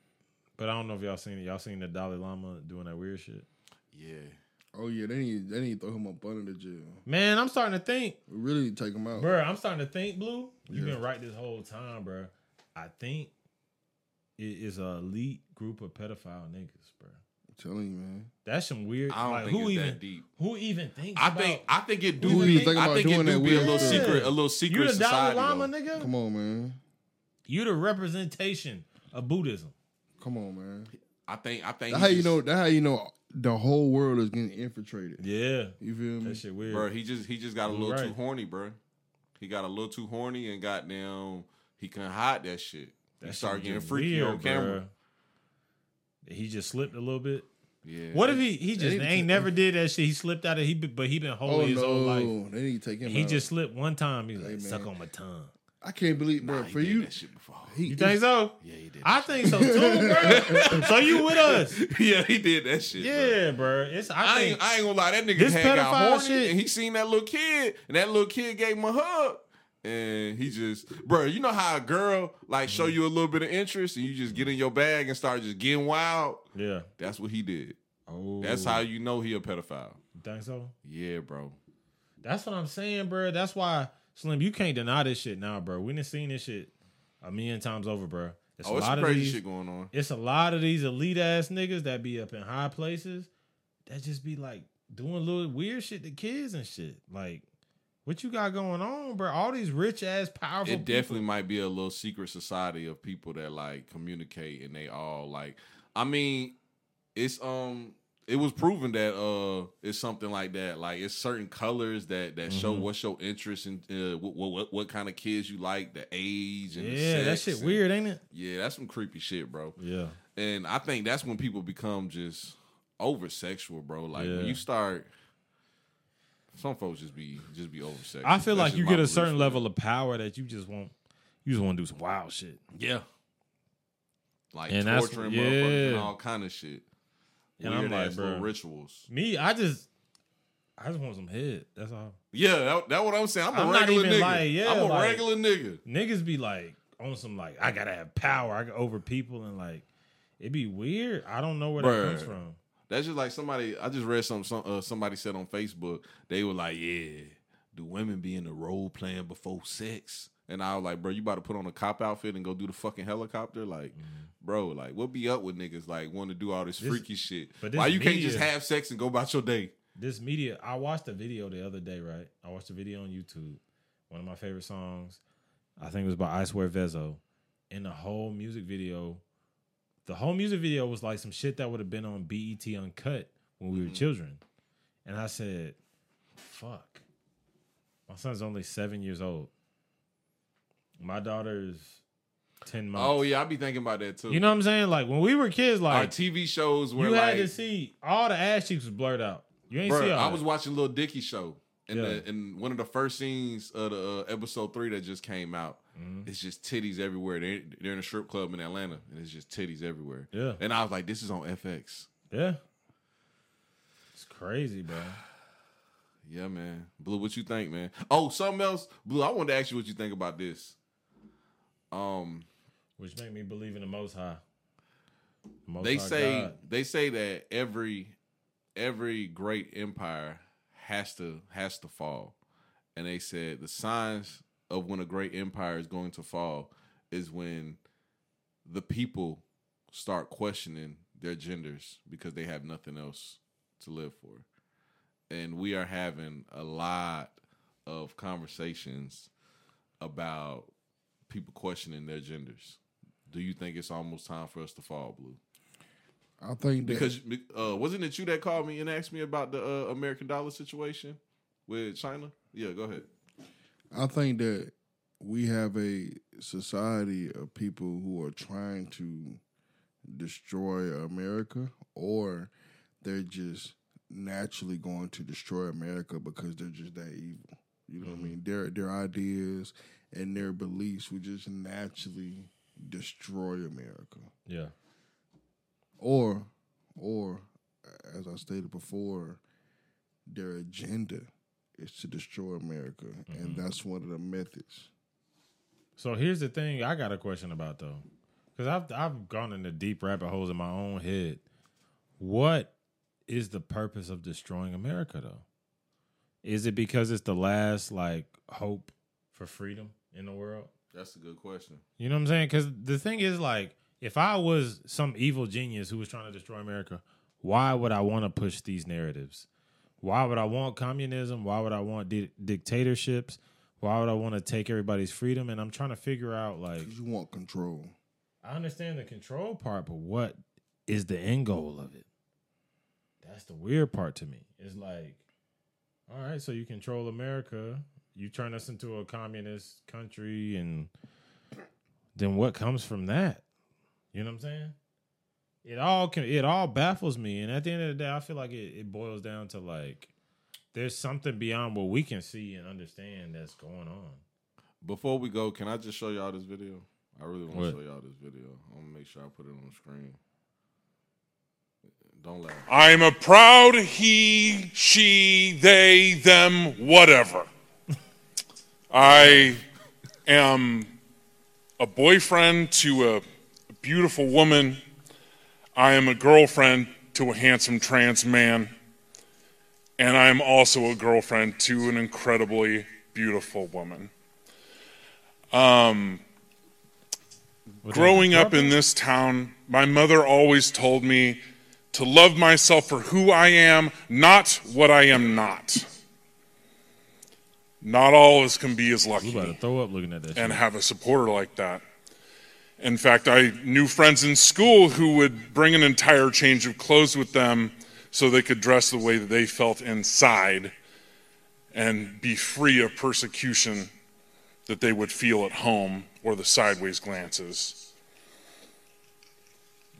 [SPEAKER 4] but I don't know if y'all seen it. Y'all seen the Dalai Lama doing that weird shit?
[SPEAKER 2] Yeah.
[SPEAKER 3] Oh yeah, they need they need to throw him up under the jail.
[SPEAKER 4] Man, I'm starting to think,
[SPEAKER 3] We really need to take him out.
[SPEAKER 4] bro. I'm starting to think, Blue. You've
[SPEAKER 3] Yeah.
[SPEAKER 4] been right this whole time, bro. I think it is a elite group of pedophile niggas, bro.
[SPEAKER 3] I'm telling you, man.
[SPEAKER 4] That's some weird.
[SPEAKER 2] I don't
[SPEAKER 4] like,
[SPEAKER 2] think
[SPEAKER 4] who
[SPEAKER 2] it's
[SPEAKER 4] even,
[SPEAKER 2] that deep.
[SPEAKER 4] Who even thinks?
[SPEAKER 2] I
[SPEAKER 4] about-
[SPEAKER 2] think I think it do.
[SPEAKER 3] Who
[SPEAKER 2] be-
[SPEAKER 3] you think
[SPEAKER 2] I
[SPEAKER 3] about
[SPEAKER 2] think it
[SPEAKER 3] doing
[SPEAKER 2] do
[SPEAKER 3] that
[SPEAKER 2] be a
[SPEAKER 3] weird
[SPEAKER 2] little
[SPEAKER 3] shit?
[SPEAKER 2] secret, a little secret
[SPEAKER 4] you the Dalai
[SPEAKER 2] society.
[SPEAKER 4] Lama,
[SPEAKER 2] though.
[SPEAKER 4] nigga.
[SPEAKER 3] Come on, man.
[SPEAKER 4] You the representation of Buddhism.
[SPEAKER 3] Come on, man.
[SPEAKER 2] I think I think
[SPEAKER 3] That's
[SPEAKER 2] he
[SPEAKER 3] how you
[SPEAKER 2] just-
[SPEAKER 3] know. That's how you know the whole world is getting infiltrated.
[SPEAKER 4] Yeah,
[SPEAKER 3] You feel me?
[SPEAKER 4] that shit weird.
[SPEAKER 2] bro. He just he just got a
[SPEAKER 4] You
[SPEAKER 2] little too
[SPEAKER 4] right.
[SPEAKER 2] horny, bro. He got a little too horny and got down. He couldn't hide that shit. he
[SPEAKER 4] that shit
[SPEAKER 2] started getting
[SPEAKER 4] weird,
[SPEAKER 2] freaky on
[SPEAKER 4] bro.
[SPEAKER 2] camera.
[SPEAKER 4] He just slipped a little bit.
[SPEAKER 2] Yeah.
[SPEAKER 4] What if he he just
[SPEAKER 3] They-
[SPEAKER 4] ain't never did that shit? He slipped out of he, be- but he been
[SPEAKER 3] Oh
[SPEAKER 4] holy his whole life.
[SPEAKER 3] no, they need to take him.
[SPEAKER 4] He
[SPEAKER 3] out.
[SPEAKER 4] just slipped one time. He's like,
[SPEAKER 3] Hey, man.
[SPEAKER 4] suck on my tongue.
[SPEAKER 3] I can't believe, bro.
[SPEAKER 2] Nah, he
[SPEAKER 3] for
[SPEAKER 2] did
[SPEAKER 3] you,
[SPEAKER 2] that shit before?
[SPEAKER 3] he,
[SPEAKER 4] You think so?
[SPEAKER 2] yeah, he did.
[SPEAKER 4] I think so too, bro. so you with us?
[SPEAKER 2] yeah, he did that shit. bro.
[SPEAKER 4] Yeah, bro. It's I,
[SPEAKER 2] I
[SPEAKER 4] think
[SPEAKER 2] ain't, I ain't gonna lie, that nigga
[SPEAKER 4] This
[SPEAKER 2] had got
[SPEAKER 4] pedophile
[SPEAKER 2] horny
[SPEAKER 4] shit-
[SPEAKER 2] and he seen that little kid, and that little kid gave him a hug. And he just, bro, you know how a girl like show
[SPEAKER 4] Mm-hmm.
[SPEAKER 2] you a little bit of interest and you just get in your bag and start just getting wild?
[SPEAKER 4] yeah.
[SPEAKER 2] That's what he did.
[SPEAKER 4] Oh,
[SPEAKER 2] That's how you know he a pedophile.
[SPEAKER 4] you think so.
[SPEAKER 2] Yeah, bro.
[SPEAKER 4] That's what I'm saying, bro. That's why Slim, you can't deny this shit now, bro. We done seen this shit a million times over, bro. It's
[SPEAKER 2] oh,
[SPEAKER 4] a
[SPEAKER 2] it's
[SPEAKER 4] lot
[SPEAKER 2] some
[SPEAKER 4] of
[SPEAKER 2] crazy
[SPEAKER 4] these.
[SPEAKER 2] shit going on.
[SPEAKER 4] It's a lot of these elite ass niggas that be up in high places that just be like doing little weird shit to kids and shit. Like, what you got going on, bro? All these rich ass powerful.
[SPEAKER 2] It definitely might be a little secret society of people that like communicate and they all like I mean, it's um it was proven that uh it's something like that. Like it's certain colors that that show
[SPEAKER 4] Mm-hmm.
[SPEAKER 2] what's your interest in uh, what, what what kind of kids you like, the age and
[SPEAKER 4] people.
[SPEAKER 2] the
[SPEAKER 4] Yeah, that
[SPEAKER 2] sex
[SPEAKER 4] shit
[SPEAKER 2] and-
[SPEAKER 4] weird, ain't it?
[SPEAKER 2] Yeah, that's some creepy shit, bro.
[SPEAKER 4] Yeah.
[SPEAKER 2] And I think that's when people become just over sexual, bro. Like
[SPEAKER 4] Yeah.
[SPEAKER 2] when you start some folks just be just be over sexual.
[SPEAKER 4] I feel like you get a certain level of power that you just want. You just want to do some wild shit.
[SPEAKER 2] Yeah. Like
[SPEAKER 4] And that's-
[SPEAKER 2] torturing motherfuckers and
[SPEAKER 4] yeah.
[SPEAKER 2] all kind of shit.
[SPEAKER 4] And
[SPEAKER 2] Weird
[SPEAKER 4] I'm like,
[SPEAKER 2] ass little
[SPEAKER 4] bro.
[SPEAKER 2] rituals.
[SPEAKER 4] Me, I just, I just want some head. That's all.
[SPEAKER 2] Yeah, that, that what I'm saying. I'm a
[SPEAKER 4] I'm not
[SPEAKER 2] regular
[SPEAKER 4] even
[SPEAKER 2] nigga.
[SPEAKER 4] like, yeah,
[SPEAKER 2] I'm a
[SPEAKER 4] like-
[SPEAKER 2] regular nigga.
[SPEAKER 4] niggas be like on some like I gotta have power I got over people and like it be weird. I don't know where that
[SPEAKER 2] Bruh.
[SPEAKER 4] comes from.
[SPEAKER 2] That's just like somebody. I just read some, some uh, somebody said on Facebook. They were like, "Yeah, do women be in the role playing before sex?" And I was like, "Bro, you about to put on a cop outfit and go do the fucking helicopter?" Like, bro, like what be up with niggas like want to do all this,
[SPEAKER 4] Mm-hmm. This-
[SPEAKER 2] freaky shit?
[SPEAKER 4] but
[SPEAKER 2] Why
[SPEAKER 4] this
[SPEAKER 2] you can't just
[SPEAKER 4] media-
[SPEAKER 2] have sex and go about your day?
[SPEAKER 4] This media. I watched a video the other day. Right, I watched a video on YouTube. One of my favorite songs. I think it was by I Swear Vezo. And the whole music video, the whole music video was like some shit that would have been on BET Uncut when we were
[SPEAKER 2] Mm-hmm.
[SPEAKER 4] children. And I said, "Fuck." My son's only seven years old. My daughter's ten months.
[SPEAKER 2] Oh yeah, I be thinking about that too.
[SPEAKER 4] You know what I'm saying? Like when we were kids,
[SPEAKER 2] our
[SPEAKER 4] like
[SPEAKER 2] TV shows where
[SPEAKER 4] you had
[SPEAKER 2] like
[SPEAKER 4] to see all the ass cheeks was blurred out. You ain't see
[SPEAKER 2] Bruh,
[SPEAKER 4] all
[SPEAKER 2] I
[SPEAKER 4] that.
[SPEAKER 2] was watching Lil Dicky show, and
[SPEAKER 4] Yeah.
[SPEAKER 2] the, and one of the first scenes of the uh, episode three that just came out,
[SPEAKER 4] Mm-hmm.
[SPEAKER 2] it's just titties everywhere. They're, they're in a strip club in Atlanta, and it's just titties everywhere.
[SPEAKER 4] Yeah.
[SPEAKER 2] and I was like, this is on FX.
[SPEAKER 4] Yeah. It's crazy, bro.
[SPEAKER 2] Yeah, man. Blue, what you think, man? Oh, something else, Blue. I wanted to ask you what you think about this. Um,
[SPEAKER 4] Which make me believe in the most high. The Most
[SPEAKER 2] they
[SPEAKER 4] High
[SPEAKER 2] say
[SPEAKER 4] God.
[SPEAKER 2] they say that every every great empire has to has to fall and they said the signs of when a great empire is going to fall is when the people start questioning their genders because they have nothing else to live for and we are having a lot of conversations about people questioning their genders. Do you think it's almost time for us to fall blue?
[SPEAKER 3] I think that
[SPEAKER 2] Because uh, wasn't it you that called me and asked me about the uh, American dollar situation with China? Yeah, go ahead.
[SPEAKER 3] I think that we have a society of people who are trying to destroy America or they're just naturally going to destroy America because they're just that evil. You know what I mean? Their their ideas and their beliefs will just naturally destroy America.
[SPEAKER 4] Yeah.
[SPEAKER 3] Or or as I stated before, their agenda is to destroy America. And that's one of the methods.
[SPEAKER 4] So here's the thing I got a question about though. Cuz I've I've gone into deep rabbit holes in my own head. What is the purpose of destroying America though? Is it because it's the last like hope for freedom in the world?
[SPEAKER 2] That's a good question.
[SPEAKER 4] You know what I'm saying? Cuz the thing is like if I was some evil genius who was trying to destroy America, why would I want to push these narratives? Why would I want communism? Why would I want di- dictatorships? Why would I want to take everybody's freedom? And I'm trying to figure out like
[SPEAKER 3] 'Cause you want control.
[SPEAKER 4] I understand the control part, but what is the end goal of it? That's the weird part to me. It's like, all right, so you control America, you turn us into a communist country, and then what comes from that? You know what I'm saying? It all can, it all baffles me, and at the end of the day, I feel like it, it boils down to like there's something beyond what we can see and understand that's going on.
[SPEAKER 2] Before we go, can I just show y'all this video? I really want to
[SPEAKER 4] What?
[SPEAKER 2] show y'all this video. I'm gonna make sure I put it on the screen. Don't laugh.
[SPEAKER 6] I'm a proud he, she, they, them, whatever. I am a boyfriend to a beautiful woman. I am a girlfriend to a handsome trans man. And I am also a girlfriend to an incredibly beautiful woman. Growing up in this town, my mother always told me to love myself for who I am, not what I am not. Not all of us can be as
[SPEAKER 4] We
[SPEAKER 6] lucky
[SPEAKER 4] about to throw up looking at that.
[SPEAKER 6] and
[SPEAKER 4] shit.
[SPEAKER 6] have a supporter like that. In fact, I knew friends in school who would bring an entire change of clothes with them so they could dress the way that they felt inside and be free of persecution that they would feel at home or the sideways glances.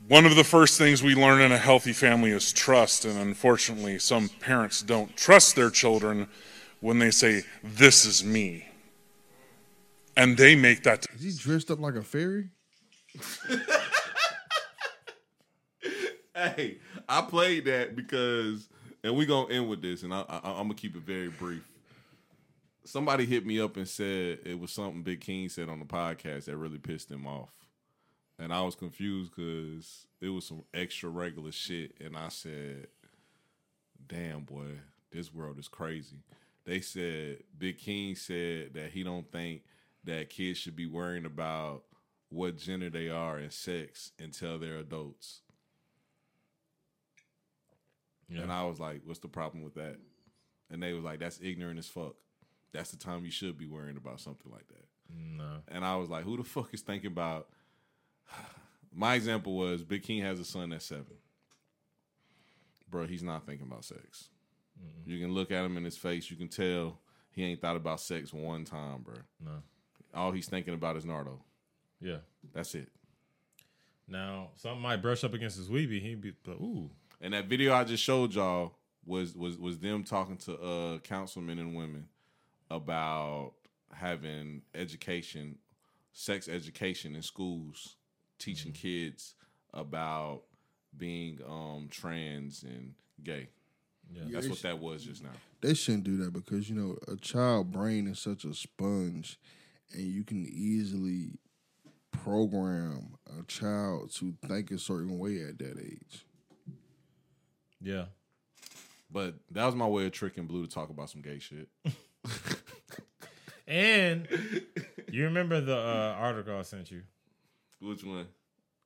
[SPEAKER 6] One of the first things we learn in a healthy family is trust, and unfortunately, some parents don't trust their children when they say, This is me. And they make that
[SPEAKER 3] Is he dressed up like a fairy?
[SPEAKER 2] Hey, I played that because, and we're gonna end with this, and I, I, I'm gonna keep it very brief. Somebody hit me up and said it was something Big King said on the podcast that really pissed him off, and I was confused because it was some extra regular shit, and I said, "Damn boy, this world is crazy." They said Big King said that he don't think that kids should be worrying about what gender they are and sex until they're adults. And I was like, what's the problem with that? And they was like, that's ignorant as fuck. That's the time you should be worrying about something like that.
[SPEAKER 4] No.
[SPEAKER 2] And I was like, who the fuck is thinking about? My example was Big King has a son that's seven. Bro, he's not thinking about sex. You can look at him in his face. You can tell he ain't thought about sex one time, bro.
[SPEAKER 4] No.
[SPEAKER 2] All he's thinking about is Nardo.
[SPEAKER 4] Yeah.
[SPEAKER 2] That's it.
[SPEAKER 4] Now, something might brush up against his weeby. He'd be like, ooh.
[SPEAKER 2] And that video I just showed y'all was was was them talking to uh councilmen and women about having education, sex education in schools, teaching kids about being um trans and gay. That's what that was just now.
[SPEAKER 3] They shouldn't do that because you know a child brain is such a sponge, and you can easily program a child to think a certain way at that age.
[SPEAKER 4] Yeah.
[SPEAKER 2] But that was my way of tricking Blue to talk about some gay shit.
[SPEAKER 4] And you remember the uh, article I sent you
[SPEAKER 2] Which one?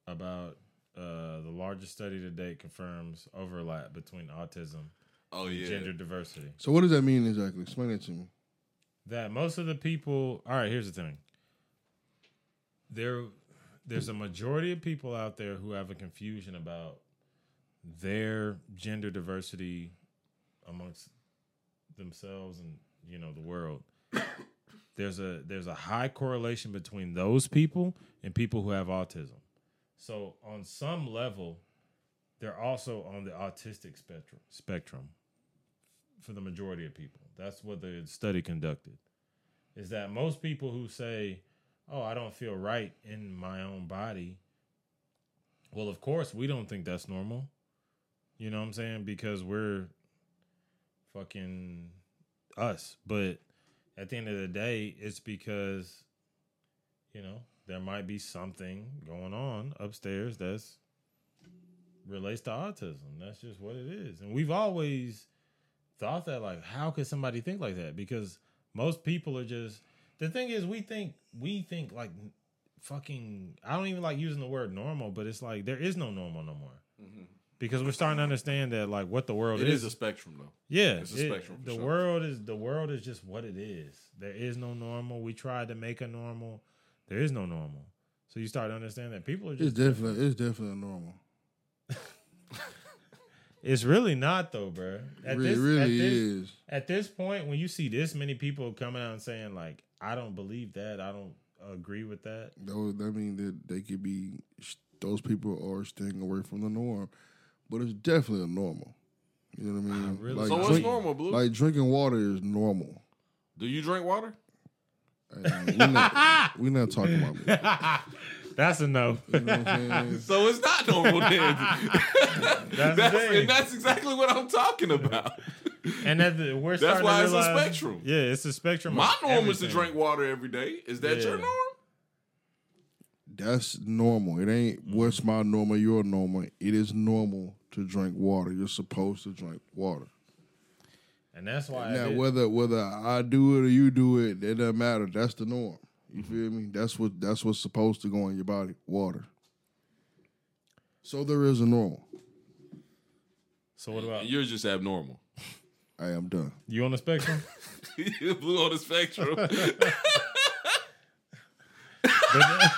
[SPEAKER 4] about uh, the largest study to date confirms overlap between autism
[SPEAKER 2] Oh
[SPEAKER 4] and
[SPEAKER 2] yeah.
[SPEAKER 4] gender diversity.
[SPEAKER 3] So what does that mean exactly? Explain it to me.
[SPEAKER 4] that most of the people. All right, here's the thing. There, there's a majority of people out there who have a confusion about their gender diversity amongst themselves and you know the world. there's a there's a high correlation between those people and people who have autism. So on some level, they're also on the autistic spectrum spectrum for the majority of people. That's what the study conducted. Is that most people who say, "Oh, I don't feel right in my own body." Well, of course, we don't think that's normal. You know what I'm saying? Because we're fucking us. But at the end of the day, it's because you know, there might be something going on upstairs that's relates to autism. That's just what it is. And we've always thought that like how could somebody think like that because most people are just the thing is we think we think like fucking i don't even like using the word normal but it's like there is no normal no more because we're starting to understand that like what the world
[SPEAKER 2] Mm-hmm. It
[SPEAKER 4] is
[SPEAKER 2] is a spectrum though.
[SPEAKER 4] yeah
[SPEAKER 2] It's a
[SPEAKER 4] it-
[SPEAKER 2] spectrum, for
[SPEAKER 4] the
[SPEAKER 2] sure.
[SPEAKER 4] world is the world is just what it is there is no normal we tried to make a normal there is no normal so you start to understand that people are just
[SPEAKER 3] It's definitely it's definitely normal.
[SPEAKER 4] It's really not though, bro.
[SPEAKER 3] It re- really
[SPEAKER 4] at this,
[SPEAKER 3] is.
[SPEAKER 4] At this point, when you see this many people coming out and saying like, "I don't believe that," "I don't agree with that,"
[SPEAKER 3] Those, that mean that they could be those people are staying away from the norm, but it's definitely a normal. You know what I mean?
[SPEAKER 4] really-
[SPEAKER 3] like,
[SPEAKER 2] So what's
[SPEAKER 3] drink-
[SPEAKER 2] normal, Blue?
[SPEAKER 3] Like drinking water is normal.
[SPEAKER 2] Do you drink water?
[SPEAKER 3] we're, not, we not talking about me.
[SPEAKER 4] that's a no.
[SPEAKER 3] You know what I'm saying?
[SPEAKER 2] So it's not normal then.
[SPEAKER 4] That's,
[SPEAKER 2] that's,
[SPEAKER 4] the thing.
[SPEAKER 2] and that's exactly what I'm talking about.
[SPEAKER 4] and that the, we're
[SPEAKER 2] That's
[SPEAKER 4] starting
[SPEAKER 2] why
[SPEAKER 4] to
[SPEAKER 2] it's a
[SPEAKER 4] realize,
[SPEAKER 2] spectrum.
[SPEAKER 4] Yeah, it's a spectrum.
[SPEAKER 2] My
[SPEAKER 4] of
[SPEAKER 2] norm is to
[SPEAKER 4] everything.
[SPEAKER 2] drink water every day. Is that your
[SPEAKER 4] Yeah.
[SPEAKER 2] norm?
[SPEAKER 3] That's normal. It ain't what's my normal, your normal. It is normal to drink water. You're supposed to drink water.
[SPEAKER 4] and that's why.
[SPEAKER 3] Now
[SPEAKER 4] it is-
[SPEAKER 3] whether whether I do it or you do it, it doesn't matter. That's the norm. You
[SPEAKER 4] Mm-hmm.
[SPEAKER 3] feel me? That's what that's what's supposed to go in your body. Water. So there is a normal.
[SPEAKER 4] so what about
[SPEAKER 2] And
[SPEAKER 4] you?
[SPEAKER 2] you're just abnormal.
[SPEAKER 3] I am done.
[SPEAKER 4] on the spectrum?
[SPEAKER 2] You're blue on the spectrum.
[SPEAKER 4] but,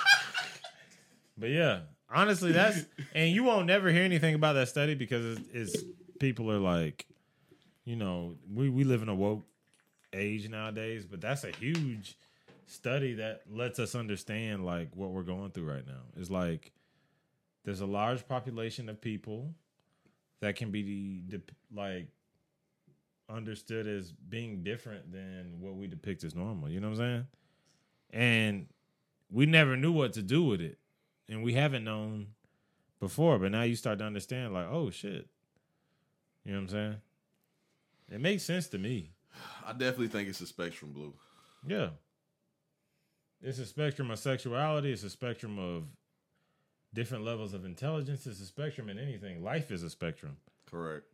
[SPEAKER 4] but yeah, honestly, that's and you won't never hear anything about that study because it's, it's people are like, you know, we we live in a woke age nowadays, but that's a huge study that lets us understand like what we're going through right now. It's like there's a large population of people that can be de- like understood as being different than what we depict as normal. You know what I'm saying? And we never knew what to do with it, and we haven't known before. But now you start to understand, like, oh shit, you know what I'm saying? It makes sense to me.
[SPEAKER 2] I definitely think it's a spectrum, Blue.
[SPEAKER 4] Yeah, it's a spectrum of sexuality. It's a spectrum of different levels of intelligence. It's a spectrum in anything. Life is a spectrum.
[SPEAKER 2] Correct.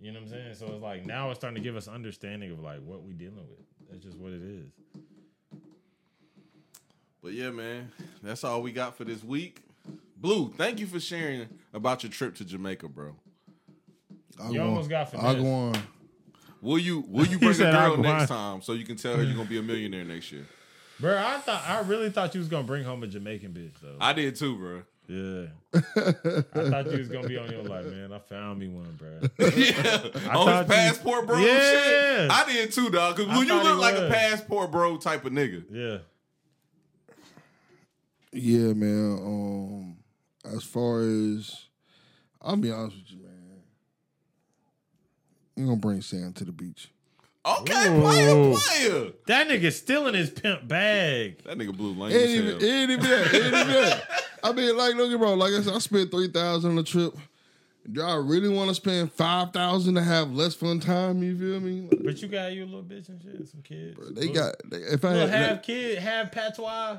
[SPEAKER 4] You know what I'm saying? So it's like now it's starting to give us understanding of like what we dealing with. That's just what it is.
[SPEAKER 2] But yeah, man, that's all we got for this week. Blue, thank you for sharing about your trip to Jamaica, bro.
[SPEAKER 3] I
[SPEAKER 4] You almost got
[SPEAKER 3] I
[SPEAKER 4] finessed.
[SPEAKER 3] go on.
[SPEAKER 2] Will you will you bring a
[SPEAKER 4] said,
[SPEAKER 2] girl
[SPEAKER 4] "I'll grind."
[SPEAKER 2] next time so you can tell her you're gonna be a millionaire next year?
[SPEAKER 4] Bro, I thought I really thought you was gonna bring home a Jamaican bitch though.
[SPEAKER 2] I did too, bro.
[SPEAKER 4] Yeah. I thought you was gonna be on your life, man. I found me one, bro.
[SPEAKER 2] yeah, on
[SPEAKER 4] thought
[SPEAKER 2] his
[SPEAKER 4] you-
[SPEAKER 2] passport, bro. and
[SPEAKER 4] Yeah.
[SPEAKER 2] shit. I did too, dog. Cause
[SPEAKER 4] I
[SPEAKER 2] when you
[SPEAKER 4] thought he
[SPEAKER 2] look like a
[SPEAKER 4] was.
[SPEAKER 2] passport, bro, type of nigga.
[SPEAKER 4] Yeah.
[SPEAKER 3] Yeah, man. Um, as far as I'll be honest with you, man. You gonna bring sand to the beach.
[SPEAKER 2] Okay,
[SPEAKER 4] Ooh.
[SPEAKER 2] player, player.
[SPEAKER 4] That nigga's still in his pimp bag.
[SPEAKER 2] That nigga blue lame
[SPEAKER 3] It
[SPEAKER 2] as
[SPEAKER 3] ain't even,
[SPEAKER 2] hell.
[SPEAKER 3] it ain't even that. It ain't even that. I mean, like, look at bro. Like I said, I spent three thousand on the trip. Do I really want to spend five thousand to have less fun time? You feel me? Like,
[SPEAKER 4] But you got you a little bitch and shit, some kids.
[SPEAKER 3] they got. They, if I
[SPEAKER 4] little
[SPEAKER 3] had,
[SPEAKER 4] half
[SPEAKER 3] look,
[SPEAKER 4] kid, half patois.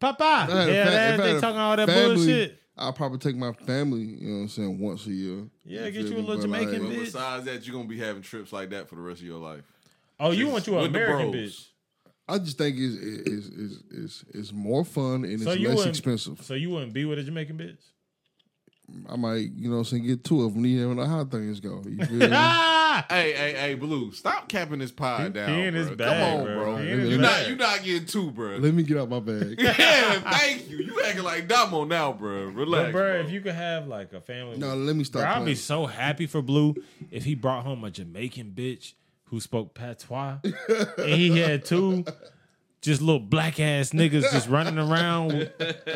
[SPEAKER 4] Papa.
[SPEAKER 3] if I had a
[SPEAKER 4] Yeah,
[SPEAKER 3] fa-
[SPEAKER 4] that,
[SPEAKER 3] if I
[SPEAKER 4] they
[SPEAKER 3] had a
[SPEAKER 4] talking all that
[SPEAKER 3] family,
[SPEAKER 4] bullshit.
[SPEAKER 3] I'll probably take my family. You know what I'm saying? Once a year.
[SPEAKER 4] Yeah, get
[SPEAKER 3] feel
[SPEAKER 4] you a
[SPEAKER 3] me?
[SPEAKER 4] little
[SPEAKER 3] But, like,
[SPEAKER 4] Jamaican
[SPEAKER 2] But
[SPEAKER 4] bitch.
[SPEAKER 2] besides that, you're gonna be having trips like that for the rest of your life.
[SPEAKER 4] Oh, you want you an
[SPEAKER 2] With the
[SPEAKER 4] American
[SPEAKER 2] bros.
[SPEAKER 4] bitch.
[SPEAKER 3] I just think it's it's it's it's, it's more fun and
[SPEAKER 4] So
[SPEAKER 3] it's
[SPEAKER 4] you
[SPEAKER 3] less
[SPEAKER 4] wouldn't-
[SPEAKER 3] expensive.
[SPEAKER 4] So you wouldn't be with a Jamaican bitch?
[SPEAKER 3] I might, you know, what I'm saying get two of them. You never know how things go. You feel me?
[SPEAKER 2] Hey, hey, hey, Blue, stop capping this pod down.
[SPEAKER 4] Ah! he in
[SPEAKER 2] bro.
[SPEAKER 4] his bag,
[SPEAKER 2] Come on,
[SPEAKER 4] bro.
[SPEAKER 2] bro.
[SPEAKER 4] He in his
[SPEAKER 2] You're not,
[SPEAKER 4] bag.
[SPEAKER 2] you not getting two, bro.
[SPEAKER 3] Let me get out my bag.
[SPEAKER 2] yeah, thank you. You acting like Damo now, bro. Relax.
[SPEAKER 4] But bro,
[SPEAKER 2] bro.
[SPEAKER 4] if you could have like a family,
[SPEAKER 3] No, let me stop
[SPEAKER 4] Bro, I'd be
[SPEAKER 3] playing.
[SPEAKER 4] so happy for Blue if he brought home a Jamaican bitch who spoke patois, and he had two just little black ass niggas just running around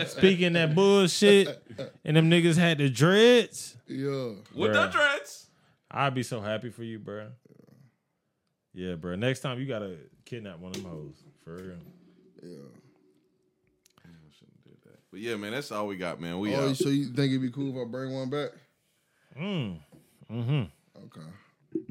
[SPEAKER 4] speaking that bullshit, and them niggas had the dreads.
[SPEAKER 3] yeah.
[SPEAKER 2] With
[SPEAKER 4] Bro.
[SPEAKER 2] the dreads.
[SPEAKER 4] I'd be so happy for you, bro. Yeah, bro. Next time you gotta kidnap one of them hoes for real.
[SPEAKER 2] But yeah, man, that's all we got, man. We
[SPEAKER 3] Oh,
[SPEAKER 2] out.
[SPEAKER 3] so you think it'd be cool if I bring one back? Mm. Mm-hmm. Okay.